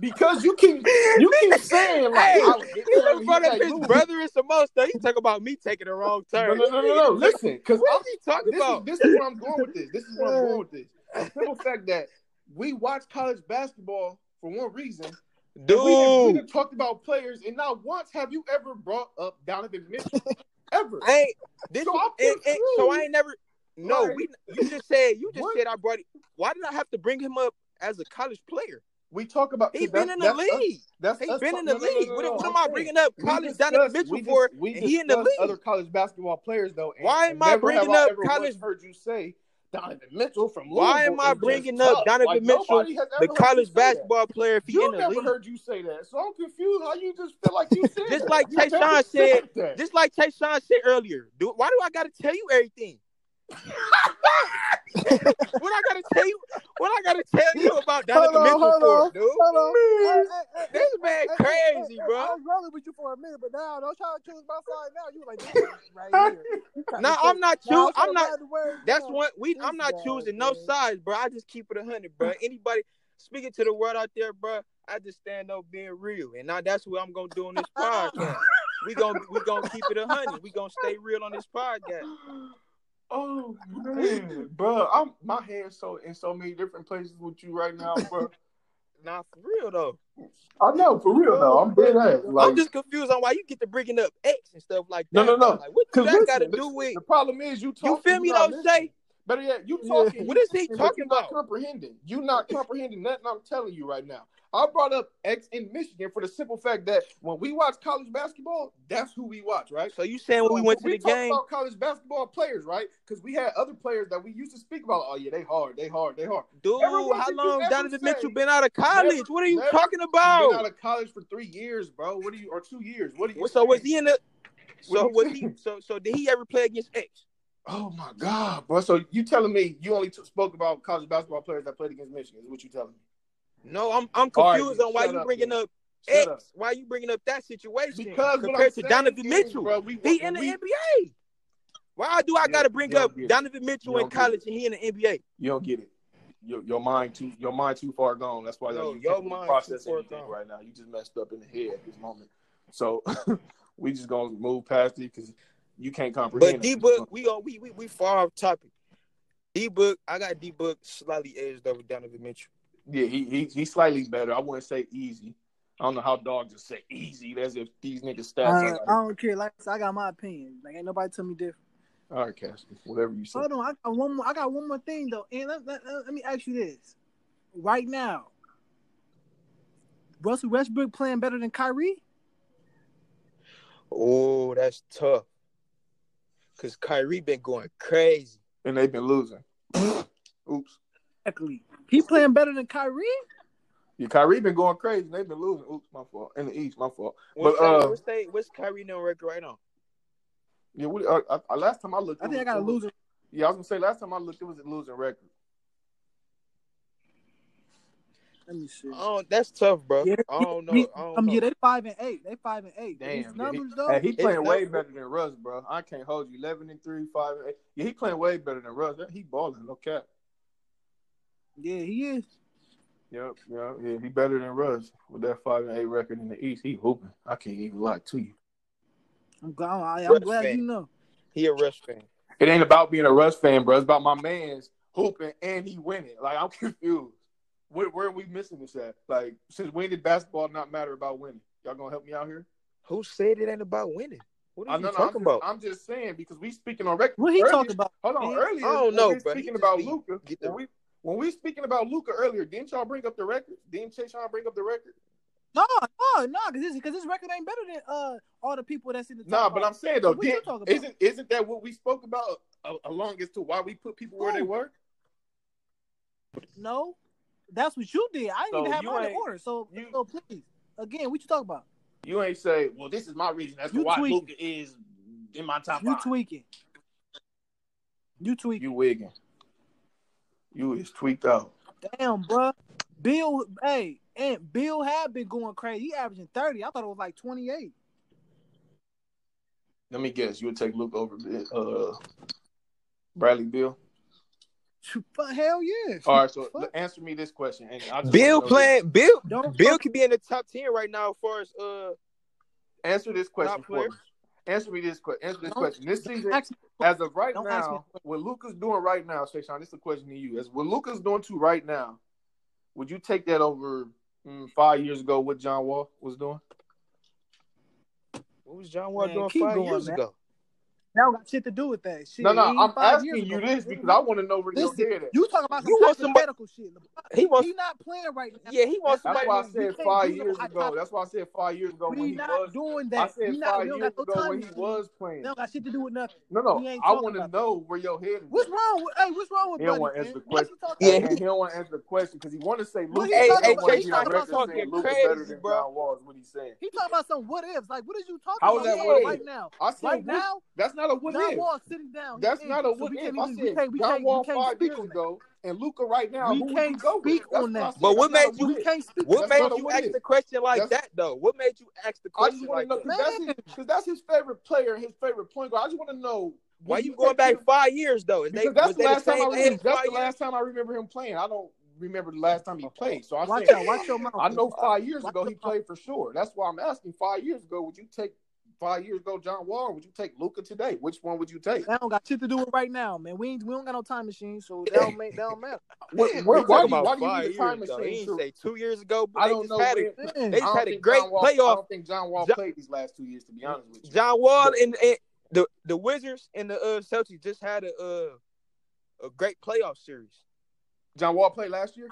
[SPEAKER 4] Because you keep you keep saying like
[SPEAKER 3] Hey,
[SPEAKER 4] I was
[SPEAKER 3] He
[SPEAKER 4] getting
[SPEAKER 3] done brought up his
[SPEAKER 4] Louisville.
[SPEAKER 3] brother and some other stuff. He talk about me taking the wrong
[SPEAKER 4] No,
[SPEAKER 3] turn.
[SPEAKER 4] no, no, no, no. Listen, because
[SPEAKER 3] What is he talking
[SPEAKER 4] this
[SPEAKER 3] about?
[SPEAKER 4] Is, this is where I'm going with this. This is where I'm going with this. The simple fact that we watch college basketball for one reason, And We, we
[SPEAKER 3] Dude,
[SPEAKER 4] done talked about players, and not once have you ever brought up Donovan Mitchell ever.
[SPEAKER 3] I ain't this
[SPEAKER 4] So I'm
[SPEAKER 3] and- and- so I
[SPEAKER 4] confused.
[SPEAKER 3] ain't never no,
[SPEAKER 4] Like-
[SPEAKER 3] we you just said you just
[SPEAKER 4] What?
[SPEAKER 3] said I brought it. Why did I have to bring him up as a college player?
[SPEAKER 4] We talk about
[SPEAKER 3] He
[SPEAKER 4] that's-
[SPEAKER 3] been in the
[SPEAKER 4] that's us-
[SPEAKER 3] league.
[SPEAKER 4] That's
[SPEAKER 3] He
[SPEAKER 4] us
[SPEAKER 3] been
[SPEAKER 4] talk-
[SPEAKER 3] in the
[SPEAKER 4] no, no, no,
[SPEAKER 3] league.
[SPEAKER 4] no,
[SPEAKER 3] What
[SPEAKER 4] no,
[SPEAKER 3] what
[SPEAKER 4] I'm
[SPEAKER 3] am I
[SPEAKER 4] saying,
[SPEAKER 3] bringing up
[SPEAKER 4] we
[SPEAKER 3] college
[SPEAKER 4] discussed-
[SPEAKER 3] Donovan
[SPEAKER 4] we
[SPEAKER 3] Mitchell
[SPEAKER 4] dis-
[SPEAKER 3] for?
[SPEAKER 4] we
[SPEAKER 3] and he in the
[SPEAKER 4] discussed
[SPEAKER 3] league.
[SPEAKER 4] Other college basketball players though. and-
[SPEAKER 3] Why
[SPEAKER 4] and
[SPEAKER 3] am I
[SPEAKER 4] never have
[SPEAKER 3] bringing
[SPEAKER 4] I
[SPEAKER 3] up
[SPEAKER 4] ever once
[SPEAKER 3] college-
[SPEAKER 4] Heard you say Donovan Mitchell from
[SPEAKER 3] Why am
[SPEAKER 4] Louisville
[SPEAKER 3] I
[SPEAKER 4] is just
[SPEAKER 3] bringing up
[SPEAKER 4] tough.
[SPEAKER 3] Donovan
[SPEAKER 4] Like,
[SPEAKER 3] Mitchell,
[SPEAKER 4] nobody has ever
[SPEAKER 3] The
[SPEAKER 4] heard you
[SPEAKER 3] college
[SPEAKER 4] say that.
[SPEAKER 3] basketball player, if he
[SPEAKER 4] You
[SPEAKER 3] in the
[SPEAKER 4] never
[SPEAKER 3] league,
[SPEAKER 4] heard you say that, so I'm confused how you just feel like you said.
[SPEAKER 3] Just
[SPEAKER 4] that.
[SPEAKER 3] like
[SPEAKER 4] You never
[SPEAKER 3] Tayshaun said,
[SPEAKER 4] that.
[SPEAKER 3] just like Tayshawn said earlier, do, why do I got to tell you everything? what I gotta tell you? What I gotta tell you about Donovan
[SPEAKER 2] Hold on,
[SPEAKER 3] Mitchell
[SPEAKER 2] hold
[SPEAKER 3] for,
[SPEAKER 2] on,
[SPEAKER 3] dude?
[SPEAKER 2] Hold on. Hey, hey, hey,
[SPEAKER 3] This man
[SPEAKER 2] hey, hey,
[SPEAKER 3] crazy,
[SPEAKER 2] hey, I
[SPEAKER 3] bro.
[SPEAKER 2] was rolling with you for a minute, but now don't try to choose my side. Now you like this right here. You trying to
[SPEAKER 3] No,
[SPEAKER 2] choose-
[SPEAKER 3] I'm not
[SPEAKER 2] Now
[SPEAKER 3] choosing. I'm
[SPEAKER 2] trying to
[SPEAKER 3] not.
[SPEAKER 2] find the words,
[SPEAKER 3] That's
[SPEAKER 2] bro.
[SPEAKER 3] what we. I'm
[SPEAKER 2] This
[SPEAKER 3] not
[SPEAKER 2] guy,
[SPEAKER 3] choosing no
[SPEAKER 2] man.
[SPEAKER 3] sides, bro. I just keep it hundred, bro. Anybody speaking to the world out there, bro, I just stand up being real, and now that's what I'm gonna do on this podcast. we gonna we gonna keep it hundred. We gonna stay real on this podcast.
[SPEAKER 4] Oh man, bro, I'm my head's so in so many different places with you right now, bro.
[SPEAKER 3] Nah, for real though.
[SPEAKER 4] I know for real though. I'm dead ass. Like
[SPEAKER 3] I'm just confused on why you get to bringing up X and stuff like that.
[SPEAKER 4] No, no, no.
[SPEAKER 3] Like, what
[SPEAKER 4] 'Cause
[SPEAKER 3] that got to
[SPEAKER 4] listen,
[SPEAKER 3] do with?
[SPEAKER 4] the problem is you talking.
[SPEAKER 3] You feel me
[SPEAKER 4] not
[SPEAKER 3] though,
[SPEAKER 4] listening.
[SPEAKER 3] Shay?
[SPEAKER 4] Better yet, you
[SPEAKER 2] Yeah.
[SPEAKER 4] talking.
[SPEAKER 3] What is he
[SPEAKER 4] and
[SPEAKER 3] talking
[SPEAKER 4] you're not
[SPEAKER 3] about?
[SPEAKER 4] comprehending. You not comprehending nothing I'm telling you right now. I brought up X in Michigan for the simple fact that when we watch college basketball, that's who we watch, right?
[SPEAKER 3] So you saying when we
[SPEAKER 4] So
[SPEAKER 3] went to
[SPEAKER 4] when
[SPEAKER 3] the
[SPEAKER 4] we talk
[SPEAKER 3] game?
[SPEAKER 4] about college basketball players, right? Because we had other players that we used to speak about. Oh yeah, they hard, they hard, they hard.
[SPEAKER 3] Dude,
[SPEAKER 4] Everyone
[SPEAKER 3] how
[SPEAKER 4] that you
[SPEAKER 3] long
[SPEAKER 4] ever
[SPEAKER 3] Donovan
[SPEAKER 4] say-
[SPEAKER 3] Mitchell been out of college?
[SPEAKER 4] Never-
[SPEAKER 3] what are you
[SPEAKER 4] never-
[SPEAKER 3] talking
[SPEAKER 4] He's been out
[SPEAKER 3] about?
[SPEAKER 4] of college for three years, bro. What are you or two years? What are you?
[SPEAKER 3] Well, so was
[SPEAKER 4] saying?
[SPEAKER 3] he in the? So
[SPEAKER 4] What
[SPEAKER 3] was
[SPEAKER 4] do you
[SPEAKER 3] he?
[SPEAKER 4] think?
[SPEAKER 3] So so did he ever play against X?
[SPEAKER 4] Oh my god, bro. So you telling me you only t- spoke about college basketball players that played against Michigan? Is what you telling me?
[SPEAKER 3] No, I'm I'm
[SPEAKER 4] All right,
[SPEAKER 3] confused
[SPEAKER 4] then,
[SPEAKER 3] on why
[SPEAKER 4] shut
[SPEAKER 3] you
[SPEAKER 4] up,
[SPEAKER 3] bringing
[SPEAKER 4] then.
[SPEAKER 3] up
[SPEAKER 4] Shut
[SPEAKER 3] X.
[SPEAKER 4] up.
[SPEAKER 3] Why you bringing up that situation
[SPEAKER 4] Because what I'm
[SPEAKER 3] compared to
[SPEAKER 4] saying
[SPEAKER 3] Donovan
[SPEAKER 4] is,
[SPEAKER 3] Mitchell?
[SPEAKER 4] bro, we,
[SPEAKER 3] He in the
[SPEAKER 4] we-
[SPEAKER 3] NBA. Why do I
[SPEAKER 4] Yeah,
[SPEAKER 3] gotta bring
[SPEAKER 4] yeah,
[SPEAKER 3] up
[SPEAKER 4] yeah.
[SPEAKER 3] Donovan Mitchell
[SPEAKER 4] Yeah,
[SPEAKER 3] in
[SPEAKER 4] yeah.
[SPEAKER 3] college and he in the NBA?
[SPEAKER 4] You don't get it. Your, your mind too your mind too far gone. That's why
[SPEAKER 3] No,
[SPEAKER 4] you
[SPEAKER 3] your
[SPEAKER 4] can't
[SPEAKER 3] mind
[SPEAKER 4] process
[SPEAKER 3] too far
[SPEAKER 4] anything
[SPEAKER 3] gone.
[SPEAKER 4] right now. You just messed up in the head at this moment. So we just gonna move past it because you can't comprehend.
[SPEAKER 3] But
[SPEAKER 4] it.
[SPEAKER 3] D book, we are we we we far off topic. D book, I got D book slightly edged over Donovan Mitchell.
[SPEAKER 4] Yeah, he, he he's slightly better. I wouldn't say easy. I don't know how dogs just say easy. That's if these niggas stats.
[SPEAKER 2] I,
[SPEAKER 4] are
[SPEAKER 2] I don't care. Like I said, I got my opinion. Like ain't nobody tell me different.
[SPEAKER 4] like- All right, Cassidy, whatever you say.
[SPEAKER 2] Hold on, I got one more. I got one more thing though, and let, let, let- let me ask you this: right now, Russell Westbrook playing better than Kyrie?
[SPEAKER 3] Oh, that's tough. Cause Kyrie been going crazy.
[SPEAKER 4] And they've been losing. Oops.
[SPEAKER 2] Exactly. He playing better than Kyrie?
[SPEAKER 4] Yeah, Kyrie been going crazy. and They've been losing. Oops, my fault. In the East, my fault.
[SPEAKER 3] What's,
[SPEAKER 4] But,
[SPEAKER 3] that-
[SPEAKER 4] uh,
[SPEAKER 3] what's, they, what's Kyrie no record right now?
[SPEAKER 4] Yeah, what, uh, I, I, last time I looked,
[SPEAKER 2] I
[SPEAKER 4] it
[SPEAKER 2] think I got
[SPEAKER 4] was-
[SPEAKER 2] a
[SPEAKER 4] it was-
[SPEAKER 2] loser.
[SPEAKER 4] Yeah, I was gonna say last time I looked, it was a losing record.
[SPEAKER 2] Let me see.
[SPEAKER 3] Oh, that's tough, bro.
[SPEAKER 2] Yeah,
[SPEAKER 3] I don't know.
[SPEAKER 2] he-
[SPEAKER 3] I don't
[SPEAKER 2] um,
[SPEAKER 3] know.
[SPEAKER 2] yeah, they five and eight. They five and eight. But
[SPEAKER 4] Damn,
[SPEAKER 2] His
[SPEAKER 4] yeah,
[SPEAKER 2] numbers though.
[SPEAKER 4] Hey, he playing
[SPEAKER 3] It's
[SPEAKER 4] way
[SPEAKER 3] not-
[SPEAKER 4] better than Russ, bro. I can't hold you. Eleven and three, five and eight. Yeah, he playing way better than Russ. He balling, no cap.
[SPEAKER 2] yeah, he is.
[SPEAKER 4] Yep, yep, yeah. He better than Russ with that five and eight record in the East. He hooping. I can't even lie to you.
[SPEAKER 2] I'm glad. I, am
[SPEAKER 3] Russ
[SPEAKER 2] glad
[SPEAKER 3] fan.
[SPEAKER 2] you know.
[SPEAKER 3] He a Russ fan.
[SPEAKER 4] It ain't about being a Russ fan, bro. It's about my man's hooping and he winning. Like I'm confused. Where, where are we missing this at? Like since when did basketball not matter about winning? Y'all gonna help me out here?
[SPEAKER 3] Who said it ain't about winning? What are
[SPEAKER 4] I
[SPEAKER 3] you
[SPEAKER 4] know, no,
[SPEAKER 3] talking
[SPEAKER 4] I'm
[SPEAKER 3] about?
[SPEAKER 4] Just, I'm just saying because we speaking on record.
[SPEAKER 2] What he
[SPEAKER 4] earlier-
[SPEAKER 2] talking about?
[SPEAKER 4] Hold on,
[SPEAKER 2] man?
[SPEAKER 4] earlier.
[SPEAKER 3] I don't
[SPEAKER 4] when
[SPEAKER 3] know,
[SPEAKER 4] we
[SPEAKER 3] bro. He
[SPEAKER 4] Speaking
[SPEAKER 3] just
[SPEAKER 4] about
[SPEAKER 3] be-
[SPEAKER 4] Luca,
[SPEAKER 3] get the-
[SPEAKER 4] when we when we speaking about Luca earlier, didn't y'all bring up the record? Didn't Chayshawn bring up the record?
[SPEAKER 2] No, no, no, because this because this record ain't better than uh all the people that's in the. top
[SPEAKER 4] Nah, but
[SPEAKER 2] five.
[SPEAKER 4] I'm saying though,
[SPEAKER 2] What you
[SPEAKER 4] didn't-
[SPEAKER 2] talking about?
[SPEAKER 4] isn't isn't that what we spoke about a- along as to why we put people where they
[SPEAKER 2] Who?
[SPEAKER 4] were?
[SPEAKER 2] No, that's what you did. I didn't
[SPEAKER 4] So
[SPEAKER 2] even have
[SPEAKER 4] you
[SPEAKER 2] mine in
[SPEAKER 4] ain't-
[SPEAKER 2] order. So,
[SPEAKER 4] you-
[SPEAKER 2] so please, again, what you talking about?
[SPEAKER 4] You ain't say, well, this is my reason as to
[SPEAKER 2] You
[SPEAKER 4] why
[SPEAKER 2] tweaking.
[SPEAKER 4] Luca is in my top
[SPEAKER 2] You
[SPEAKER 4] five.
[SPEAKER 2] tweaking. You tweaking.
[SPEAKER 4] You wigging. You is tweaked out.
[SPEAKER 2] Damn, bruh. Bill, hey, and Bill had been going crazy. He averaging thirty. I thought it was like twenty eight.
[SPEAKER 4] Let me guess. You would take Luke over uh, Bradley Bill.
[SPEAKER 2] But hell yeah.
[SPEAKER 4] All right, so
[SPEAKER 2] Fuck.
[SPEAKER 4] answer me this question. And I just
[SPEAKER 3] Bill
[SPEAKER 4] wanna know
[SPEAKER 3] playing Bill.
[SPEAKER 2] Don't
[SPEAKER 3] Bill could be in the top ten right now as far as uh
[SPEAKER 4] this. Answer this question
[SPEAKER 3] Not
[SPEAKER 4] for
[SPEAKER 3] player.
[SPEAKER 4] me. Answer me this question. Answer this
[SPEAKER 2] Don't-
[SPEAKER 4] question. This season,
[SPEAKER 2] ask me-
[SPEAKER 4] as of right
[SPEAKER 2] don't ask
[SPEAKER 4] now, what Luca's doing right now, Shayshawn, this is a question to you. As what Luca's doing to right now, would you take that over mm, five years ago? What John Wall was doing?
[SPEAKER 3] what was John Wall
[SPEAKER 2] Man,
[SPEAKER 3] doing
[SPEAKER 2] keep
[SPEAKER 3] five
[SPEAKER 2] going,
[SPEAKER 3] years
[SPEAKER 2] man.
[SPEAKER 3] ago?
[SPEAKER 2] that don't got shit to do with that. Shit.
[SPEAKER 4] no, no,
[SPEAKER 2] Even
[SPEAKER 4] I'm
[SPEAKER 2] five years
[SPEAKER 4] asking you
[SPEAKER 2] ago,
[SPEAKER 4] this
[SPEAKER 2] man.
[SPEAKER 4] because I want to know where
[SPEAKER 2] Listen,
[SPEAKER 4] your head at.
[SPEAKER 2] you talking about some
[SPEAKER 3] You want somebody-
[SPEAKER 2] hypothetical shit.
[SPEAKER 3] He wants.
[SPEAKER 2] He not playing right now.
[SPEAKER 3] yeah, he wants
[SPEAKER 4] That's
[SPEAKER 3] somebody.
[SPEAKER 4] why I
[SPEAKER 2] We
[SPEAKER 4] said
[SPEAKER 2] can't
[SPEAKER 4] five
[SPEAKER 2] do no
[SPEAKER 4] years ago.
[SPEAKER 2] hypothetical.
[SPEAKER 4] That's why I said five years ago when
[SPEAKER 2] We
[SPEAKER 4] he
[SPEAKER 2] not
[SPEAKER 4] was.
[SPEAKER 2] doing
[SPEAKER 4] I
[SPEAKER 2] that.
[SPEAKER 4] said
[SPEAKER 2] we not.
[SPEAKER 4] five
[SPEAKER 2] We don't
[SPEAKER 4] years
[SPEAKER 2] got no
[SPEAKER 4] ago
[SPEAKER 2] time.
[SPEAKER 4] when he
[SPEAKER 2] machine.
[SPEAKER 4] was playing.
[SPEAKER 2] They don't got shit to do with nothing.
[SPEAKER 4] No, no,
[SPEAKER 2] We ain't
[SPEAKER 4] I
[SPEAKER 2] talking
[SPEAKER 4] want to
[SPEAKER 2] about
[SPEAKER 4] know where your head is.
[SPEAKER 2] What's
[SPEAKER 4] at.
[SPEAKER 2] wrong with? Hey, what's wrong with?
[SPEAKER 4] He don't
[SPEAKER 2] Buddy,
[SPEAKER 4] wanna answer
[SPEAKER 2] man?
[SPEAKER 4] the
[SPEAKER 2] What you talking
[SPEAKER 3] Yeah.
[SPEAKER 2] about?
[SPEAKER 4] And, and he don't want to answer the question because he want to say
[SPEAKER 2] What he
[SPEAKER 4] Luca. Hey,
[SPEAKER 2] talking
[SPEAKER 4] hey,
[SPEAKER 2] about?
[SPEAKER 4] want to
[SPEAKER 2] He
[SPEAKER 4] be on
[SPEAKER 2] talking about
[SPEAKER 4] record
[SPEAKER 2] some.
[SPEAKER 4] saying
[SPEAKER 3] talking
[SPEAKER 4] Luca
[SPEAKER 3] crazy,
[SPEAKER 4] better than
[SPEAKER 3] bro.
[SPEAKER 4] John Wall is what he's saying.
[SPEAKER 2] He talking about some what ifs. Like, what is you talking
[SPEAKER 4] How is
[SPEAKER 2] about?
[SPEAKER 4] that
[SPEAKER 2] John
[SPEAKER 4] what
[SPEAKER 2] Wall
[SPEAKER 4] if?
[SPEAKER 2] right now?
[SPEAKER 4] I said
[SPEAKER 2] Right
[SPEAKER 4] what-
[SPEAKER 2] now,
[SPEAKER 4] That's not a what
[SPEAKER 2] John
[SPEAKER 4] if.
[SPEAKER 2] Wall sitting down. He's
[SPEAKER 4] That's
[SPEAKER 2] injured,
[SPEAKER 4] not a
[SPEAKER 2] so
[SPEAKER 4] what
[SPEAKER 2] we
[SPEAKER 4] if.
[SPEAKER 2] can't
[SPEAKER 4] I
[SPEAKER 2] even. We
[SPEAKER 4] said
[SPEAKER 2] can't. We
[SPEAKER 4] John
[SPEAKER 2] can't.
[SPEAKER 4] Wall
[SPEAKER 2] we can't
[SPEAKER 4] five
[SPEAKER 2] speak
[SPEAKER 4] years
[SPEAKER 2] on that.
[SPEAKER 4] ago and Luca right now.
[SPEAKER 2] We
[SPEAKER 4] Who would
[SPEAKER 2] can't
[SPEAKER 4] you go with?
[SPEAKER 2] speak
[SPEAKER 4] That's
[SPEAKER 2] on
[SPEAKER 4] what I
[SPEAKER 2] that.
[SPEAKER 4] said.
[SPEAKER 3] But what
[SPEAKER 4] That's not a
[SPEAKER 3] made you-
[SPEAKER 4] what
[SPEAKER 2] We
[SPEAKER 4] if.
[SPEAKER 2] can't speak.
[SPEAKER 3] What
[SPEAKER 4] That's not
[SPEAKER 3] made
[SPEAKER 4] a
[SPEAKER 3] you
[SPEAKER 4] what
[SPEAKER 3] ask
[SPEAKER 4] if.
[SPEAKER 3] the question like
[SPEAKER 4] That's-
[SPEAKER 3] that though? What made you ask the
[SPEAKER 4] I
[SPEAKER 3] question
[SPEAKER 4] just want
[SPEAKER 3] like
[SPEAKER 4] to
[SPEAKER 3] that?
[SPEAKER 4] know because that's
[SPEAKER 2] Man.
[SPEAKER 4] his because that's his favorite player and his favorite point guard. I just want to know
[SPEAKER 3] Why
[SPEAKER 4] would
[SPEAKER 3] you going
[SPEAKER 4] take
[SPEAKER 3] back
[SPEAKER 4] him-
[SPEAKER 3] five years though? Is they,
[SPEAKER 4] Because that's
[SPEAKER 3] was
[SPEAKER 4] the
[SPEAKER 3] they the
[SPEAKER 4] last time I
[SPEAKER 3] same age
[SPEAKER 4] remember. That's
[SPEAKER 3] five
[SPEAKER 4] the
[SPEAKER 3] years?
[SPEAKER 4] last time I remember him playing. I don't remember the last time he played. So I
[SPEAKER 2] Watch
[SPEAKER 4] said,
[SPEAKER 2] out! Watch your mouth.
[SPEAKER 4] I know five years
[SPEAKER 2] Watch
[SPEAKER 4] ago he
[SPEAKER 2] your mouth.
[SPEAKER 4] played for sure. That's why I'm asking. Five years ago, would you take five years ago John Wall? Or would you take Luca today? Which one would you take?
[SPEAKER 2] That don't got shit to do with right now, man. We ain't. We don't got no time machine, so that don't make. That don't matter.
[SPEAKER 4] What,
[SPEAKER 3] We
[SPEAKER 4] where,
[SPEAKER 3] talking
[SPEAKER 4] why, do you,
[SPEAKER 3] about
[SPEAKER 4] why do you
[SPEAKER 3] five
[SPEAKER 4] need a time
[SPEAKER 3] years, though. He
[SPEAKER 4] machine?
[SPEAKER 3] ain't
[SPEAKER 4] to-
[SPEAKER 3] say two years ago, but
[SPEAKER 4] I
[SPEAKER 3] they
[SPEAKER 4] don't
[SPEAKER 3] just
[SPEAKER 4] know.
[SPEAKER 3] had a
[SPEAKER 4] when-
[SPEAKER 2] Man.
[SPEAKER 3] They
[SPEAKER 4] I
[SPEAKER 3] just
[SPEAKER 4] don't
[SPEAKER 3] had a
[SPEAKER 4] think
[SPEAKER 3] great
[SPEAKER 4] John Wall- I
[SPEAKER 3] playoff.
[SPEAKER 4] don't think John Wall
[SPEAKER 3] Jo-
[SPEAKER 4] played these last two years. To be honest with you,
[SPEAKER 3] John Wall and, and the the Wizards and the uh, Celtics just had a uh, a great playoff series.
[SPEAKER 4] John Wall played last year.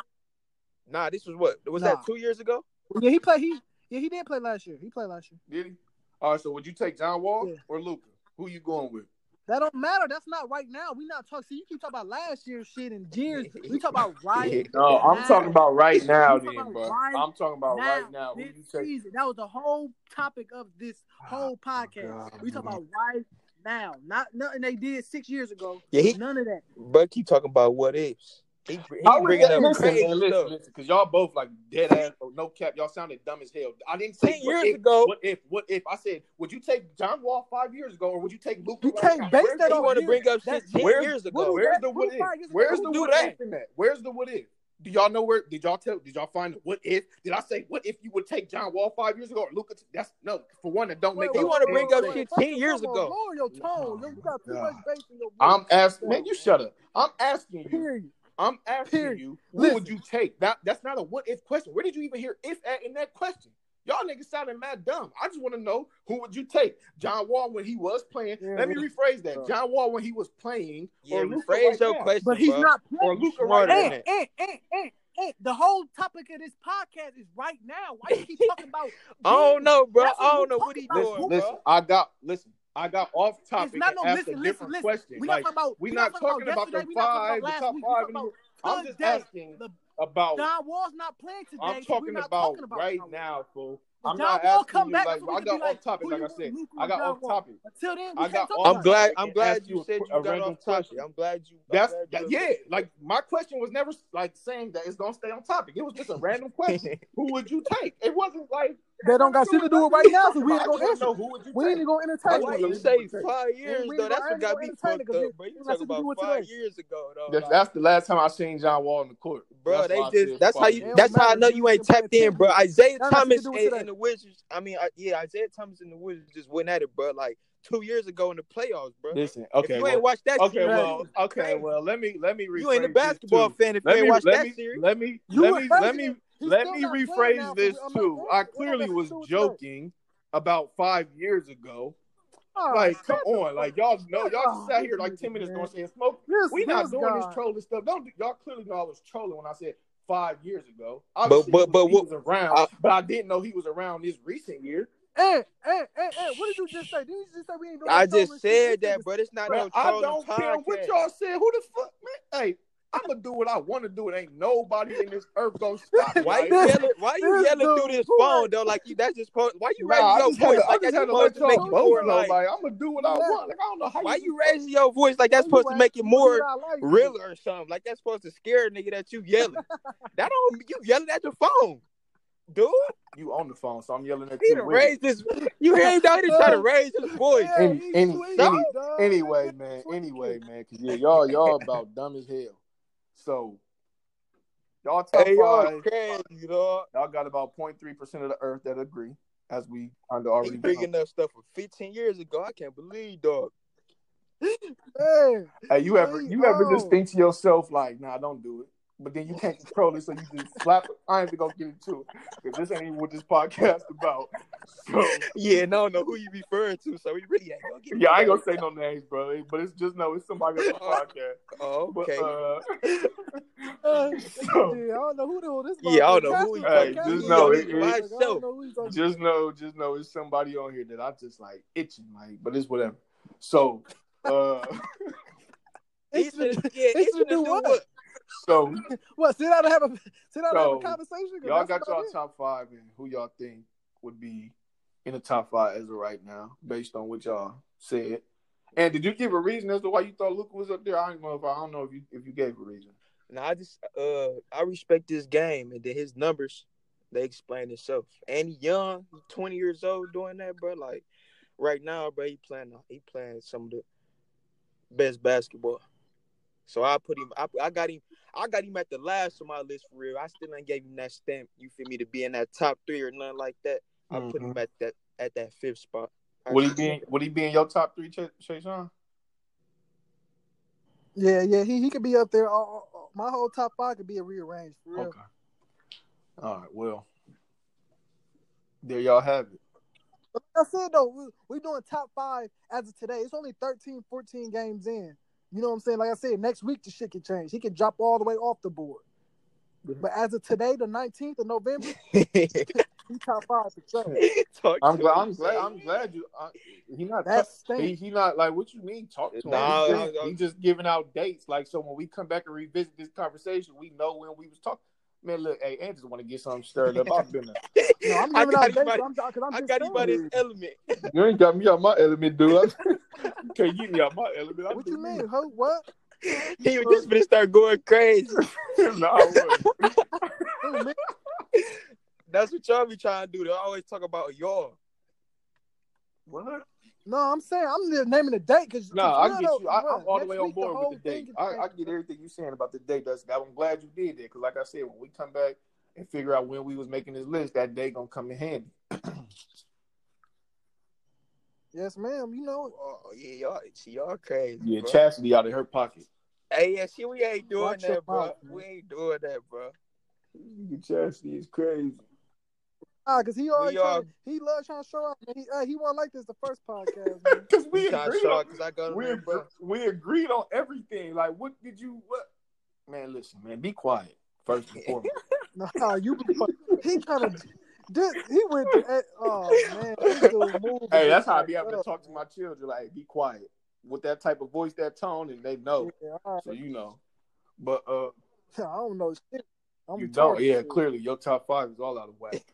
[SPEAKER 3] Nah, this was what was
[SPEAKER 2] Nah.
[SPEAKER 3] that two years ago?
[SPEAKER 2] Yeah, he played. He yeah, he did play last year. He played last year.
[SPEAKER 4] Did he? All right. So would you take John Wall
[SPEAKER 2] Yeah.
[SPEAKER 4] or Luca? Who you going with?
[SPEAKER 2] That don't matter. That's not right now. We not talking. See, you keep talking about last year's shit and years. We talk about right
[SPEAKER 4] No,
[SPEAKER 2] I'm talking
[SPEAKER 4] about right
[SPEAKER 2] now You talking then, about bro. right
[SPEAKER 4] I'm talking about
[SPEAKER 2] now. This season. That was the whole topic of this whole podcast.
[SPEAKER 4] God,
[SPEAKER 2] we talk
[SPEAKER 4] man.
[SPEAKER 2] about right now, not nothing they did six years ago.
[SPEAKER 3] Yeah, he-
[SPEAKER 2] None of that.
[SPEAKER 3] But keep talking about what ifs. He, he
[SPEAKER 2] Oh,
[SPEAKER 4] I was
[SPEAKER 3] bringing
[SPEAKER 4] listen,
[SPEAKER 3] up
[SPEAKER 4] listen,
[SPEAKER 3] crazy
[SPEAKER 4] man, listen,
[SPEAKER 3] stuff.
[SPEAKER 4] listen, because y'all both like dead ass, or no cap. Y'all sounded dumb as hell. I didn't say
[SPEAKER 3] Ten
[SPEAKER 4] what
[SPEAKER 3] years
[SPEAKER 4] if,
[SPEAKER 3] ago.
[SPEAKER 4] What if? What if? I said, would you take John Wall five years ago, or would you take Luke?
[SPEAKER 2] You can't base that
[SPEAKER 3] He
[SPEAKER 2] on
[SPEAKER 3] want to
[SPEAKER 2] years.
[SPEAKER 3] bring up shit
[SPEAKER 2] That's-
[SPEAKER 3] ten
[SPEAKER 4] where's-
[SPEAKER 3] years ago.
[SPEAKER 2] what was
[SPEAKER 4] Where's
[SPEAKER 2] that?
[SPEAKER 4] the what
[SPEAKER 2] Who
[SPEAKER 4] if?
[SPEAKER 2] fired you?
[SPEAKER 4] Where's
[SPEAKER 2] Who
[SPEAKER 4] the
[SPEAKER 3] do
[SPEAKER 4] what
[SPEAKER 3] that?
[SPEAKER 4] if in that? Where's the what if? Do y'all know where? Did y'all tell? Did y'all find the what if? Did I say what if you would take John Wall five years ago or Luca? That's no. For one, that don't
[SPEAKER 2] Wait,
[SPEAKER 4] make.
[SPEAKER 2] wait,
[SPEAKER 4] no
[SPEAKER 3] You wanna
[SPEAKER 2] wait,
[SPEAKER 4] sense.
[SPEAKER 3] bring up
[SPEAKER 2] wait,
[SPEAKER 3] shit
[SPEAKER 2] wait.
[SPEAKER 3] 10 years
[SPEAKER 2] Come on,
[SPEAKER 3] ago.
[SPEAKER 2] Lower your tone. Yo, you got too much
[SPEAKER 4] God.
[SPEAKER 2] bass in your voice.
[SPEAKER 4] I'm asking. Man, you shut up. I'm asking you.
[SPEAKER 2] Period.
[SPEAKER 4] I'm asking
[SPEAKER 2] Period.
[SPEAKER 4] you, who
[SPEAKER 2] Listen.
[SPEAKER 4] would you take? That that's not a what if question. Where did you even hear if at in that question? Y'all niggas sounding mad dumb. I just want to know who would you take? John Wall when he was playing.
[SPEAKER 2] Yeah,
[SPEAKER 4] Let me
[SPEAKER 2] we-
[SPEAKER 4] rephrase that. John Wall when he was playing.
[SPEAKER 3] Yeah,
[SPEAKER 4] or Luka
[SPEAKER 3] rephrase
[SPEAKER 4] right
[SPEAKER 3] your
[SPEAKER 4] now.
[SPEAKER 3] question,
[SPEAKER 2] But he's
[SPEAKER 3] bro.
[SPEAKER 2] not
[SPEAKER 4] Or
[SPEAKER 2] playing. Eh,
[SPEAKER 4] Luca
[SPEAKER 3] Smarter
[SPEAKER 4] right
[SPEAKER 3] than
[SPEAKER 4] now.
[SPEAKER 2] And,
[SPEAKER 3] that.
[SPEAKER 2] and, and, and, and eh. the whole topic of this podcast is right now. Why you keep talking about?
[SPEAKER 3] I don't
[SPEAKER 2] years?
[SPEAKER 3] know, bro.
[SPEAKER 2] That's
[SPEAKER 3] I
[SPEAKER 2] what
[SPEAKER 3] don't know
[SPEAKER 2] we
[SPEAKER 3] what he
[SPEAKER 2] talking
[SPEAKER 3] doing,
[SPEAKER 2] about.
[SPEAKER 4] Listen,
[SPEAKER 3] bro.
[SPEAKER 4] listen. I got listen. I got off topic
[SPEAKER 2] not no-
[SPEAKER 4] and asked
[SPEAKER 2] listen,
[SPEAKER 4] a
[SPEAKER 2] listen,
[SPEAKER 4] different
[SPEAKER 2] listen.
[SPEAKER 4] question.
[SPEAKER 2] We
[SPEAKER 4] like
[SPEAKER 2] not talking about.
[SPEAKER 4] we
[SPEAKER 2] we
[SPEAKER 4] not talking about the
[SPEAKER 2] yesterday. We not
[SPEAKER 4] five,
[SPEAKER 2] talking
[SPEAKER 4] the
[SPEAKER 2] about
[SPEAKER 4] top
[SPEAKER 2] last week.
[SPEAKER 4] five.
[SPEAKER 2] We talking
[SPEAKER 4] and-
[SPEAKER 2] about
[SPEAKER 4] I'm just
[SPEAKER 2] today.
[SPEAKER 4] asking
[SPEAKER 2] The-
[SPEAKER 4] about
[SPEAKER 2] John Wall's not playing today.
[SPEAKER 4] I'm
[SPEAKER 2] so we're
[SPEAKER 4] talking
[SPEAKER 2] not
[SPEAKER 4] about,
[SPEAKER 2] talking about
[SPEAKER 4] right
[SPEAKER 2] John Wall.
[SPEAKER 4] now, fool.
[SPEAKER 2] If
[SPEAKER 4] I'm
[SPEAKER 2] John
[SPEAKER 4] not
[SPEAKER 2] Wall
[SPEAKER 4] asking
[SPEAKER 2] come
[SPEAKER 4] you
[SPEAKER 2] back,
[SPEAKER 4] like
[SPEAKER 2] that's when
[SPEAKER 4] I
[SPEAKER 2] we can
[SPEAKER 4] got
[SPEAKER 2] be
[SPEAKER 4] off
[SPEAKER 2] like,
[SPEAKER 4] topic.
[SPEAKER 2] who
[SPEAKER 4] Like
[SPEAKER 2] you
[SPEAKER 4] I
[SPEAKER 2] want,
[SPEAKER 4] said,
[SPEAKER 2] Luka
[SPEAKER 4] I
[SPEAKER 2] or
[SPEAKER 4] got
[SPEAKER 2] John
[SPEAKER 4] off
[SPEAKER 2] Wall?
[SPEAKER 4] topic.
[SPEAKER 2] Until then, we
[SPEAKER 4] I
[SPEAKER 2] can't
[SPEAKER 4] got
[SPEAKER 2] talk
[SPEAKER 4] off
[SPEAKER 2] about
[SPEAKER 3] I'm
[SPEAKER 2] it.
[SPEAKER 3] glad.
[SPEAKER 4] topic
[SPEAKER 3] I'm
[SPEAKER 4] and
[SPEAKER 3] glad
[SPEAKER 4] ask
[SPEAKER 3] you
[SPEAKER 4] a
[SPEAKER 3] said
[SPEAKER 4] qu-
[SPEAKER 3] you
[SPEAKER 4] a
[SPEAKER 3] got
[SPEAKER 4] random
[SPEAKER 3] off topic. I'm glad you. I'm
[SPEAKER 4] That's
[SPEAKER 3] glad you
[SPEAKER 4] that, yeah.
[SPEAKER 3] admitted.
[SPEAKER 4] Like my question was never like saying that it's gonna stay on topic. It was just a random question. who would you take? It wasn't like
[SPEAKER 2] They don't got shit to do it right now, so we ain't
[SPEAKER 4] I just
[SPEAKER 2] gonna
[SPEAKER 4] wanna
[SPEAKER 2] answer.
[SPEAKER 4] know who would you
[SPEAKER 2] We ain't
[SPEAKER 4] take.
[SPEAKER 2] gonna
[SPEAKER 4] I
[SPEAKER 2] entertain.
[SPEAKER 3] Why
[SPEAKER 4] just wanna
[SPEAKER 2] it.
[SPEAKER 3] you
[SPEAKER 4] know
[SPEAKER 3] say
[SPEAKER 4] who you
[SPEAKER 3] five years
[SPEAKER 2] we ain't
[SPEAKER 3] though? That's
[SPEAKER 2] gonna-
[SPEAKER 3] what got me
[SPEAKER 2] ain't gonna entertain
[SPEAKER 3] fucked up,
[SPEAKER 2] it, 'cause
[SPEAKER 3] bro. You
[SPEAKER 2] it- that's
[SPEAKER 3] talking
[SPEAKER 2] what we
[SPEAKER 3] about
[SPEAKER 2] do
[SPEAKER 3] five
[SPEAKER 2] today.
[SPEAKER 3] years ago though?
[SPEAKER 4] That's,
[SPEAKER 3] like-
[SPEAKER 4] that's the last time I seen John Wall on the court,
[SPEAKER 3] Bro,
[SPEAKER 4] That's
[SPEAKER 3] they
[SPEAKER 4] why I
[SPEAKER 3] just
[SPEAKER 4] said
[SPEAKER 3] that's how
[SPEAKER 4] five
[SPEAKER 3] you
[SPEAKER 4] years.
[SPEAKER 3] that's how I
[SPEAKER 2] matter.
[SPEAKER 3] know
[SPEAKER 2] You
[SPEAKER 3] you ain't
[SPEAKER 2] just
[SPEAKER 3] tapped in, bro.
[SPEAKER 2] playing.
[SPEAKER 3] Isaiah
[SPEAKER 2] That got shit to
[SPEAKER 3] Thomas
[SPEAKER 2] do with
[SPEAKER 3] and,
[SPEAKER 2] today.
[SPEAKER 3] and the Wizards. I mean, I, yeah, Isaiah Thomas and the Wizards just went at it, bro. Like two years ago in the playoffs, bro.
[SPEAKER 4] Listen,
[SPEAKER 3] if
[SPEAKER 4] okay,
[SPEAKER 3] you
[SPEAKER 4] well,
[SPEAKER 3] ain't watched that
[SPEAKER 4] okay,
[SPEAKER 3] series,
[SPEAKER 4] well,
[SPEAKER 3] you
[SPEAKER 4] okay,
[SPEAKER 3] crazy.
[SPEAKER 4] well. Let me let me rephrase
[SPEAKER 3] you ain't a
[SPEAKER 4] this,
[SPEAKER 3] basketball
[SPEAKER 4] too.
[SPEAKER 3] fan if
[SPEAKER 4] Let
[SPEAKER 3] you ain't
[SPEAKER 4] me,
[SPEAKER 3] watched
[SPEAKER 4] let
[SPEAKER 3] that
[SPEAKER 4] me,
[SPEAKER 3] series.
[SPEAKER 4] let me,
[SPEAKER 2] You
[SPEAKER 4] let
[SPEAKER 2] were
[SPEAKER 4] me,
[SPEAKER 2] first
[SPEAKER 4] let
[SPEAKER 2] in
[SPEAKER 4] me,
[SPEAKER 2] it. He's
[SPEAKER 4] let
[SPEAKER 2] still
[SPEAKER 4] me
[SPEAKER 2] not playing now,
[SPEAKER 4] rephrase
[SPEAKER 2] so
[SPEAKER 4] this
[SPEAKER 2] I'm not saying
[SPEAKER 4] too. I
[SPEAKER 2] it. It don't
[SPEAKER 4] clearly
[SPEAKER 2] got
[SPEAKER 4] was
[SPEAKER 2] shit to do with today.
[SPEAKER 4] joking about five years ago.
[SPEAKER 2] Oh,
[SPEAKER 4] Like, come
[SPEAKER 2] shut the
[SPEAKER 4] on, like
[SPEAKER 2] fuck-
[SPEAKER 4] y'all know, y'all
[SPEAKER 2] Oh,
[SPEAKER 4] just sat here
[SPEAKER 2] this
[SPEAKER 4] like
[SPEAKER 2] nigga,
[SPEAKER 4] ten minutes
[SPEAKER 2] man.
[SPEAKER 4] going saying smoke.
[SPEAKER 2] This,
[SPEAKER 4] We
[SPEAKER 2] this
[SPEAKER 4] not doing this
[SPEAKER 2] guy.
[SPEAKER 4] trolling stuff. Don't do, y'all clearly know I was trolling when I said five years ago.
[SPEAKER 3] But
[SPEAKER 4] Obviously,
[SPEAKER 3] but but
[SPEAKER 4] he
[SPEAKER 3] what?
[SPEAKER 4] was around,
[SPEAKER 3] I-
[SPEAKER 4] but I didn't know he was around this recent year.
[SPEAKER 2] Hey, hey, hey, hey, what did you just say? Did you just say we ain't doing
[SPEAKER 3] I
[SPEAKER 2] that
[SPEAKER 3] just
[SPEAKER 2] trolling shit?
[SPEAKER 3] said
[SPEAKER 2] This
[SPEAKER 3] that,
[SPEAKER 2] nigga-
[SPEAKER 3] bro. It's not
[SPEAKER 4] Bro,
[SPEAKER 3] no
[SPEAKER 4] I
[SPEAKER 3] trolling
[SPEAKER 4] don't care what
[SPEAKER 3] podcast.
[SPEAKER 4] y'all said. Who the fuck, man? Hey, I'm gonna do what I want to do. It ain't nobody in this earth gonna stop me.
[SPEAKER 3] Why
[SPEAKER 4] Like,
[SPEAKER 3] you yelling? Why you
[SPEAKER 2] this
[SPEAKER 3] yelling
[SPEAKER 2] dude,
[SPEAKER 3] through this
[SPEAKER 2] who
[SPEAKER 3] phone though? Like you, that's just po- why you
[SPEAKER 4] Nah, I
[SPEAKER 3] raising
[SPEAKER 4] just
[SPEAKER 3] your
[SPEAKER 4] had
[SPEAKER 3] voice
[SPEAKER 4] to, I
[SPEAKER 3] like
[SPEAKER 4] just
[SPEAKER 3] that's
[SPEAKER 4] had to
[SPEAKER 3] supposed
[SPEAKER 4] let
[SPEAKER 3] to make
[SPEAKER 4] y'all
[SPEAKER 3] it
[SPEAKER 2] both
[SPEAKER 4] both
[SPEAKER 3] more
[SPEAKER 4] know.
[SPEAKER 3] like?
[SPEAKER 4] Like, I'm gonna do what I
[SPEAKER 2] Yeah.
[SPEAKER 4] want. Like, I don't know how
[SPEAKER 3] Why
[SPEAKER 4] you.
[SPEAKER 3] you raising your voice like that's supposed to
[SPEAKER 2] Anyway,
[SPEAKER 3] make it more
[SPEAKER 2] you not like it.
[SPEAKER 3] real or something? Like that's supposed to scare a nigga that you yelling. that don't you yelling at your phone, dude.
[SPEAKER 4] You on the phone, so I'm yelling at
[SPEAKER 3] He
[SPEAKER 4] you.
[SPEAKER 3] done
[SPEAKER 4] Really.
[SPEAKER 3] raised his. You hear him down? He trying to raise his voice.
[SPEAKER 2] Yeah,
[SPEAKER 4] Any-
[SPEAKER 2] he's
[SPEAKER 4] any-
[SPEAKER 2] tweaking,
[SPEAKER 4] any-
[SPEAKER 2] dog.
[SPEAKER 4] Anyway, man. Anyway, man. Cause yeah, y'all, y'all about dumb as hell. So y'all top
[SPEAKER 3] Hey, y'all
[SPEAKER 4] five.
[SPEAKER 3] crazy, dog.
[SPEAKER 4] Y'all got about 03 percent of the earth that agree, as we kind of already.
[SPEAKER 3] He bringing up stuff from 15 years ago. I can't believe, dog.
[SPEAKER 2] Hey,
[SPEAKER 4] Hey, you ever
[SPEAKER 2] Hey,
[SPEAKER 4] you ever
[SPEAKER 2] yo.
[SPEAKER 3] oh.
[SPEAKER 4] just think to yourself like, nah, don't do it. But then you can't control it, so you just slap it. I ain't even gonna get into it. Because this ain't even what this podcast about. So
[SPEAKER 3] Yeah, and I don't know who you referring to, so we really ain't gonna get.
[SPEAKER 4] yeah, I ain't gonna say no names, bro. But it's just no, it's somebody on the podcast.
[SPEAKER 3] Oh,
[SPEAKER 4] But,
[SPEAKER 3] okay.
[SPEAKER 2] hey.
[SPEAKER 4] uh, so
[SPEAKER 2] Yeah, I don't know who the hell this
[SPEAKER 3] Yeah, I don't know
[SPEAKER 2] motherfucker-
[SPEAKER 3] who he-
[SPEAKER 2] Casper-
[SPEAKER 4] Hey,
[SPEAKER 2] Casper-
[SPEAKER 4] just know
[SPEAKER 2] Casper-
[SPEAKER 4] it- it-
[SPEAKER 2] Like, I don't know who he's talking
[SPEAKER 4] just know, just know it's somebody on here that I just like itching, like, but it's whatever. So uh
[SPEAKER 2] It's
[SPEAKER 3] He's
[SPEAKER 2] been-
[SPEAKER 3] gonna, yeah,
[SPEAKER 2] he
[SPEAKER 3] he's
[SPEAKER 2] should
[SPEAKER 3] gonna
[SPEAKER 2] do
[SPEAKER 3] do
[SPEAKER 2] what?
[SPEAKER 3] what?
[SPEAKER 4] so
[SPEAKER 2] What? Sit down and have a sit down and have a
[SPEAKER 4] So,
[SPEAKER 2] conversation. 'cause
[SPEAKER 4] Y'all
[SPEAKER 2] that's
[SPEAKER 4] got
[SPEAKER 2] about
[SPEAKER 4] y'all
[SPEAKER 2] it.
[SPEAKER 4] top five and who y'all think would be in the top five as of right now, based on what y'all said. And did you give a reason as to why you thought Luca was up there? I don't know if I don't know if you if you gave a reason.
[SPEAKER 3] Nah, I just uh I respect this game and then his numbers they explain themselves. And he young, he twenty years old doing that, bro. Like right now, bro, he playing he playing some of the best basketball. So I put him I, I got him I got him at the last of my list for real. I still ain't gave him that stamp, you feel me, to be in that top three or nothing like that. I put
[SPEAKER 2] Mm-hmm.
[SPEAKER 3] him at that at that fifth spot. I
[SPEAKER 4] Would he
[SPEAKER 3] got-
[SPEAKER 4] be in, would he be in your top three, Chase Sean?
[SPEAKER 2] Yeah, yeah, he he could be up there. All, all- all- my whole top five could be a rearranged for real.
[SPEAKER 4] Okay. All right. Well, there y'all have it.
[SPEAKER 2] Like I said though, we, we doing top five as of today. It's only 13, 14 games in. You know what I'm saying? Like I said, next week the shit can change. He can drop all the way off the board. But as of today, the 19th of November, he top five for sure.
[SPEAKER 3] Talk
[SPEAKER 4] I'm
[SPEAKER 3] to
[SPEAKER 4] glad.
[SPEAKER 3] him.
[SPEAKER 4] I'm glad. I'm glad you. I, he not.
[SPEAKER 2] That
[SPEAKER 4] he,
[SPEAKER 2] stinks.
[SPEAKER 4] he not like what you mean. Talk to him.
[SPEAKER 3] Nah,
[SPEAKER 4] he,
[SPEAKER 3] I-
[SPEAKER 4] just,
[SPEAKER 3] I-
[SPEAKER 4] he just giving out dates. Like so, when we come back and revisit this conversation, we know when we was talking. Man, look, hey, Andrews want to get something stirred up. I've been. A,
[SPEAKER 2] No, I'm
[SPEAKER 3] I
[SPEAKER 2] giving
[SPEAKER 3] got
[SPEAKER 2] out
[SPEAKER 3] you
[SPEAKER 2] dates.
[SPEAKER 3] by-
[SPEAKER 2] I'm, 'cause I'm
[SPEAKER 3] I
[SPEAKER 2] just
[SPEAKER 3] got you by this
[SPEAKER 2] saying.
[SPEAKER 3] element.
[SPEAKER 4] you ain't got me out my element, dude. You Can't get me out my element. I'm
[SPEAKER 2] What you
[SPEAKER 4] just-
[SPEAKER 2] mean? Huh? What?
[SPEAKER 3] He was just gonna start going crazy.
[SPEAKER 4] nah, I wouldn't.
[SPEAKER 2] Hey, man,
[SPEAKER 3] That's what y'all be trying to do. They always talk about y'all.
[SPEAKER 4] What?
[SPEAKER 2] No, I'm saying I'm just naming the date because
[SPEAKER 4] No, I get you. I, I'm all the way on board with the date. I, I get everything you're saying about the date, Dustin. I'm glad you did that because, like I said, when we come back and figure out when we was making this list, that day gonna come in handy.
[SPEAKER 2] yes, ma'am. You know,
[SPEAKER 3] Oh yeah, y'all, see, y'all crazy.
[SPEAKER 4] Yeah,
[SPEAKER 3] bro.
[SPEAKER 4] chastity out of her pocket.
[SPEAKER 3] Hey, yeah, see, we ain't doing
[SPEAKER 2] Watch your
[SPEAKER 3] that, bro.
[SPEAKER 2] mouth, man.
[SPEAKER 3] we ain't doing that, bro.
[SPEAKER 4] Chastity is crazy.
[SPEAKER 2] ah, because he always
[SPEAKER 4] uh,
[SPEAKER 3] We are-
[SPEAKER 2] tryna- he loves trying to show up. Man. He, uh, he wasn't like this the first podcast. Man.
[SPEAKER 4] Because we
[SPEAKER 3] We trying to
[SPEAKER 4] agreed
[SPEAKER 3] show
[SPEAKER 4] on
[SPEAKER 3] because I got
[SPEAKER 4] we,
[SPEAKER 3] him,
[SPEAKER 4] ag-
[SPEAKER 3] bro.
[SPEAKER 4] we agreed on everything. Like, what did you what? Man, listen, man, be quiet first and foremost.
[SPEAKER 2] Nah, you be fuck- he kind of did. He went to eh, oh man, this dude moved.
[SPEAKER 4] hey, that's how I be able to talk to my children. Like, be quiet with that type of voice, that tone, and they know.
[SPEAKER 2] Yeah, all
[SPEAKER 4] So you know, but uh.
[SPEAKER 2] right. I don't know shit. I'm
[SPEAKER 4] you
[SPEAKER 2] retarded.
[SPEAKER 4] don't. Yeah, clearly your top five is all out of whack.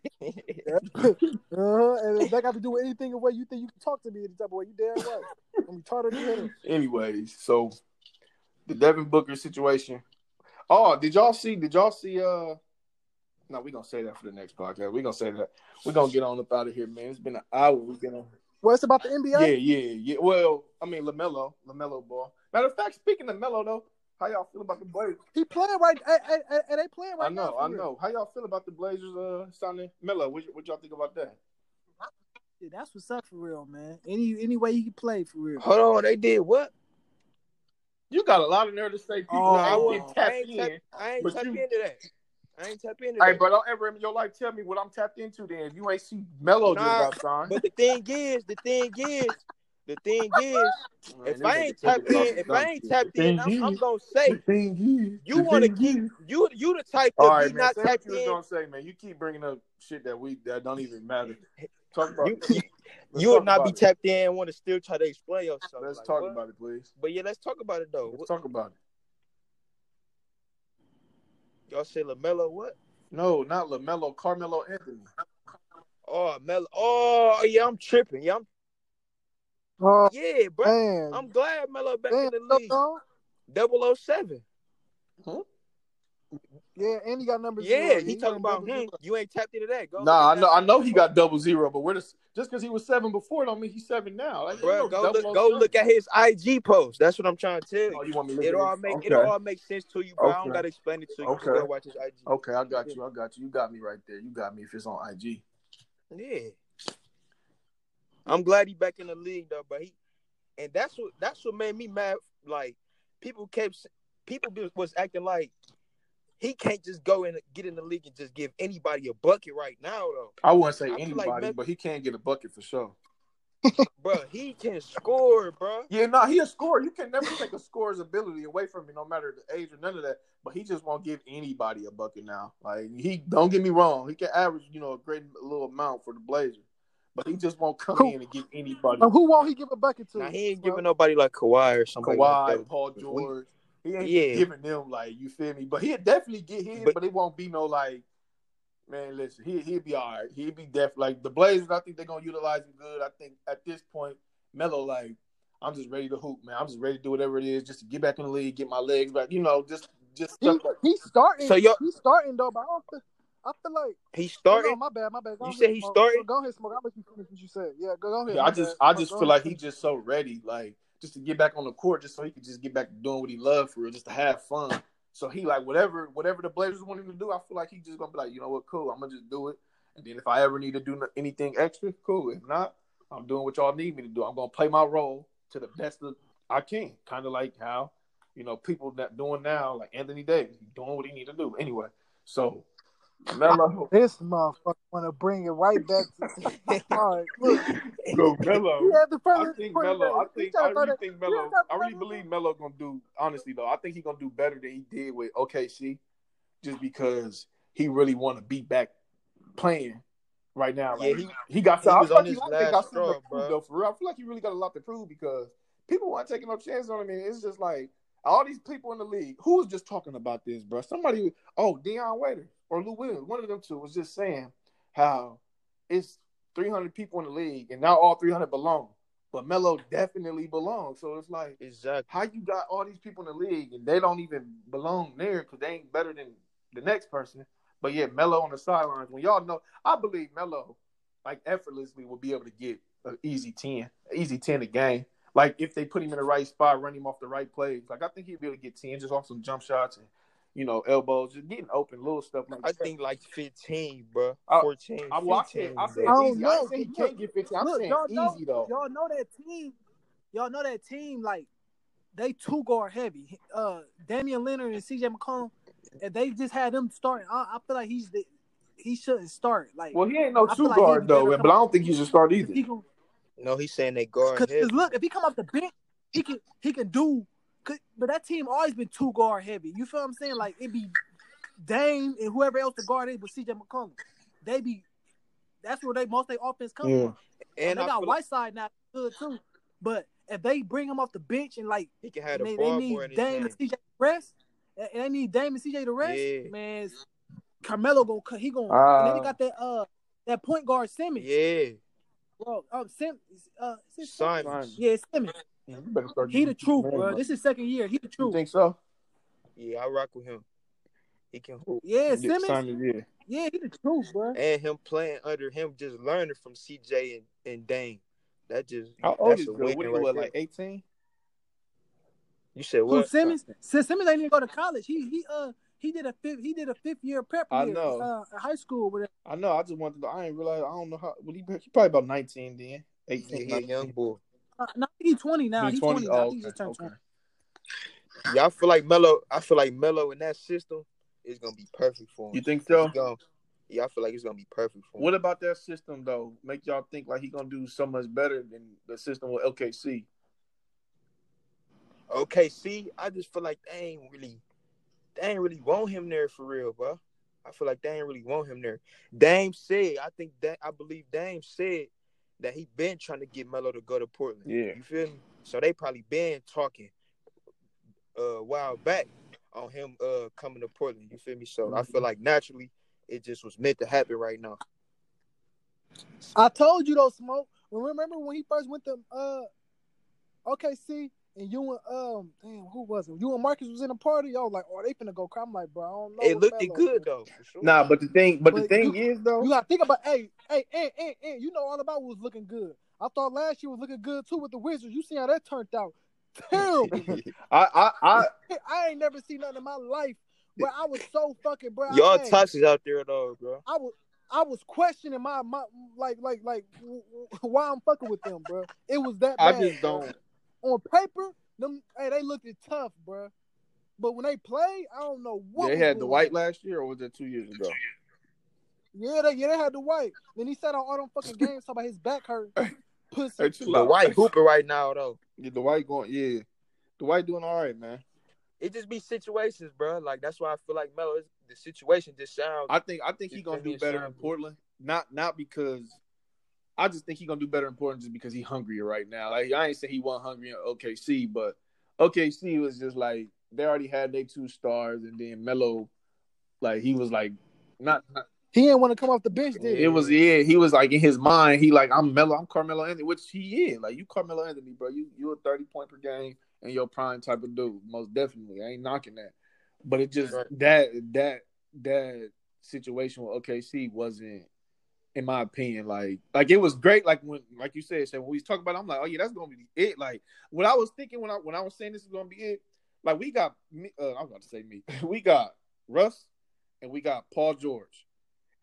[SPEAKER 2] Uh-huh. And that got to do with anything of way you think you can talk to me in the type of way. You damn right. I'm retarded. as hell.
[SPEAKER 4] Anyways, so the Devin Booker situation. Oh, did y'all see? Did y'all see? Uh, no, we gonna say that for the next podcast. We gonna say that. We gonna get on up out of here, man. It's been an hour. We been on.
[SPEAKER 2] Well, it's about the NBA.
[SPEAKER 4] Yeah, yeah, yeah. Well, I mean Lamelo, Lamelo ball. Matter of fact, speaking of Melo though, how y'all feel about the Blazers?
[SPEAKER 2] He playing right. eh, eh, eh, eh, they playing right
[SPEAKER 4] I know,
[SPEAKER 2] now.
[SPEAKER 4] I know. How y'all feel about the Blazers? Uh, signing Melo. What, y- what y'all think about that?
[SPEAKER 2] that's what's up for real, man. Any any way he can play for real.
[SPEAKER 3] Hold on, they did what?
[SPEAKER 4] You got a lot in there to say. People
[SPEAKER 2] Oh,
[SPEAKER 3] I,
[SPEAKER 4] ain't
[SPEAKER 3] wasn't-
[SPEAKER 4] been
[SPEAKER 3] I
[SPEAKER 4] tapped
[SPEAKER 3] ain't
[SPEAKER 4] in.
[SPEAKER 3] tap, I ain't
[SPEAKER 4] but
[SPEAKER 3] tap
[SPEAKER 4] you-
[SPEAKER 3] into that. I ain't tap into
[SPEAKER 4] Hey,
[SPEAKER 3] that.
[SPEAKER 4] bro, don't ever in your life tell me what I'm tapped into. Then if you ain't see Melo just
[SPEAKER 3] Nah,
[SPEAKER 4] about sign,
[SPEAKER 3] But the thing is, the thing is, the thing is,
[SPEAKER 4] Man,
[SPEAKER 3] if
[SPEAKER 4] this
[SPEAKER 3] I
[SPEAKER 4] nigga
[SPEAKER 3] ain't
[SPEAKER 4] talking
[SPEAKER 3] tapped
[SPEAKER 4] about
[SPEAKER 3] in,
[SPEAKER 4] some
[SPEAKER 3] if
[SPEAKER 4] dumb
[SPEAKER 3] I ain't
[SPEAKER 4] shit.
[SPEAKER 3] tapped in, I'm, I'm gonna say
[SPEAKER 4] thing is,
[SPEAKER 3] you want to keep you you the type
[SPEAKER 4] All
[SPEAKER 3] to
[SPEAKER 4] right,
[SPEAKER 3] be
[SPEAKER 4] man.
[SPEAKER 3] not
[SPEAKER 4] Say what
[SPEAKER 3] tapped
[SPEAKER 4] you was
[SPEAKER 3] in.
[SPEAKER 4] gonna say, man. You keep bringing up shit that we that don't even matter. Talk about
[SPEAKER 3] You
[SPEAKER 4] let's
[SPEAKER 3] you will
[SPEAKER 4] talk
[SPEAKER 3] not be
[SPEAKER 4] about it.
[SPEAKER 3] tapped in and want to still try to explain yourself.
[SPEAKER 4] Let's
[SPEAKER 3] Like,
[SPEAKER 4] talk
[SPEAKER 3] what?
[SPEAKER 4] about it, please.
[SPEAKER 3] But yeah, let's talk about it though.
[SPEAKER 4] Let's
[SPEAKER 3] What-
[SPEAKER 4] talk about it.
[SPEAKER 3] Y'all say Lamelo what?
[SPEAKER 4] No, not Lamelo, Carmelo Anthony.
[SPEAKER 3] Oh Melo. Oh yeah, I'm tripping. Yeah, I'm,
[SPEAKER 2] Oh
[SPEAKER 3] yeah, bro.
[SPEAKER 2] man,
[SPEAKER 3] I'm glad Melo back
[SPEAKER 2] Damn,
[SPEAKER 3] in the league.
[SPEAKER 2] dog.
[SPEAKER 3] 007.
[SPEAKER 2] Yeah, and he got numbers.
[SPEAKER 3] Yeah, he talking about him. You ain't tapped into that. Go look
[SPEAKER 4] Nah, I
[SPEAKER 3] at
[SPEAKER 4] know,
[SPEAKER 3] that.
[SPEAKER 4] I know he got double zero, but we're just just because he was seven before don't mean he's seven now. Like,
[SPEAKER 3] Bruh,
[SPEAKER 4] you know,
[SPEAKER 3] go look, go
[SPEAKER 4] 007.
[SPEAKER 3] look at his IG post. That's what I'm trying to tell
[SPEAKER 4] Oh,
[SPEAKER 3] you.
[SPEAKER 4] you want me to look
[SPEAKER 3] It
[SPEAKER 4] at
[SPEAKER 3] all
[SPEAKER 4] it?
[SPEAKER 3] make
[SPEAKER 4] okay.
[SPEAKER 3] it all make sense to you, bro. I don't
[SPEAKER 4] Okay.
[SPEAKER 3] gotta explain it to you.
[SPEAKER 4] Okay.
[SPEAKER 3] You gotta watch his IG.
[SPEAKER 4] Okay, I got you. I got you. You got me right there. You got me if it's on IG.
[SPEAKER 3] Yeah. I'm glad he back in the league though, but he and that's what that's what made me mad. Like people kept s- people be- was acting like he can't just go and get in the league and just give anybody a bucket right now though.
[SPEAKER 4] I wouldn't say
[SPEAKER 3] I feel like
[SPEAKER 4] anybody,
[SPEAKER 3] Mem-
[SPEAKER 4] but he can get a bucket for sure.
[SPEAKER 3] Bruh, he can score, bruh.
[SPEAKER 4] Yeah, no, he a scorer. You can never take a scorer's ability away from him, no matter the age or none of that. But he just won't give anybody a bucket now. Like he, don't get me wrong, he can average, you know, a great little amount for the Blazers, but he just won't come
[SPEAKER 2] Who-
[SPEAKER 4] in and give anybody.
[SPEAKER 2] And who won't he give a bucket to?
[SPEAKER 3] Now he ain't
[SPEAKER 2] bro?
[SPEAKER 3] giving nobody like Kawhi or somebody like
[SPEAKER 4] Kawhi,
[SPEAKER 3] that.
[SPEAKER 4] Paul George, he ain't
[SPEAKER 3] Yeah.
[SPEAKER 4] giving them like you feel me. But he'll definitely get hit,
[SPEAKER 3] But-
[SPEAKER 4] but, it won't be no like. Man, listen, he he'll be all right. He'll be def like the Blazers. I think they're gonna utilize him good. I think at this point, Melo like I'm just ready to hoop, man. I'm just ready to do whatever it is just to get back in the league, get my legs back. You know, just just
[SPEAKER 2] He,
[SPEAKER 4] stuff like
[SPEAKER 2] he's starting.
[SPEAKER 3] So y'all-
[SPEAKER 2] he's starting though, but I don't feel, I feel like
[SPEAKER 3] He's
[SPEAKER 2] oh, no,
[SPEAKER 3] starting.
[SPEAKER 2] my bad, my bad. Go
[SPEAKER 3] You
[SPEAKER 2] ahead,
[SPEAKER 3] said he
[SPEAKER 2] Smoke.
[SPEAKER 3] started?
[SPEAKER 2] Go ahead, smoke. I'll let you finish what you said. Yeah, go, go ahead.
[SPEAKER 4] yeah.
[SPEAKER 2] my
[SPEAKER 4] I just
[SPEAKER 2] bad.
[SPEAKER 4] I
[SPEAKER 2] Go-
[SPEAKER 4] just
[SPEAKER 2] go
[SPEAKER 4] feel
[SPEAKER 2] ahead.
[SPEAKER 4] like he just so ready, like just to get back on the court, just so he could just get back to doing what he loved for real, just to have fun. So he like whatever whatever the Blazers want him to do, I feel like he just gonna be like, you know what, cool, I'm gonna just do it. And then if I ever need to do anything extra, cool. If not, I'm doing what y'all need me to do. I'm gonna play my role to the best of I can. Kind of like how you know people that doing now, like Anthony Davis, doing what he need to do. Anyway, so
[SPEAKER 5] Melo.
[SPEAKER 2] This motherfucker want to bring it right back to all right, look.
[SPEAKER 4] Go Melo.
[SPEAKER 2] He had the
[SPEAKER 4] I
[SPEAKER 2] first.
[SPEAKER 4] think
[SPEAKER 2] point
[SPEAKER 4] Melo. I
[SPEAKER 2] there. He
[SPEAKER 4] think
[SPEAKER 2] tried
[SPEAKER 4] I
[SPEAKER 2] to throw
[SPEAKER 4] really
[SPEAKER 2] that-
[SPEAKER 4] think Melo.
[SPEAKER 2] tried to
[SPEAKER 4] I
[SPEAKER 2] throw
[SPEAKER 4] really
[SPEAKER 2] that-
[SPEAKER 4] believe Melo gonna do. Honestly though, I think he gonna do better than he did with OKC, just because he really want to be back playing right now.
[SPEAKER 3] Yeah,
[SPEAKER 4] Like,
[SPEAKER 3] he-
[SPEAKER 4] he got.
[SPEAKER 3] he
[SPEAKER 4] I
[SPEAKER 3] was
[SPEAKER 4] feel
[SPEAKER 3] on
[SPEAKER 4] like he-
[SPEAKER 3] his
[SPEAKER 4] I think
[SPEAKER 3] last
[SPEAKER 4] I seen him
[SPEAKER 3] straw,
[SPEAKER 4] prove,
[SPEAKER 3] bruh.
[SPEAKER 4] though. For real, I feel like he really got a lot to prove because people weren't taking no chances on him. And it's just like all these people in the league who was just talking about this, bro. Somebody, oh Deion Waiter or Lou Williams, one of them two was just saying how it's 300 people in the league and not all 300 belong, but Melo definitely belongs. So it's like
[SPEAKER 3] Exactly.
[SPEAKER 4] how you got all these people in the league and they don't even belong there because they ain't better than the next person. But yeah, Melo on the sidelines. When y'all know, I believe Melo, like effortlessly, will be able to get an easy ten, an easy ten a game. Like if they put him in the right spot, run him off the right plays. Like I think he'll be able to get ten just off some jump shots and you know elbows, just getting open little stuff like
[SPEAKER 3] I
[SPEAKER 4] that.
[SPEAKER 3] think like 15, bro.
[SPEAKER 4] I-
[SPEAKER 3] 14.
[SPEAKER 4] I, well, I said,
[SPEAKER 3] 15,
[SPEAKER 4] I said
[SPEAKER 3] bro.
[SPEAKER 2] Oh,
[SPEAKER 4] easy. I didn't
[SPEAKER 2] no.
[SPEAKER 4] say he
[SPEAKER 2] Look,
[SPEAKER 4] can't get fifteen. I'm
[SPEAKER 2] Look,
[SPEAKER 4] saying
[SPEAKER 2] y'all know,
[SPEAKER 4] easy though.
[SPEAKER 2] y'all know that team. Y'all know that team. Like they two guard heavy. Uh, Damian Leonard and C.J. McCollum, and they just had them starting. I, I feel like he's the, he shouldn't start. Like
[SPEAKER 4] Well, he ain't no
[SPEAKER 2] I feel
[SPEAKER 4] two
[SPEAKER 2] like he'd
[SPEAKER 4] guard
[SPEAKER 2] be
[SPEAKER 4] though,
[SPEAKER 2] better
[SPEAKER 4] but I don't think you should start
[SPEAKER 2] if
[SPEAKER 4] either.
[SPEAKER 2] he gon-
[SPEAKER 3] No, he's saying they guard
[SPEAKER 2] Cause, 'cause
[SPEAKER 3] heavy.
[SPEAKER 2] look, if he come off the bench, he can he can do. 'cause- But that team always been two guard heavy. You feel what I'm saying? Like it be Dame and whoever else the guard is, but CJ McCollum, they be. That's where they most they offense come
[SPEAKER 1] Yeah.
[SPEAKER 2] from.
[SPEAKER 3] And
[SPEAKER 2] they
[SPEAKER 3] I
[SPEAKER 2] got
[SPEAKER 3] feel like
[SPEAKER 2] Whiteside now good too. But if they bring him off the bench and like
[SPEAKER 3] he can have the
[SPEAKER 2] they, they
[SPEAKER 3] ball more
[SPEAKER 2] need
[SPEAKER 3] in his
[SPEAKER 2] Dame
[SPEAKER 3] hand.
[SPEAKER 2] and CJ to rest, and and they need Dame and CJ to rest,
[SPEAKER 3] Yeah.
[SPEAKER 2] man, Carmelo gonna cut- he gonna and then
[SPEAKER 4] Uh,
[SPEAKER 2] they got that uh that point guard Simmons,
[SPEAKER 3] Yeah.
[SPEAKER 2] bro. Um, Sim, uh, is it Simmons?
[SPEAKER 3] Simons.
[SPEAKER 2] yeah, it's Simmons.
[SPEAKER 4] You better start
[SPEAKER 2] He the
[SPEAKER 4] getting
[SPEAKER 2] truth,
[SPEAKER 4] man,
[SPEAKER 2] bro. This is second year. He the
[SPEAKER 4] you
[SPEAKER 2] truth.
[SPEAKER 4] think so?
[SPEAKER 3] Yeah, I rock with him. He can hoop.
[SPEAKER 2] Yeah,
[SPEAKER 4] Yeah,
[SPEAKER 2] Simmons.
[SPEAKER 4] Simon, yeah.
[SPEAKER 2] Yeah, he the truth, bro.
[SPEAKER 3] And him playing under him, just learning from CJ and, and Dame. That just
[SPEAKER 4] How old
[SPEAKER 3] that's
[SPEAKER 4] is
[SPEAKER 3] a
[SPEAKER 4] Joe?
[SPEAKER 3] win
[SPEAKER 4] What he
[SPEAKER 3] right
[SPEAKER 4] was
[SPEAKER 3] there.
[SPEAKER 4] like eighteen?
[SPEAKER 3] you said
[SPEAKER 2] Who
[SPEAKER 3] what?
[SPEAKER 2] Simmons? Since Simmons ain't even go to college, he he uh he did a fifth he did a fifth year prep year
[SPEAKER 4] I know.
[SPEAKER 2] uh in high school with
[SPEAKER 4] I know. I just wanted to. I ain't realize. I don't know how. Well, he, he probably about nineteen then.
[SPEAKER 3] Yeah,
[SPEAKER 4] Eighteen.
[SPEAKER 3] he a young boy.
[SPEAKER 2] Uh, no, I think he's 20 now. He's 20. now. I
[SPEAKER 4] Oh,
[SPEAKER 2] think he just
[SPEAKER 4] okay.
[SPEAKER 2] turned
[SPEAKER 4] okay.
[SPEAKER 2] 20.
[SPEAKER 3] Yeah, I feel like Melo. I feel like Melo in that system is gonna be perfect for him.
[SPEAKER 4] You think so?
[SPEAKER 3] He's gonna- yeah, I feel like it's gonna be perfect for him.
[SPEAKER 4] What about that system though? Make y'all think like he gonna do so much better than the system with LKC.
[SPEAKER 3] Okay, see, I just feel like they ain't really, they ain't really want him there for real, bro. I feel like they ain't really want him there. Dame said, I think that I believe Dame said that he been trying to get Melo to go to Portland.
[SPEAKER 4] Yeah.
[SPEAKER 3] You feel me? So they probably been talking uh, a while back on him uh coming to Portland. You feel me? So I feel like naturally it just was meant to happen right now.
[SPEAKER 2] I told you though, Smoke. Remember when he first went to uh OKC and you and um damn who was it? You and Marcus was in a party. Y'all like, oh they finna go cry. I'm like, bro, I don't know.
[SPEAKER 3] It
[SPEAKER 2] with
[SPEAKER 3] looked it
[SPEAKER 2] Melo,
[SPEAKER 3] good
[SPEAKER 2] bro."
[SPEAKER 3] though. For sure.
[SPEAKER 4] Nah, but the thing, but, the
[SPEAKER 2] But
[SPEAKER 4] thing is though,
[SPEAKER 2] You gotta think about hey, hey, and, and, and you know all about what was looking good. I thought last year was looking good too with the Wizards. You see how that turned out. Terrible.
[SPEAKER 4] I, I, I,
[SPEAKER 2] I ain't never seen nothing in my life where I was so fucking bro. I-
[SPEAKER 3] Y'all
[SPEAKER 2] hey.
[SPEAKER 3] toxic out there though, bro.
[SPEAKER 2] I was I was questioning my my like like like w- w- why I'm fucking with them, bro. It was that
[SPEAKER 4] I
[SPEAKER 2] bad.
[SPEAKER 4] just
[SPEAKER 2] bro.
[SPEAKER 4] don't.
[SPEAKER 2] On paper, them hey they looked it tough, bro. But when they played, I don't know what
[SPEAKER 4] They
[SPEAKER 2] was
[SPEAKER 4] had the
[SPEAKER 2] going
[SPEAKER 4] white
[SPEAKER 2] on.
[SPEAKER 4] last year, or was it two years ago?
[SPEAKER 2] Yeah, they yeah they had the white. Then he sat on all them fucking games talking about his back hurt. Pussy.
[SPEAKER 4] Hey, chill
[SPEAKER 3] The
[SPEAKER 4] out.
[SPEAKER 3] white hooping right now though.
[SPEAKER 4] Yeah, Dwight going. Yeah, Dwight doing all right, man.
[SPEAKER 3] it just be situations, bro. Like that's why I feel like Melo, is- the situation just sounds.
[SPEAKER 4] I think I think he
[SPEAKER 3] Just
[SPEAKER 4] gonna
[SPEAKER 3] give me
[SPEAKER 4] do
[SPEAKER 3] a
[SPEAKER 4] better
[SPEAKER 3] shot,
[SPEAKER 4] in
[SPEAKER 3] bro.
[SPEAKER 4] Portland. Not not because I just think he gonna do better in Portland just because he hungrier right now. Like I ain't saying he wasn't hungry in OKC, but OKC was just like they already had their two stars, and then Melo, like he was like not, not
[SPEAKER 2] He didn't want to come off the bench, did he?
[SPEAKER 4] it was e- yeah he was like in his mind he like I'm Melo I'm Carmelo Anthony which he is like you Carmelo Anthony bro you you a thirty point per game and your prime type of dude most definitely I ain't knocking that but it just
[SPEAKER 3] Right.
[SPEAKER 4] that that that situation with OKC wasn't in my opinion, like like it was great. Like when like you said, so when we was talking about, it, I'm like, oh yeah, that's gonna be it. Like what I was thinking when I when I was saying this is gonna be it. Like we got me, uh, I'm about to say me. we got Russ and we got Paul George.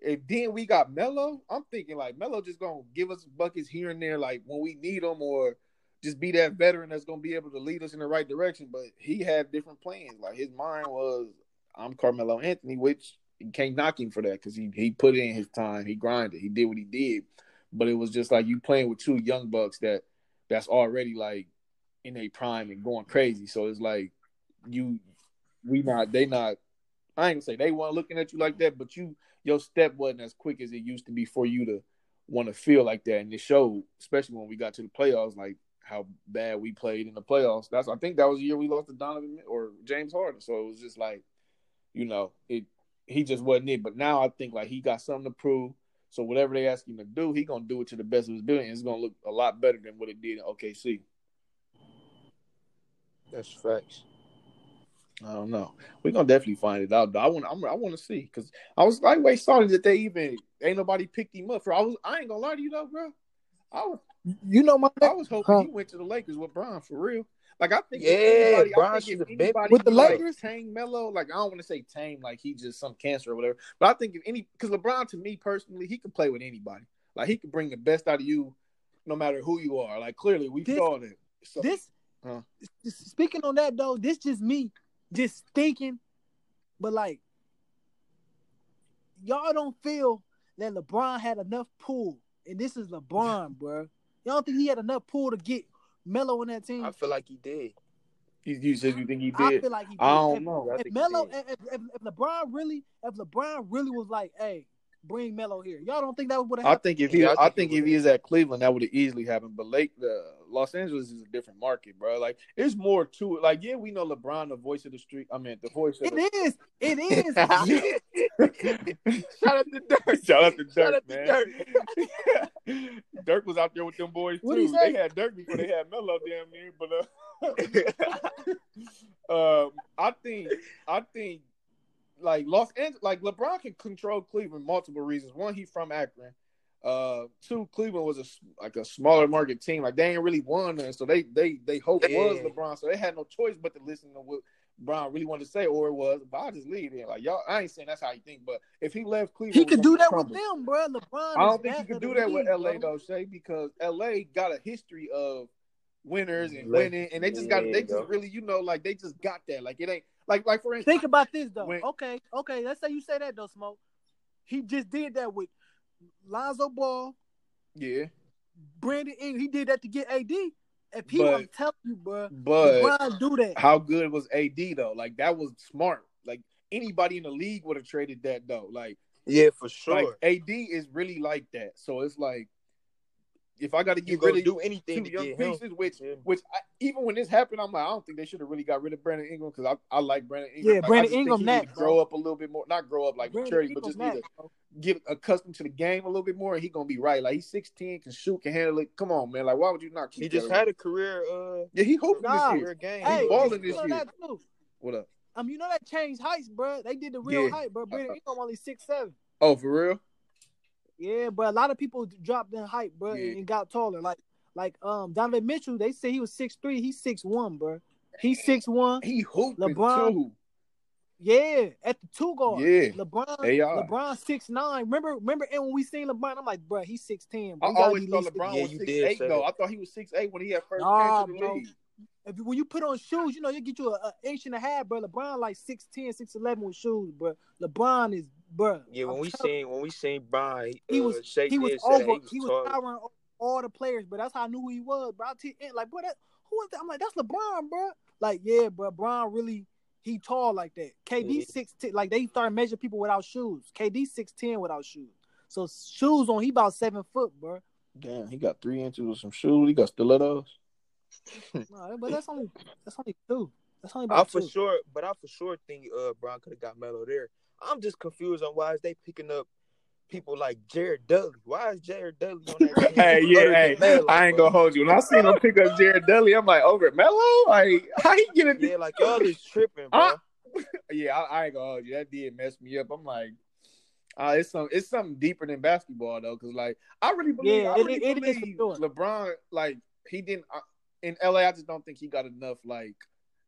[SPEAKER 4] And then we got Melo. I'm thinking like Melo just gonna give us buckets here and there, like when we need them, or just be that veteran that's gonna be able to lead us in the right direction. But he had different plans. Like his mind was, I'm Carmelo Anthony, which you can't knock him for that because he he put in his time, he grinded, he did what he did. But it was just like you playing with two young bucks that that's already like in a prime and going crazy. So it's like you we not they not I ain't gonna say they weren't looking at you like that, but you your step wasn't as quick as it used to be for you to want to feel like that. And it showed, especially when we got to the playoffs, like how bad we played in the playoffs. That's I think that was the year we lost to Donovan or James Harden. So it was just like, you know, it he just wasn't it. But now I think like he got something to prove. So whatever they ask him to do, he gonna do it to the best of his ability. And it's gonna look a lot better than what it did in OKC.
[SPEAKER 3] That's facts.
[SPEAKER 4] I don't know. We're gonna definitely find it out. Though. I want. I'm, I want to see because I was lightweight sorry that they even ain't nobody picked him up. For I was. I ain't gonna lie to you though, bro. I was.
[SPEAKER 2] You know my
[SPEAKER 4] I was hoping
[SPEAKER 2] Huh.
[SPEAKER 4] he went to the Lakers with Brian for real. Like I think. if
[SPEAKER 3] Yeah,
[SPEAKER 4] anybody- I
[SPEAKER 3] Bron
[SPEAKER 4] think if
[SPEAKER 3] should've been
[SPEAKER 4] anybody
[SPEAKER 2] with the
[SPEAKER 4] be like
[SPEAKER 2] Lakers.
[SPEAKER 4] Tang Mello. Like I don't want to say Tang like he just some cancer or whatever. But I think if any because LeBron to me personally, he can play with anybody. Like he can bring the best out of you, no matter who you are. Like clearly we
[SPEAKER 2] This-
[SPEAKER 4] saw that. So,
[SPEAKER 2] Oh, this
[SPEAKER 4] Huh.
[SPEAKER 2] s- speaking on that though, this just me just thinking, but like y'all don't feel that LeBron had enough pull, and this is LeBron, bro. Y'all don't think he had enough pull to get Melo on that team?
[SPEAKER 3] I feel like he did.
[SPEAKER 4] you, you said you think he
[SPEAKER 2] I
[SPEAKER 4] did.
[SPEAKER 2] feel like he.
[SPEAKER 4] I
[SPEAKER 2] did.
[SPEAKER 4] don't
[SPEAKER 2] If-
[SPEAKER 4] know.
[SPEAKER 3] I
[SPEAKER 2] If
[SPEAKER 3] think
[SPEAKER 2] Melo,
[SPEAKER 3] he did.
[SPEAKER 2] if, if, if LeBron really, if LeBron really was like, "Hey, bring Melo here," y'all don't think that would have
[SPEAKER 4] I
[SPEAKER 2] happened?
[SPEAKER 4] think if
[SPEAKER 3] Yeah,
[SPEAKER 4] he,
[SPEAKER 3] I
[SPEAKER 4] I
[SPEAKER 3] think
[SPEAKER 4] think,
[SPEAKER 3] he would've.
[SPEAKER 4] if he is at Cleveland, that would have easily happened. But Lake, the Los Angeles is a different market, bro. Like it's more to it. Like yeah, we know LeBron, the voice of the street. I mean, the voice of
[SPEAKER 2] It is. It is.
[SPEAKER 4] the.
[SPEAKER 3] Shout out to Dirk.
[SPEAKER 4] Shout out to
[SPEAKER 3] Shout
[SPEAKER 4] Dirk,
[SPEAKER 3] out to
[SPEAKER 4] man.
[SPEAKER 3] Dirk.
[SPEAKER 4] Dirk was out there with them boys
[SPEAKER 2] What'd he
[SPEAKER 4] too.
[SPEAKER 2] say?
[SPEAKER 4] They had Dirk before they had Melo, damn near. But uh, um, I think, I think, like Los Angeles, like LeBron can control Cleveland multiple reasons. One, he's from Akron. Uh, two, Cleveland was a s- like a smaller market team. Like they ain't really won, nothing, so they they they hope was
[SPEAKER 3] Yeah.
[SPEAKER 4] LeBron. So they had no choice but to listen to what Brown really wanted to say, or it was. But I just leave it. Like y'all, I ain't saying that's how you think, but if he left Cleveland,
[SPEAKER 2] He
[SPEAKER 4] we
[SPEAKER 2] could do
[SPEAKER 4] gonna be
[SPEAKER 2] that with
[SPEAKER 4] crumbling.
[SPEAKER 2] them, bro. LeBron.
[SPEAKER 4] I
[SPEAKER 2] is
[SPEAKER 4] don't think you
[SPEAKER 2] master
[SPEAKER 4] can
[SPEAKER 2] of the
[SPEAKER 4] do that with
[SPEAKER 2] league,
[SPEAKER 4] LA
[SPEAKER 2] bro.
[SPEAKER 4] though, Shay, because LA got a history of winners and
[SPEAKER 3] Le-
[SPEAKER 4] winning, and they just got
[SPEAKER 3] Yeah,
[SPEAKER 4] they just
[SPEAKER 3] bro.
[SPEAKER 4] really, you know, like they just got that. Like it ain't like like for instance,
[SPEAKER 2] Think about this though.
[SPEAKER 4] When-
[SPEAKER 2] okay, okay. Let's say you say that though, Smoke. He just did that with Lonzo Ball,
[SPEAKER 4] yeah,
[SPEAKER 2] Brandon Ingram. He did that to get AD. If he
[SPEAKER 4] But-
[SPEAKER 2] was telling you, bro,
[SPEAKER 4] but
[SPEAKER 2] LeBron do that.
[SPEAKER 4] how good was AD though? Like that was smart. Like anybody in the league would have traded that though. Like
[SPEAKER 3] Yeah, for sure.
[SPEAKER 4] like AD is really like that. So it's like if I got to
[SPEAKER 3] you
[SPEAKER 4] get
[SPEAKER 3] gonna
[SPEAKER 4] really
[SPEAKER 3] do anything to
[SPEAKER 4] two young
[SPEAKER 3] get him?
[SPEAKER 4] pieces, which
[SPEAKER 3] Yeah.
[SPEAKER 4] which I, even when this happened, I'm like, I don't think they should have really got rid of Brandon Ingram because I, I like Brandon Ingram.
[SPEAKER 2] Yeah,
[SPEAKER 4] Like, I
[SPEAKER 2] Brandon
[SPEAKER 4] just think
[SPEAKER 2] Ingram
[SPEAKER 4] he needs to
[SPEAKER 2] next,
[SPEAKER 4] grow
[SPEAKER 2] bro.
[SPEAKER 4] up a little bit more, not grow up like
[SPEAKER 2] Brandon
[SPEAKER 4] maturity, but
[SPEAKER 2] Ingram's
[SPEAKER 4] just need to
[SPEAKER 2] next, bro.
[SPEAKER 4] get accustomed to the game a little bit more, and he gonna be right. Like he's 16, can shoot, can handle it. Come on, man. Like why would you not keep?
[SPEAKER 3] He just
[SPEAKER 4] that
[SPEAKER 3] had a career. Uh,
[SPEAKER 4] yeah, he hooping
[SPEAKER 2] Nah.
[SPEAKER 4] this
[SPEAKER 3] career
[SPEAKER 4] year.
[SPEAKER 3] game.
[SPEAKER 2] Hey,
[SPEAKER 4] balling
[SPEAKER 2] you
[SPEAKER 4] this
[SPEAKER 2] know
[SPEAKER 4] year.
[SPEAKER 2] that too.
[SPEAKER 4] What up?
[SPEAKER 2] Um, you know that changed heights, bro. They did the real
[SPEAKER 4] Yeah.
[SPEAKER 2] height, bro. Brandon Ingram only six seven.
[SPEAKER 4] Oh, for real?
[SPEAKER 2] Yeah, but a lot of people dropped in height, bro,
[SPEAKER 4] Yeah.
[SPEAKER 2] and got taller. Like, like um, Donovan Mitchell. They say he was six three. He's six one, bro. He's six one.
[SPEAKER 4] He hooping
[SPEAKER 2] LeBron.
[SPEAKER 4] too.
[SPEAKER 2] Yeah, at the two guard.
[SPEAKER 4] Yeah.
[SPEAKER 2] LeBron,
[SPEAKER 4] AI.
[SPEAKER 2] LeBron six nine. Remember, remember, and when we seen LeBron, I'm like, bruh, he's six ten.
[SPEAKER 4] I always thought LeBron
[SPEAKER 3] Yeah,
[SPEAKER 4] was
[SPEAKER 3] you
[SPEAKER 4] six
[SPEAKER 3] did
[SPEAKER 4] eight
[SPEAKER 3] say
[SPEAKER 4] though.
[SPEAKER 3] that.
[SPEAKER 4] I thought he was six eight when he had first
[SPEAKER 2] Nah,
[SPEAKER 4] came to the
[SPEAKER 2] bro.
[SPEAKER 4] league.
[SPEAKER 2] If you, when you put on shoes, you know you get you an inch and a half, bro. LeBron like 6'10", 6'11", with shoes, bro. LeBron is, bruh.
[SPEAKER 3] Yeah, when
[SPEAKER 2] I'm
[SPEAKER 3] we
[SPEAKER 2] telling-
[SPEAKER 3] seen when we seen Brian, he,
[SPEAKER 2] He
[SPEAKER 3] uh,
[SPEAKER 2] was-
[SPEAKER 3] Shay
[SPEAKER 2] he was
[SPEAKER 3] did say that
[SPEAKER 2] over,
[SPEAKER 3] he
[SPEAKER 2] he was
[SPEAKER 3] was tall.
[SPEAKER 2] powering all the players, but that's how I knew who he was, bro. I t- and, like, bro, that, who is that? I'm like, that's LeBron, bro. Like, yeah, bro. Bron really, he tall like that.
[SPEAKER 3] Yeah.
[SPEAKER 2] KD six ten. Like they started measuring people without shoes. KD six ten without shoes. So shoes on, he about seven foot, bro.
[SPEAKER 4] Damn, he got three inches with some shoes. He got stilettos.
[SPEAKER 2] No, but that's only that's only two. That's only
[SPEAKER 3] Hmm. I
[SPEAKER 2] about
[SPEAKER 3] for
[SPEAKER 2] two.
[SPEAKER 3] sure, but I for sure think uh Brian could have got Melo there. I'm just confused on why is they picking up people like Jared Dudley? Why is Jared Dudley on that team
[SPEAKER 4] Hey, yeah,
[SPEAKER 3] other than
[SPEAKER 4] hey,
[SPEAKER 3] Melo,
[SPEAKER 4] I ain't
[SPEAKER 3] bro?
[SPEAKER 4] gonna hold you. When I seen him pick up Jared Dudley, I'm like, over at Melo? Like, how he get it?
[SPEAKER 3] Yeah, like y'all is tripping, bro.
[SPEAKER 4] Ah. Yeah, I, I ain't gonna hold you. That did mess me up. I'm like, uh, it's some, it's something deeper than basketball though, because like, I really believe,
[SPEAKER 2] Yeah,
[SPEAKER 4] I
[SPEAKER 2] it-
[SPEAKER 4] really
[SPEAKER 2] it is for
[SPEAKER 4] believe
[SPEAKER 2] sure.
[SPEAKER 4] LeBron. Like, he didn't I, in LA. I just don't think he got enough like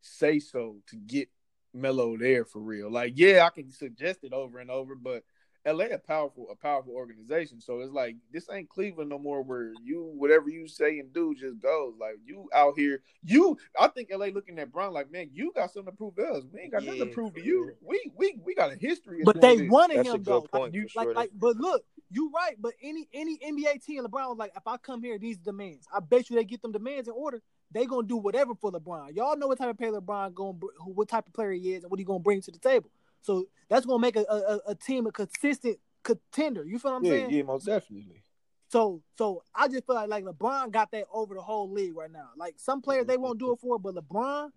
[SPEAKER 4] say so to get Melo there for real. Like, yeah, I can suggest it over and over, but LA a powerful a powerful organization. So it's like this ain't Cleveland no more where you whatever you say and do just goes. Like you out here, you I think LA looking at Brown like, man, you got something to prove to us. We ain't got nothing to
[SPEAKER 3] Yeah,
[SPEAKER 4] prove to
[SPEAKER 3] for
[SPEAKER 4] you.
[SPEAKER 3] real.
[SPEAKER 4] We we we got a history. of
[SPEAKER 2] But
[SPEAKER 4] doing
[SPEAKER 2] they
[SPEAKER 4] this.
[SPEAKER 2] wanted
[SPEAKER 3] That's a
[SPEAKER 2] him
[SPEAKER 3] good
[SPEAKER 2] though. Like,
[SPEAKER 3] point.
[SPEAKER 2] you-
[SPEAKER 3] for
[SPEAKER 2] like,
[SPEAKER 3] sure.
[SPEAKER 2] like, but look, you right. But any any NBA team, LeBron was like, if I come here, these demands. I bet you they get them demands in order. They gonna do whatever for LeBron. Y'all know what type of player LeBron going, what type of player he is, and what he gonna bring to the table. So that's gonna make a a, a- a team a consistent contender. You feel what I'm
[SPEAKER 4] Yeah,
[SPEAKER 2] saying?
[SPEAKER 4] yeah, most definitely.
[SPEAKER 2] So so I just feel like like LeBron got that over the whole league right now. Like some players they won't do it for, but LeBron,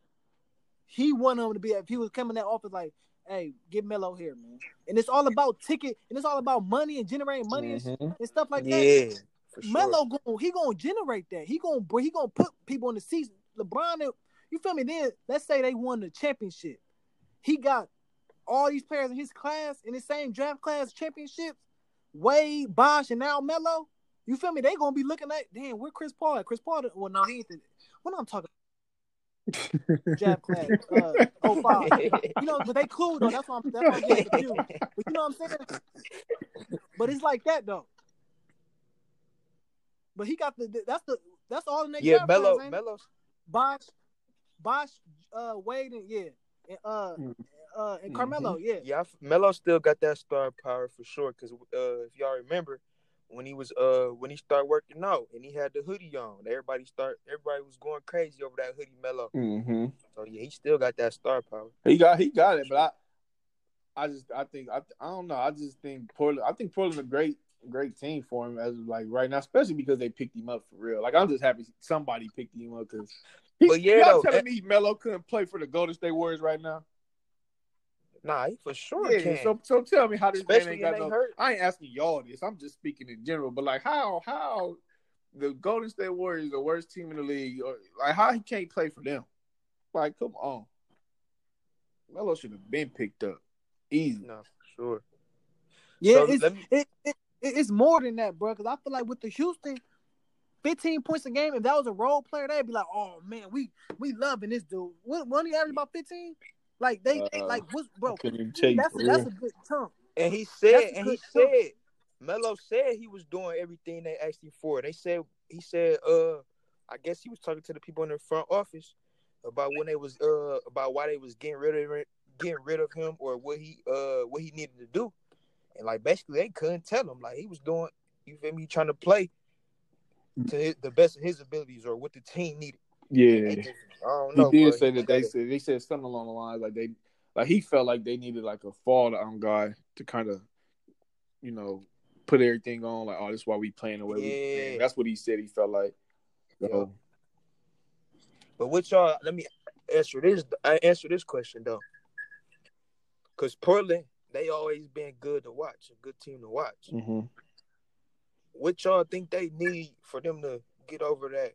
[SPEAKER 2] he wanted him to be. If he was coming that office, like, hey, get Melo here, man. And it's all about ticket, and it's all about money and generating money and, sh- and stuff like that.
[SPEAKER 3] yeah, for sure.
[SPEAKER 2] Melo going he gonna generate that. He gonna br- he gonna put people in the seats. LeBron, and- you feel me? Then let's say they won the championship. He got all these players in his class in the same draft class championships. Wade, Bosh, and now Melo. You feel me? They gonna be looking at damn. Where Chris Paul? At? Chris Paul? done- Well, no, he ain't. the- What I'm talking draft class uh, 05. You know, but they cool though. That's why I'm, that's why I'm getting confused. But you know what I'm saying? But it's like that though. But he got the that's the that's all the next
[SPEAKER 3] yeah,
[SPEAKER 2] draft
[SPEAKER 3] Melo,
[SPEAKER 2] class, ain't it?
[SPEAKER 3] Melo.
[SPEAKER 2] Bosh, Bosh, uh, Wade, and yeah, and uh, uh, and Carmelo, yeah,
[SPEAKER 3] Yeah, I f- Melo still got that star power for sure. Cause uh, if y'all remember, when he was uh when he started working out and he had the hoodie on, everybody start everybody was going crazy over that hoodie Melo.
[SPEAKER 4] Mm-hmm.
[SPEAKER 3] So yeah, he still got that star power.
[SPEAKER 4] He got he got it, but I I just I think I I don't know. I just think Portland I think Portland's a great great team for him as of, like right now, especially because they picked him up for real. Like I'm just happy somebody picked him up because
[SPEAKER 3] But yeah,
[SPEAKER 4] y'all
[SPEAKER 3] though,
[SPEAKER 4] telling
[SPEAKER 3] eh-
[SPEAKER 4] me Melo couldn't play for the Golden State Warriors right now.
[SPEAKER 3] Nah, he for sure
[SPEAKER 4] yeah,
[SPEAKER 3] can.
[SPEAKER 4] so so tell me how this man
[SPEAKER 3] Especially
[SPEAKER 4] ain't
[SPEAKER 3] when
[SPEAKER 4] got
[SPEAKER 3] they
[SPEAKER 4] no.
[SPEAKER 3] hurt.
[SPEAKER 4] I ain't asking y'all this. I'm just speaking in general. But like how how the Golden State Warriors the worst team in the league. Or, like how he can't play for them. Like come on, Melo should have been picked up easy.
[SPEAKER 3] no, for sure.
[SPEAKER 2] yeah.
[SPEAKER 3] So
[SPEAKER 2] it's
[SPEAKER 3] let me-
[SPEAKER 2] it, it, it- it's more than that, bro. Because I feel like with the Houston, 15 points a game. If that was a role player, they'd be like, oh man, we we loving this dude. What when he average about 15? Like they
[SPEAKER 4] Uh,
[SPEAKER 2] like what's bro?
[SPEAKER 4] I couldn't even tell you
[SPEAKER 2] That's
[SPEAKER 4] for
[SPEAKER 2] a, that's
[SPEAKER 4] real.
[SPEAKER 2] a good chunk.
[SPEAKER 3] And he said,
[SPEAKER 2] That's a
[SPEAKER 3] and he
[SPEAKER 2] good show.
[SPEAKER 3] said, Melo said he was doing everything they asked him for. They said he said, uh, I guess he was talking to the people in the front office about when they was uh about why they was getting rid of getting rid of him or what he uh what he needed to do. And like basically they couldn't tell him like he was doing you feel me trying to play to his, the best of his abilities or what the team needed. They
[SPEAKER 4] Yeah,
[SPEAKER 3] just- I don't
[SPEAKER 4] he
[SPEAKER 3] know.
[SPEAKER 4] did
[SPEAKER 3] bro.
[SPEAKER 4] say that they said they said something along the lines like they like he felt like they needed like a fall on guy to kind of you know put everything on like oh this is why we playing the way we playing.
[SPEAKER 3] Yeah.
[SPEAKER 4] That's what he said. He felt like so.
[SPEAKER 3] But what y'all? Let me answer this. I answer this question though, because Portland they always been good to watch, a good team to watch.
[SPEAKER 4] Mm-hmm.
[SPEAKER 3] What y'all think they need for them to get over that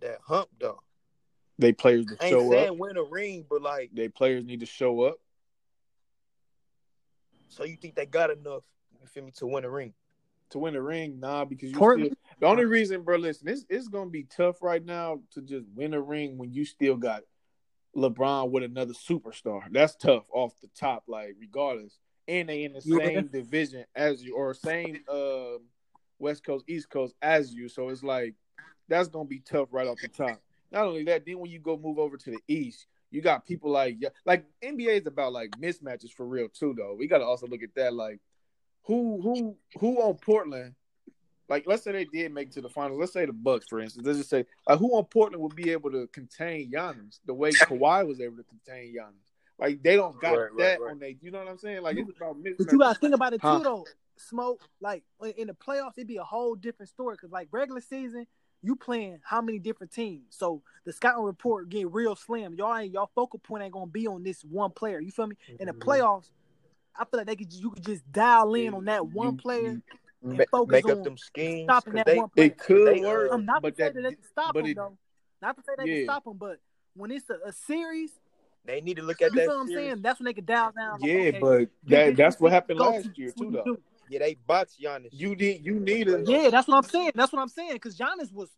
[SPEAKER 3] that hump though?
[SPEAKER 4] They players to
[SPEAKER 3] I ain't
[SPEAKER 4] show
[SPEAKER 3] saying
[SPEAKER 4] up.
[SPEAKER 3] win a ring, but like,
[SPEAKER 4] They players need to show up.
[SPEAKER 3] so you think they got enough? You feel me to win a ring?
[SPEAKER 4] to win the ring, nah, because you
[SPEAKER 2] Portland-
[SPEAKER 4] still the only reason, bro. Listen, it's it's gonna be tough right now to just win a ring when you still got LeBron with another superstar. That's tough off the top, like regardless. And they in the
[SPEAKER 2] Yeah.
[SPEAKER 4] same division as you, or same um, West Coast, East Coast as you. So it's like that's gonna be tough right off the top. Not only that, then when you go move over to the East, you got people like like NBA is about like mismatches for real too. Though we got to also look at that like who who who on Portland. Like let's say they did make it to the finals. Let's say the Bucks, for instance. Let's just say like who on Portland would be able to contain Giannis the way Kawhi was able to contain Giannis. Like they don't got
[SPEAKER 3] Right, right,
[SPEAKER 4] that
[SPEAKER 3] right.
[SPEAKER 4] on they. You know what I'm saying? Like it's about
[SPEAKER 2] But you gotta
[SPEAKER 4] mismatches.
[SPEAKER 2] think about it too,
[SPEAKER 4] Huh.
[SPEAKER 2] though. Smoke like in- in the playoffs, it'd be a whole different story. Cause like regular season, you playing how many different teams? So the scouting report get real slim. Y'all ain't y'all focal point ain't gonna be on this one player. You feel me? In the
[SPEAKER 4] Mm-hmm.
[SPEAKER 2] playoffs, I feel like they could you could just dial in on that one
[SPEAKER 4] You-
[SPEAKER 2] player,
[SPEAKER 3] Ma-
[SPEAKER 2] focus
[SPEAKER 3] make up
[SPEAKER 2] on
[SPEAKER 3] them schemes
[SPEAKER 2] stopping
[SPEAKER 3] 'cause
[SPEAKER 2] that
[SPEAKER 3] they
[SPEAKER 2] one player.
[SPEAKER 4] It could
[SPEAKER 3] They, uh,
[SPEAKER 4] work,
[SPEAKER 2] I'm not to
[SPEAKER 4] but
[SPEAKER 2] say
[SPEAKER 4] that
[SPEAKER 2] that they can stop
[SPEAKER 4] but
[SPEAKER 2] them
[SPEAKER 4] it
[SPEAKER 2] though. Not to say they
[SPEAKER 4] Yeah.
[SPEAKER 2] can stop them, but when it's a, a series,
[SPEAKER 3] they need to look at
[SPEAKER 2] you
[SPEAKER 3] that.
[SPEAKER 2] feel what I'm
[SPEAKER 3] series.
[SPEAKER 2] saying? That's when they can dial down. Like,
[SPEAKER 4] yeah,
[SPEAKER 2] okay,
[SPEAKER 4] but
[SPEAKER 2] this-
[SPEAKER 4] that
[SPEAKER 2] this-
[SPEAKER 4] that's what
[SPEAKER 2] this-
[SPEAKER 4] happened
[SPEAKER 2] go
[SPEAKER 4] last
[SPEAKER 2] to-
[SPEAKER 4] year
[SPEAKER 2] this what
[SPEAKER 4] too.
[SPEAKER 2] you
[SPEAKER 4] Though
[SPEAKER 2] do.
[SPEAKER 3] Yeah, they bots Giannis.
[SPEAKER 4] you need you need a
[SPEAKER 2] Yeah, that's what I'm saying. That's what I'm saying. Because Giannis was,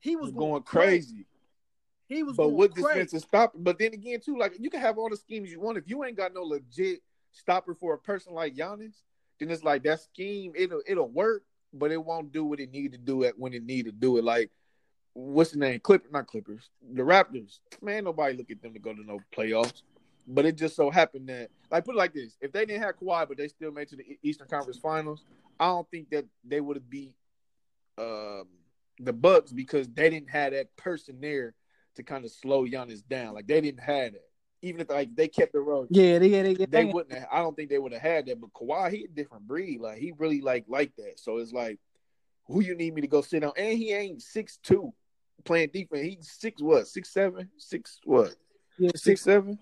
[SPEAKER 2] he was going,
[SPEAKER 4] going crazy.
[SPEAKER 2] crazy. He was
[SPEAKER 4] But
[SPEAKER 2] going
[SPEAKER 4] what defense
[SPEAKER 2] crazy.
[SPEAKER 4] is stopping? But then again, too, like you can have all the schemes you want if you ain't got no legit stopper for a person like Giannis. then it's like that scheme it'll it'll work, but it won't do what it need to do at when it need to do it. Like what's the name? Clipper not Clippers. The Raptors. Man, nobody look at them to go to no playoffs. But it just so happened that like put it like this. If they didn't have Kawhi but they still made it to the E- Eastern Conference Finals, I don't think that they would have beat um the Bucks because they didn't have that person there to kind of slow Giannis down. Like they didn't have that. Even if like they kept the road
[SPEAKER 2] Yeah, they, yeah, they, yeah,
[SPEAKER 4] they wouldn't. Have, I don't think they would have had that. But Kawhi, he a different breed. Like he really like like that. So it's like, who you need me to go sit down? And he ain't six two, playing defense. He six what? Six seven? Six what?
[SPEAKER 2] yeah,
[SPEAKER 4] Six seven.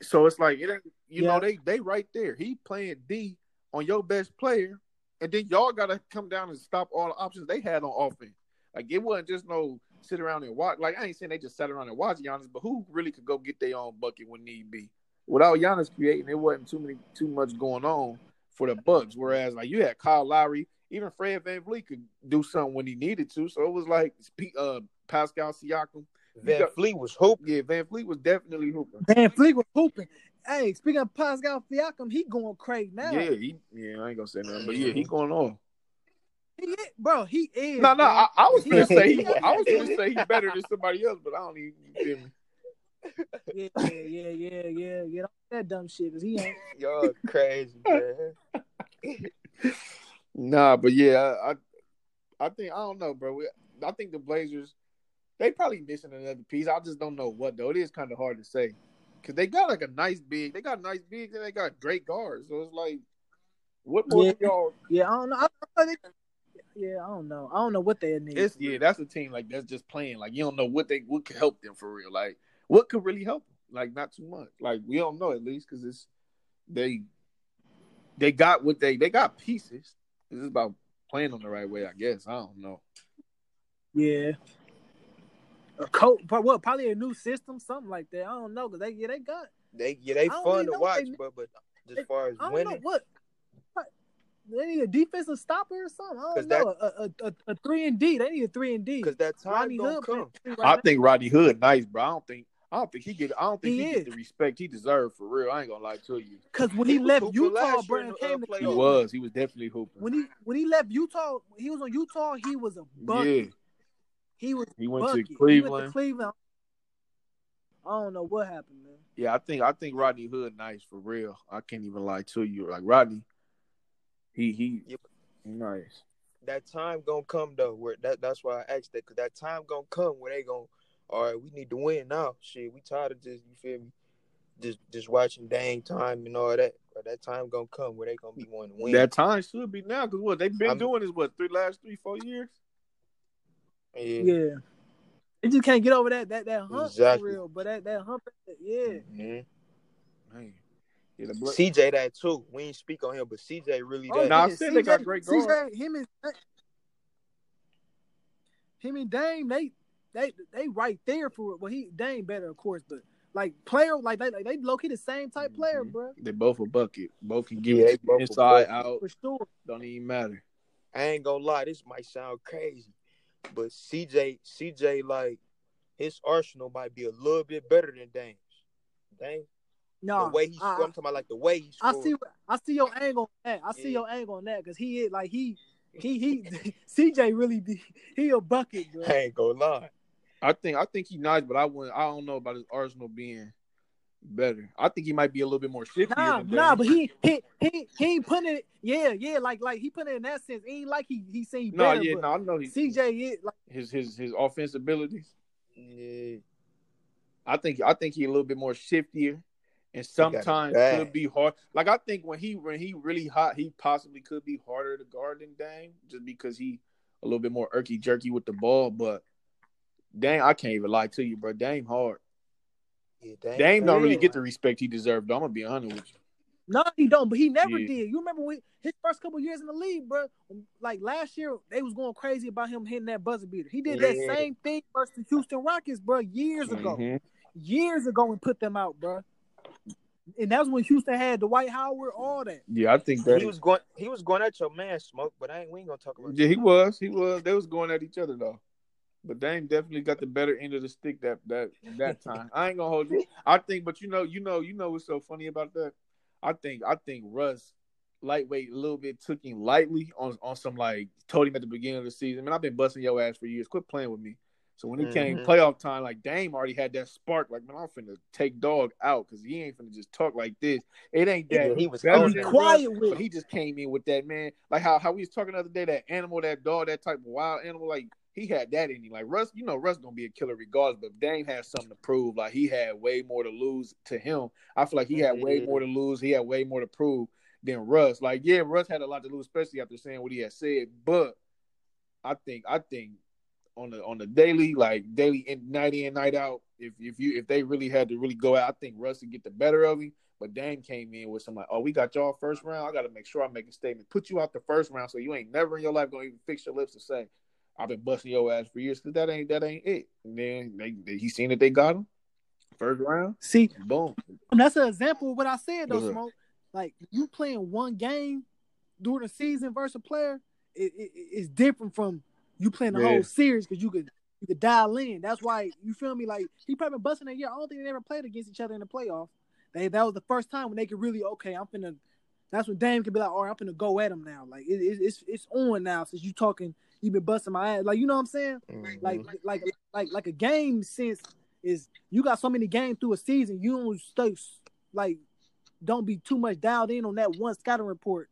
[SPEAKER 4] So it's like it ain't. You
[SPEAKER 2] Yeah.
[SPEAKER 4] know they they right there. He playing D on your best player, and then y'all gotta come down and stop all the options they had on offense. Like it wasn't just no sit around and watch. Like I ain't saying they just sat around and watched Giannis, but who really could go get their own bucket when need be? Without Giannis creating, it wasn't too many too much going on for the Bucks. Whereas like you had Kyle Lowry, even Fred Van Vliet could do something when he needed to. So it was like P- uh, Pascal Siakam.
[SPEAKER 3] Van Fleet was hooping.
[SPEAKER 4] Yeah, Van Vliet was definitely hooping.
[SPEAKER 2] Van Fleet was hooping. Hey, speaking of Pascal Siakam, he going crazy now.
[SPEAKER 4] Yeah, he, yeah, I ain't gonna say nothing, but yeah, he going on.
[SPEAKER 2] He is- bro, he is.
[SPEAKER 4] No, no,
[SPEAKER 2] man.
[SPEAKER 4] I, I was gonna say he, I was gonna say he's better than somebody else, but I don't even you feel me.
[SPEAKER 2] yeah, yeah, yeah, yeah, yeah. Get off that dumb shit, cause he ain't.
[SPEAKER 3] Y'all crazy, man.
[SPEAKER 4] Nah, but yeah, I, I think I don't know, bro. We, I think the Blazers, they probably missing another piece. I just don't know what though. It is kind of hard to say because they got like a nice big, they got nice bigs, and they got great guards. So it's like, what more
[SPEAKER 2] Yeah.
[SPEAKER 4] do y'all?
[SPEAKER 2] Yeah, I don't know. I don't know. Yeah, I don't know. I don't know what they need.
[SPEAKER 4] It's yeah, that's a team like that's just playing. Like you don't know what they what could help them for real. Like what could really help them? Like not too much. Like we don't know at least because it's they they got what they they got pieces. This is about playing them the right way, I guess. I don't know.
[SPEAKER 2] Yeah. A coach, but what? Probably a new system, something like that. I don't know, cause they yeah they got.
[SPEAKER 3] They yeah, they
[SPEAKER 2] I don't
[SPEAKER 3] fun
[SPEAKER 2] really
[SPEAKER 3] to
[SPEAKER 2] know
[SPEAKER 3] watch,
[SPEAKER 2] they-
[SPEAKER 3] but but as far as
[SPEAKER 2] I don't know
[SPEAKER 3] winning,
[SPEAKER 2] what. what- They need a defensive stopper or something. I
[SPEAKER 3] 'Cause
[SPEAKER 2] don't know. a, a, a, a three and D. They need a three and D.
[SPEAKER 3] because that time
[SPEAKER 2] Rodney
[SPEAKER 3] gonna
[SPEAKER 2] Hood
[SPEAKER 3] come.
[SPEAKER 2] playing
[SPEAKER 4] I
[SPEAKER 2] right
[SPEAKER 4] think Roddy Hood nice, bro. I don't think I don't think he get I don't think
[SPEAKER 2] He
[SPEAKER 4] he,
[SPEAKER 2] is.
[SPEAKER 4] get the respect he deserved for real. I ain't gonna lie to you.
[SPEAKER 2] Because when
[SPEAKER 3] He
[SPEAKER 2] he,
[SPEAKER 3] was
[SPEAKER 2] left
[SPEAKER 3] hooping
[SPEAKER 2] Utah,
[SPEAKER 3] last year in
[SPEAKER 2] Brandon
[SPEAKER 3] the, uh,
[SPEAKER 2] came to
[SPEAKER 3] playoffs.
[SPEAKER 4] He
[SPEAKER 3] Yo.
[SPEAKER 2] Cleveland.
[SPEAKER 4] was he was definitely hooping.
[SPEAKER 2] When he when he left Utah, he was on Utah. He was a bucket.
[SPEAKER 4] yeah,
[SPEAKER 2] He was
[SPEAKER 4] he went
[SPEAKER 2] bucket.
[SPEAKER 4] to
[SPEAKER 2] He went to
[SPEAKER 4] Cleveland.
[SPEAKER 2] Cleveland. I don't know what happened, man.
[SPEAKER 4] Yeah, I think I think Rodney Hood nice for real. I can't even lie to you. Like Rodney, he he
[SPEAKER 3] Yep.
[SPEAKER 4] nice.
[SPEAKER 3] That time gonna come though. Where that that's why I asked that because that time gonna come where they gonna all right. We need to win now. Shit, we tired of just you feel me, just just watching dang time and all that. But that time gonna come where they gonna be wanting to win.
[SPEAKER 4] That time should be now because what they've been
[SPEAKER 3] I'm-
[SPEAKER 4] doing is what three last three four years.
[SPEAKER 3] yeah.
[SPEAKER 2] Yeah. They just can't get over that that that hump
[SPEAKER 3] Exactly.
[SPEAKER 2] for real. But that that hump, yeah.
[SPEAKER 3] Mhm.
[SPEAKER 4] Man, yeah, the Bla-
[SPEAKER 3] CJ that too. We ain't speak on him, but CJ really
[SPEAKER 2] Oh,
[SPEAKER 3] that.
[SPEAKER 4] Nah, I
[SPEAKER 2] yeah,
[SPEAKER 4] said they got great guards.
[SPEAKER 2] CJ, him and him and Dame, they they they right there for it. Well, he Dame better, of course, but like player, like they like, they low key the same type player,
[SPEAKER 4] Mhm.
[SPEAKER 2] bro,
[SPEAKER 4] they both a bucket. Both can give
[SPEAKER 3] Yeah, they
[SPEAKER 4] it
[SPEAKER 3] both a
[SPEAKER 4] inside
[SPEAKER 3] bucket.
[SPEAKER 4] out.
[SPEAKER 2] for sure.
[SPEAKER 4] Don't even matter.
[SPEAKER 3] I ain't gonna lie, this might sound crazy, but CJ, CJ, like his arsenal might be a little bit better than Dame's. Dame,
[SPEAKER 2] No,
[SPEAKER 3] the way he,
[SPEAKER 2] I,
[SPEAKER 3] scored, I'm talking about like the way he
[SPEAKER 2] I
[SPEAKER 3] scored.
[SPEAKER 2] see I see your angle on that. I see
[SPEAKER 3] Yeah.
[SPEAKER 2] your angle on that because he is like he he he CJ really be he a bucket, bro.
[SPEAKER 3] I ain't gonna lie.
[SPEAKER 4] I think I think he nice, but I wouldn't. I don't know about his Arsenal being better. I think he might be a little bit more shifty.
[SPEAKER 2] Nah,
[SPEAKER 4] than
[SPEAKER 2] nah,
[SPEAKER 4] Dame.
[SPEAKER 2] but he he he he ain't putting it. Yeah, yeah, like like he putting it in that sense. It ain't like he he seen
[SPEAKER 4] no,
[SPEAKER 2] better.
[SPEAKER 4] yeah,
[SPEAKER 2] but
[SPEAKER 4] no, I know he,
[SPEAKER 2] CJ is like
[SPEAKER 4] his his his offense abilities.
[SPEAKER 3] Yeah,
[SPEAKER 4] I think I think he a little bit more shiftier, and sometimes
[SPEAKER 3] bag.
[SPEAKER 4] could be hard. Like I think when he when he really hot, he possibly could be harder to guard than Dame, just because he a little bit more irky jerky with the ball. But Dame, I can't even lie to you, bro. Dame hard.
[SPEAKER 3] yeah, Dame,
[SPEAKER 4] Dame don't really
[SPEAKER 2] Yeah.
[SPEAKER 4] get the respect he deserved. Though. I'm gonna be honest with you.
[SPEAKER 2] no, he don't. But he never
[SPEAKER 4] Yeah.
[SPEAKER 2] did. You remember when his first couple years in the league, bro? Um, Like last year, they was going crazy about him hitting that buzzer beater. He did
[SPEAKER 3] Yeah. Mm-hmm.
[SPEAKER 2] that same thing versus the Houston Rockets, bro, years ago,
[SPEAKER 4] Mhm.
[SPEAKER 2] years ago, and put them out, bro. And that's when Houston had Dwight Howard, all that.
[SPEAKER 4] Yeah, I think that
[SPEAKER 3] He was going, he was going at your man, smoke, but I ain't. We ain't gonna talk about.
[SPEAKER 4] Yeah, he was. He was. They was going at each other though. But Dame definitely got the better end of the stick that that that time. I ain't gonna hold you. I think, but you know, you know, you know what's so funny about that? I think I think Russ lightweight a little bit took him lightly on on some like told him at the beginning of the season, man, I've been busting your ass for years. Quit playing with me. So when it came
[SPEAKER 3] Mhm.
[SPEAKER 4] playoff time, like Dame already had that spark. Like, man, I'm finna take dog out because he ain't finna just talk like this. It ain't that
[SPEAKER 3] Yeah, he was
[SPEAKER 4] better
[SPEAKER 3] on
[SPEAKER 4] than
[SPEAKER 3] that.
[SPEAKER 4] Russ,
[SPEAKER 2] Quiet with
[SPEAKER 4] but he just came in with that man. Like how how we was talking the other day, that animal, that dog, that type of wild animal. Like he had that in him. Like Russ, you know, Russ gonna be a killer regardless. But Dame has something to prove. Like he had way more to lose to him. I feel like he had way
[SPEAKER 3] Mhm.
[SPEAKER 4] more to lose. He had way more to prove than Russ. Like yeah, Russ had a lot to lose, especially after saying what he had said. But I think I think on the on the daily, like daily in night in night out. If if you if they really had to really go out, I think Russ would get the better of him. But Dame came in with some like, oh, we got y'all first round. I got to make sure I make a statement. Put you out the first round, so you ain't never in your life gonna even fix your lips to say, I've been busting your ass for years. Cause that ain't that ain't it. And then they, they- he seen that they got him first round.
[SPEAKER 2] See,
[SPEAKER 4] Boom.
[SPEAKER 2] And that's an example of what I said though,
[SPEAKER 4] What's up?
[SPEAKER 2] Smoke. Like you playing one game during the season versus a player, it, it, it's different from you playing the
[SPEAKER 4] Yeah.
[SPEAKER 2] whole series because you could you could dial in. That's why you feel me. Like he probably been busting that year. I don't think they ever played against each other in the playoff. They that was the first time when they could really okay. I'm finna. That's when Dame could be like, all right, I'm finna go at him now. Like it, it, it's it's on now since you talking. You been busting my ass. Like you know what I'm saying like
[SPEAKER 4] Mm-hmm.
[SPEAKER 2] like like like a game sense is you got so many games through a season you don't stay like don't be too much dialed in on that one scouting report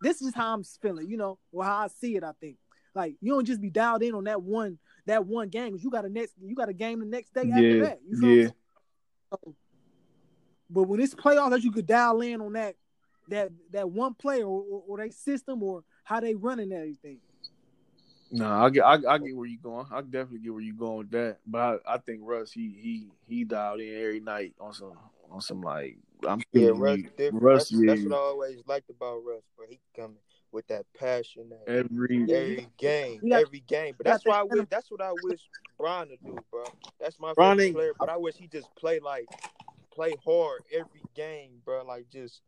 [SPEAKER 2] this is how i'm feeling you know or how i see it i think like you don't just be dialed in on that one that one game 'cause you got a next you got a game the next day after
[SPEAKER 4] Yeah,
[SPEAKER 2] that you feel what I'm
[SPEAKER 4] yeah.
[SPEAKER 2] saying? So, but when it's playoffs that you could dial in on that that that one player or, or, or their system or how they running everything
[SPEAKER 4] No, I get I, I get where you going. I definitely get where you going with that. But I, I think Russ he he he dialed in every night on some on some like I'm
[SPEAKER 3] Yeah,
[SPEAKER 4] feeling
[SPEAKER 3] Russ
[SPEAKER 4] you.
[SPEAKER 3] different.
[SPEAKER 4] Russ,
[SPEAKER 3] that's, that's
[SPEAKER 4] yeah.
[SPEAKER 3] what I always liked about Russ, but he coming with that passion that
[SPEAKER 4] every
[SPEAKER 2] Yeah,
[SPEAKER 3] every game,
[SPEAKER 2] you got-
[SPEAKER 3] every game. But
[SPEAKER 2] you got
[SPEAKER 3] that's why I
[SPEAKER 2] that-
[SPEAKER 3] wish that's what I wish Bron to do, bro. That's my
[SPEAKER 4] Bron
[SPEAKER 3] favorite
[SPEAKER 4] ain't-
[SPEAKER 3] player. But I wish he just play like play hard every game, bro. Like just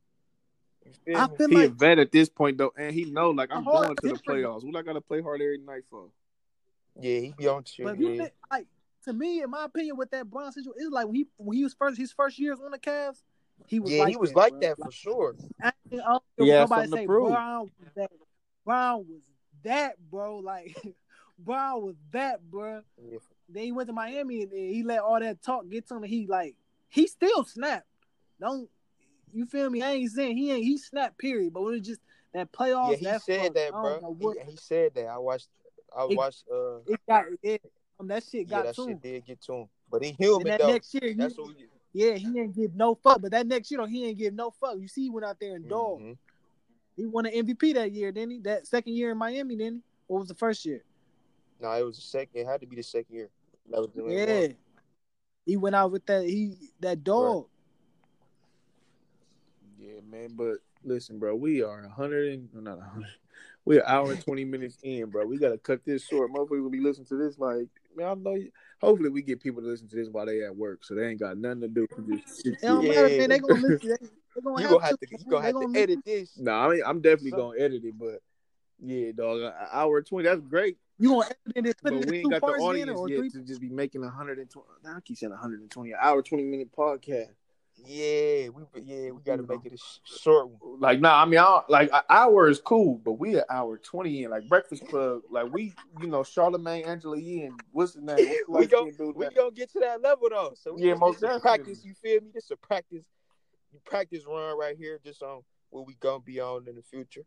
[SPEAKER 3] you feel
[SPEAKER 2] i
[SPEAKER 3] me?
[SPEAKER 2] feel
[SPEAKER 4] he
[SPEAKER 2] like
[SPEAKER 4] a vet at this point though, and he know like I'm
[SPEAKER 2] A hard
[SPEAKER 4] going to the
[SPEAKER 2] different-
[SPEAKER 4] playoffs. What I gotta play hard every night for?
[SPEAKER 3] Yeah, he be on shit.
[SPEAKER 2] But if you
[SPEAKER 3] Yeah.
[SPEAKER 2] think- like to me, in my opinion, with that Bron situation, it's like when he when he was first his first years on the Cavs, he was
[SPEAKER 3] Yeah,
[SPEAKER 2] like
[SPEAKER 3] he was
[SPEAKER 2] that,
[SPEAKER 3] like
[SPEAKER 2] bro.
[SPEAKER 3] that for sure.
[SPEAKER 2] Like, I don't
[SPEAKER 4] He
[SPEAKER 2] care
[SPEAKER 4] had
[SPEAKER 2] what nobody
[SPEAKER 4] something to
[SPEAKER 2] say
[SPEAKER 4] prove.
[SPEAKER 2] Bron was that. Bron was that, bro. Like Bron was that, bro.
[SPEAKER 3] Yeah,
[SPEAKER 2] Then he went to Miami and then he let all that talk get to him. And he like he still snapped. Don't you feel me? I ain't saying he ain't he snapped period, but when it's just that playoffs,
[SPEAKER 3] yeah he
[SPEAKER 2] that
[SPEAKER 3] said
[SPEAKER 2] fuck,
[SPEAKER 3] that,
[SPEAKER 2] I don't know
[SPEAKER 3] bro.
[SPEAKER 2] what-
[SPEAKER 3] He, he said that. I watched. I
[SPEAKER 2] It-
[SPEAKER 3] watched. Uh,
[SPEAKER 2] it got it, um, that shit
[SPEAKER 3] yeah,
[SPEAKER 2] got
[SPEAKER 3] that
[SPEAKER 2] to him.
[SPEAKER 3] shit did get to him, but he
[SPEAKER 2] Then
[SPEAKER 3] human
[SPEAKER 2] that
[SPEAKER 3] though.
[SPEAKER 2] next year, you,
[SPEAKER 3] that's what. We,
[SPEAKER 2] Yeah, he didn't give no fuck. But that next year, though, he didn't give no fuck. You see, he went out there and dog.
[SPEAKER 3] Mhm.
[SPEAKER 2] He won an MVP that year, didn't he? That second year in Miami, didn't he? Or was the first year?
[SPEAKER 3] No, it was the second. It had to be the second year. That was the
[SPEAKER 2] yeah, he went out with that he that dog.
[SPEAKER 4] Yeah, man. But listen, bro, we are a hundred and no, not a hundred. We're an hour and twenty minutes in, bro. We gotta cut this short. Motherfuckers will be listening to this. Like, man, I know. You. Hopefully, we get people to listen to this while they at work, so they ain't got nothing to do.
[SPEAKER 2] It don't
[SPEAKER 3] Yeah.
[SPEAKER 2] matter, man. They gonna listen. They, they gonna
[SPEAKER 3] You
[SPEAKER 2] have
[SPEAKER 3] gonna have to.
[SPEAKER 2] to.
[SPEAKER 3] You gonna
[SPEAKER 2] they
[SPEAKER 3] have to
[SPEAKER 2] gonna listen.
[SPEAKER 3] edit this.
[SPEAKER 4] No, I mean, I'm definitely gonna edit it, but yeah, dog, an hour and twenty. That's great,
[SPEAKER 2] You gonna edit it and put
[SPEAKER 4] but
[SPEAKER 2] it in
[SPEAKER 4] we ain't
[SPEAKER 2] two
[SPEAKER 4] got the
[SPEAKER 2] parts in it
[SPEAKER 4] audience
[SPEAKER 2] or
[SPEAKER 4] yet
[SPEAKER 2] three.
[SPEAKER 4] to just be making a hundred and twenty. Nah, I keep saying a hundred and twenty, an hour twenty minute podcast.
[SPEAKER 3] Yeah, we yeah we gotta
[SPEAKER 4] You
[SPEAKER 3] make it a sh- short one.
[SPEAKER 4] Like, nah, I mean, I, don't- like an hour is cool, but we an hour twenty in. Like Breakfast Club, like we, you know, Charlemagne, Angela Yee, and what's the name? What's the
[SPEAKER 3] We
[SPEAKER 4] light
[SPEAKER 3] go-
[SPEAKER 4] skinned dude
[SPEAKER 3] We
[SPEAKER 4] that-
[SPEAKER 3] gonna get to that level though. So we
[SPEAKER 4] Yeah,
[SPEAKER 3] just,
[SPEAKER 4] most
[SPEAKER 3] this is
[SPEAKER 4] definitely.
[SPEAKER 3] practice. You feel me? This is a practice. Practice run right here, just on what we gonna be on in the future.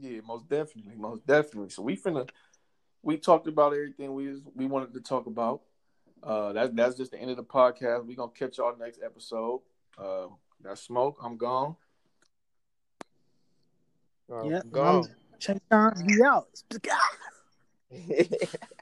[SPEAKER 4] Yeah, most definitely, most definitely. So we finna we talked about everything we was, we wanted to talk about. Uh that that's just the end of the podcast. We gonna catch y'all next episode. Uh that's smoke. I'm gone.
[SPEAKER 3] All right,
[SPEAKER 2] Yeah,
[SPEAKER 3] gone.
[SPEAKER 2] Check down. He out.
[SPEAKER 3] Yeah.